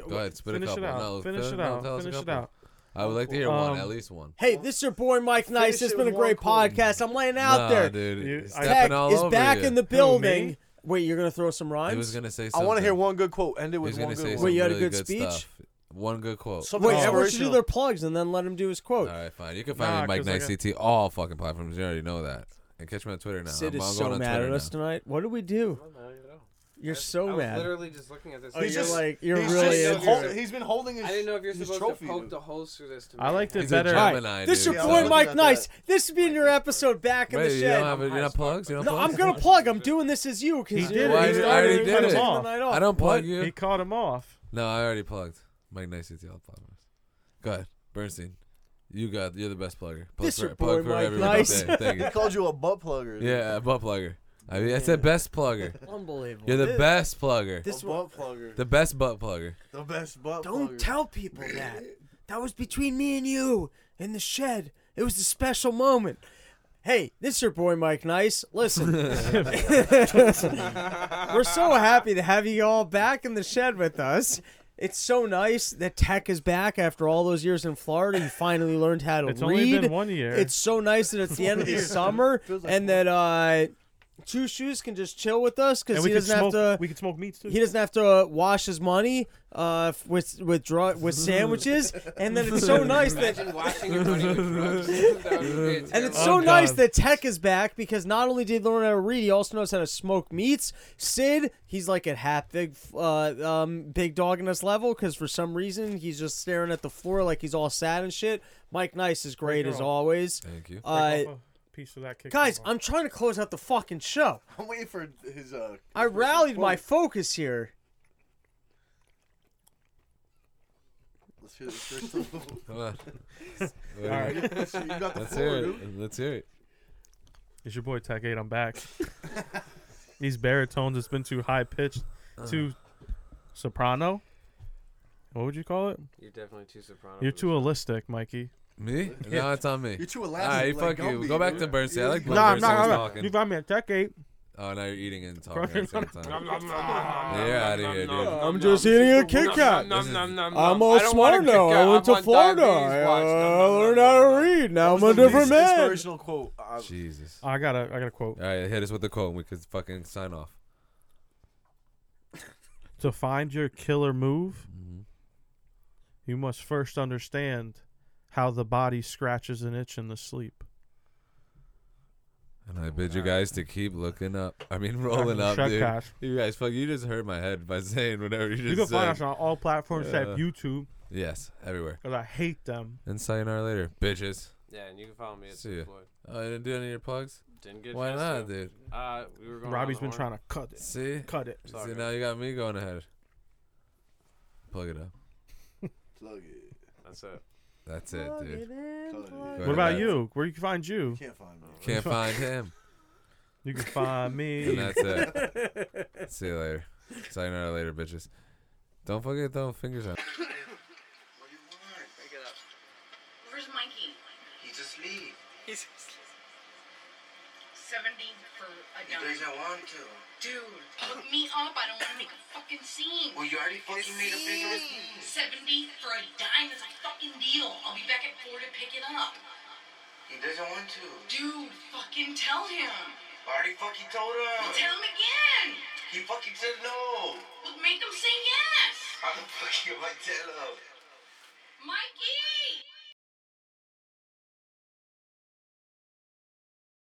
[SPEAKER 2] Go ahead, spit
[SPEAKER 3] Finish
[SPEAKER 2] a
[SPEAKER 3] it
[SPEAKER 2] couple.
[SPEAKER 3] out.
[SPEAKER 2] No,
[SPEAKER 3] Finish
[SPEAKER 2] fill-
[SPEAKER 3] it
[SPEAKER 2] no,
[SPEAKER 3] out.
[SPEAKER 2] tell us a
[SPEAKER 3] Finish it
[SPEAKER 2] couple.
[SPEAKER 3] out.
[SPEAKER 2] I would like to hear one, at
[SPEAKER 3] Um,
[SPEAKER 2] least one.
[SPEAKER 6] Hey, this is your boy Mike Nice.
[SPEAKER 4] Finish
[SPEAKER 6] It's
[SPEAKER 4] it
[SPEAKER 6] been a
[SPEAKER 4] with one
[SPEAKER 6] great
[SPEAKER 4] quote.
[SPEAKER 6] podcast. I'm laying out
[SPEAKER 2] nah,
[SPEAKER 6] there.
[SPEAKER 2] dude.
[SPEAKER 3] You-
[SPEAKER 2] he's
[SPEAKER 3] I-
[SPEAKER 2] stepping
[SPEAKER 6] Tech
[SPEAKER 2] all
[SPEAKER 6] is
[SPEAKER 2] over
[SPEAKER 6] back
[SPEAKER 2] you.
[SPEAKER 6] in the building.
[SPEAKER 3] me?
[SPEAKER 6] Wait, you're gonna throw some
[SPEAKER 2] He
[SPEAKER 6] rhymes?
[SPEAKER 2] was gonna say
[SPEAKER 4] I
[SPEAKER 2] something.
[SPEAKER 4] want to hear one good quote. End
[SPEAKER 2] He
[SPEAKER 4] it with
[SPEAKER 2] was
[SPEAKER 4] one
[SPEAKER 2] gonna
[SPEAKER 4] good
[SPEAKER 2] say
[SPEAKER 4] one.
[SPEAKER 2] some
[SPEAKER 6] Wait, you had a
[SPEAKER 2] really
[SPEAKER 6] good speech?
[SPEAKER 2] stuff. One good quote.
[SPEAKER 4] Something
[SPEAKER 6] Wait, everyone should do
[SPEAKER 4] inspirational.
[SPEAKER 6] their plugs and then let him do his quote.
[SPEAKER 2] All right, fine. You can find me
[SPEAKER 3] Nah,
[SPEAKER 2] Mike
[SPEAKER 3] 'cause I
[SPEAKER 2] Nice
[SPEAKER 3] got-
[SPEAKER 2] CT all fucking platforms. You already know that. And catch me on Twitter now. I'm
[SPEAKER 6] Sid is
[SPEAKER 2] all
[SPEAKER 6] so
[SPEAKER 2] going
[SPEAKER 6] mad
[SPEAKER 2] on
[SPEAKER 6] at
[SPEAKER 2] Twitter
[SPEAKER 6] us
[SPEAKER 2] now.
[SPEAKER 6] tonight. What do we do? You're
[SPEAKER 1] I
[SPEAKER 6] so
[SPEAKER 1] was
[SPEAKER 6] mad.
[SPEAKER 1] literally just looking at this.
[SPEAKER 6] Oh,
[SPEAKER 1] I
[SPEAKER 4] He's
[SPEAKER 6] you're
[SPEAKER 1] didn't
[SPEAKER 4] just-
[SPEAKER 1] know-
[SPEAKER 6] like you're
[SPEAKER 4] He's
[SPEAKER 6] really.
[SPEAKER 4] just
[SPEAKER 1] into
[SPEAKER 4] hol-
[SPEAKER 1] it.
[SPEAKER 4] he's been holding his.
[SPEAKER 1] I didn't know if you're
[SPEAKER 4] his
[SPEAKER 1] supposed
[SPEAKER 4] trophy,
[SPEAKER 1] to poke
[SPEAKER 4] dude.
[SPEAKER 1] the holes through this. To
[SPEAKER 3] I
[SPEAKER 1] make
[SPEAKER 3] like
[SPEAKER 1] it.
[SPEAKER 3] the
[SPEAKER 2] He's
[SPEAKER 3] better.
[SPEAKER 2] a
[SPEAKER 6] Alright,
[SPEAKER 2] Gemini.
[SPEAKER 6] This is
[SPEAKER 2] dude,
[SPEAKER 6] your
[SPEAKER 4] Yeah,
[SPEAKER 6] boy
[SPEAKER 4] I'm
[SPEAKER 6] Mike
[SPEAKER 4] looking at
[SPEAKER 6] Nice. This has been your episode back in
[SPEAKER 2] Wait,
[SPEAKER 6] the
[SPEAKER 2] you don't
[SPEAKER 6] shed.
[SPEAKER 2] have a, you're not plugs. You don't
[SPEAKER 6] No, I'm
[SPEAKER 2] plugs?
[SPEAKER 6] gonna plug. I'm doing this as you
[SPEAKER 3] He
[SPEAKER 6] because
[SPEAKER 3] did it.
[SPEAKER 2] Why
[SPEAKER 3] He
[SPEAKER 2] did- I
[SPEAKER 3] started
[SPEAKER 2] already
[SPEAKER 3] it.
[SPEAKER 2] did
[SPEAKER 3] Cut
[SPEAKER 2] it.
[SPEAKER 3] him off.
[SPEAKER 2] I don't plug you.
[SPEAKER 3] He caught him off.
[SPEAKER 2] No, I already plugged. Mike Nice CT all platforms. Go ahead, Bernstein. You got. You're the best plugger. Plug
[SPEAKER 6] This
[SPEAKER 2] for,
[SPEAKER 6] your
[SPEAKER 2] plug
[SPEAKER 6] boy,
[SPEAKER 2] for
[SPEAKER 6] Mike
[SPEAKER 2] everyone out
[SPEAKER 6] Nice.
[SPEAKER 2] there. Thank you.
[SPEAKER 4] He called you a butt plugger. dude.
[SPEAKER 2] Yeah, butt plugger. I mean, I said best plugger.
[SPEAKER 6] Unbelievable.
[SPEAKER 2] You're the
[SPEAKER 6] This-
[SPEAKER 2] best plugger.
[SPEAKER 4] a
[SPEAKER 6] This one.
[SPEAKER 4] butt plugger.
[SPEAKER 2] The best butt plugger.
[SPEAKER 4] The best butt.
[SPEAKER 6] Don't
[SPEAKER 4] plugger.
[SPEAKER 6] tell people that. That was between me and you in the shed. It was a special moment. Hey, this is your boy Mike Nice. Listen, we're so happy to have you all back in the shed with us. It's so nice that Tech is back after all those years in Florida. You finally learned how to
[SPEAKER 3] It's
[SPEAKER 6] read.
[SPEAKER 3] only been one year.
[SPEAKER 6] It's so nice that it's the end of the summer and that uh, Two Shoes can just chill with us
[SPEAKER 3] and
[SPEAKER 6] because
[SPEAKER 3] we
[SPEAKER 6] he
[SPEAKER 3] could
[SPEAKER 6] doesn't
[SPEAKER 3] smoke.
[SPEAKER 6] have to
[SPEAKER 3] we could smoke meats too.
[SPEAKER 6] he doesn't have to uh, wash his money uh, f- with with dru- with sandwiches, and then it's so nice that
[SPEAKER 1] Imagine washing your money with drugs. That would be a
[SPEAKER 6] and it's
[SPEAKER 1] terrible-
[SPEAKER 6] so
[SPEAKER 3] Oh,
[SPEAKER 6] nice
[SPEAKER 3] God.
[SPEAKER 6] that Tech is back because not only did he learn how to read, he also knows how to smoke meats. Sid, he's like at half big uh, um, big dog in this level because for some reason he's just staring at the floor like he's all sad and shit. Mike Nice is great
[SPEAKER 3] Break
[SPEAKER 6] as
[SPEAKER 3] her off.
[SPEAKER 6] always.
[SPEAKER 2] Thank you.
[SPEAKER 6] Uh,
[SPEAKER 3] piece of that kick.
[SPEAKER 6] guys, I'm trying to close out the fucking show.
[SPEAKER 4] I'm waiting for his. Uh,
[SPEAKER 6] I rallied my focus here.
[SPEAKER 4] Let's hear this first. one.
[SPEAKER 2] Come on. All
[SPEAKER 4] Let's see, you got the
[SPEAKER 2] Let's
[SPEAKER 4] floor,
[SPEAKER 2] hear
[SPEAKER 4] dude.
[SPEAKER 2] it. Let's hear it.
[SPEAKER 3] It's your boy Tech Eight. I'm back. These baritones. It's been too high pitched,
[SPEAKER 2] Uh-huh.
[SPEAKER 3] too soprano. What would you call it?
[SPEAKER 1] You're definitely too soprano.
[SPEAKER 3] You're
[SPEAKER 1] for
[SPEAKER 3] too holistic, Mikey.
[SPEAKER 2] Me? No, it's on me.
[SPEAKER 4] You're too
[SPEAKER 2] All right,
[SPEAKER 4] elaborate.
[SPEAKER 2] fuck
[SPEAKER 4] like
[SPEAKER 2] you.
[SPEAKER 4] Gumby,
[SPEAKER 2] Go back
[SPEAKER 4] dude.
[SPEAKER 2] to Bernstein. I like when
[SPEAKER 3] No, I'm
[SPEAKER 2] Bernstein
[SPEAKER 3] not.
[SPEAKER 2] was
[SPEAKER 3] I'm not.
[SPEAKER 2] talking.
[SPEAKER 3] You got me at Tech Eight.
[SPEAKER 2] Oh, now you're eating and talking at the same time.
[SPEAKER 1] this.
[SPEAKER 2] Yeah, You're out of here, dude.
[SPEAKER 6] I'm just eating a Kit Kat.
[SPEAKER 2] This is-
[SPEAKER 6] I'm all smart now. I went to Florida. I uh, learned how to read. Now I'm a
[SPEAKER 4] That was the
[SPEAKER 6] different
[SPEAKER 4] least
[SPEAKER 6] man.
[SPEAKER 4] Inspirational quote. Uh,
[SPEAKER 2] Jesus. All
[SPEAKER 3] I got to I got to quote.
[SPEAKER 2] right, hit us with the quote and we could fucking sign off. Mm-hmm.
[SPEAKER 3] To find your killer move, You must first understand how the body scratches an itch in the sleep.
[SPEAKER 2] And I bid you guys to keep looking up. I mean, rolling up,
[SPEAKER 3] Shut
[SPEAKER 2] dude.
[SPEAKER 3] cash.
[SPEAKER 2] You guys, fuck, you just hurt my head by saying whatever you just
[SPEAKER 3] You can
[SPEAKER 2] said.
[SPEAKER 3] find us on all platforms
[SPEAKER 2] Yeah.
[SPEAKER 3] except YouTube,
[SPEAKER 2] yes, everywhere.
[SPEAKER 3] because I hate them.
[SPEAKER 2] And sayonara later, bitches.
[SPEAKER 1] Yeah, and you can follow me at
[SPEAKER 2] See
[SPEAKER 1] Sue
[SPEAKER 2] ya.
[SPEAKER 1] Floyd.
[SPEAKER 2] Oh, I didn't do any of your plugs?
[SPEAKER 1] Didn't get a
[SPEAKER 2] Why
[SPEAKER 1] chance
[SPEAKER 2] not,
[SPEAKER 1] to.
[SPEAKER 2] dude?
[SPEAKER 1] Uh, we were going
[SPEAKER 3] Robbie's
[SPEAKER 1] on
[SPEAKER 3] been
[SPEAKER 1] the
[SPEAKER 3] trying to cut it.
[SPEAKER 2] See?
[SPEAKER 3] Cut it.
[SPEAKER 1] Sorry,
[SPEAKER 2] See,
[SPEAKER 1] man.
[SPEAKER 2] now you got me going ahead. Plug it up.
[SPEAKER 4] Plug it.
[SPEAKER 1] horn. That's it.
[SPEAKER 2] That's it, dude.
[SPEAKER 4] Plug
[SPEAKER 2] Go
[SPEAKER 4] it.
[SPEAKER 3] What about
[SPEAKER 2] ahead.
[SPEAKER 3] you? Where you can find you?
[SPEAKER 4] Can't find me.
[SPEAKER 2] Can't find him.
[SPEAKER 3] You can find
[SPEAKER 2] And
[SPEAKER 3] me.
[SPEAKER 2] that's it. See you later. Sayonara later, bitches. Don't forget throwing fingers on.
[SPEAKER 9] Where's Mikey?
[SPEAKER 5] He's asleep.
[SPEAKER 9] He's seventy for a dime.
[SPEAKER 5] want to.
[SPEAKER 9] Dude, look me up. I don't want to make a fucking scene.
[SPEAKER 5] you already fucking made a big old
[SPEAKER 9] Seventy for a dime is a fucking deal. I'll be back at four to pick it up.
[SPEAKER 5] He doesn't want to.
[SPEAKER 9] Dude, fucking tell him.
[SPEAKER 5] Already fucking told
[SPEAKER 9] Well, tell him again.
[SPEAKER 5] He fucking said no.
[SPEAKER 9] Look, make him say yes.
[SPEAKER 5] How the fuck am I tell him?
[SPEAKER 9] Mikey.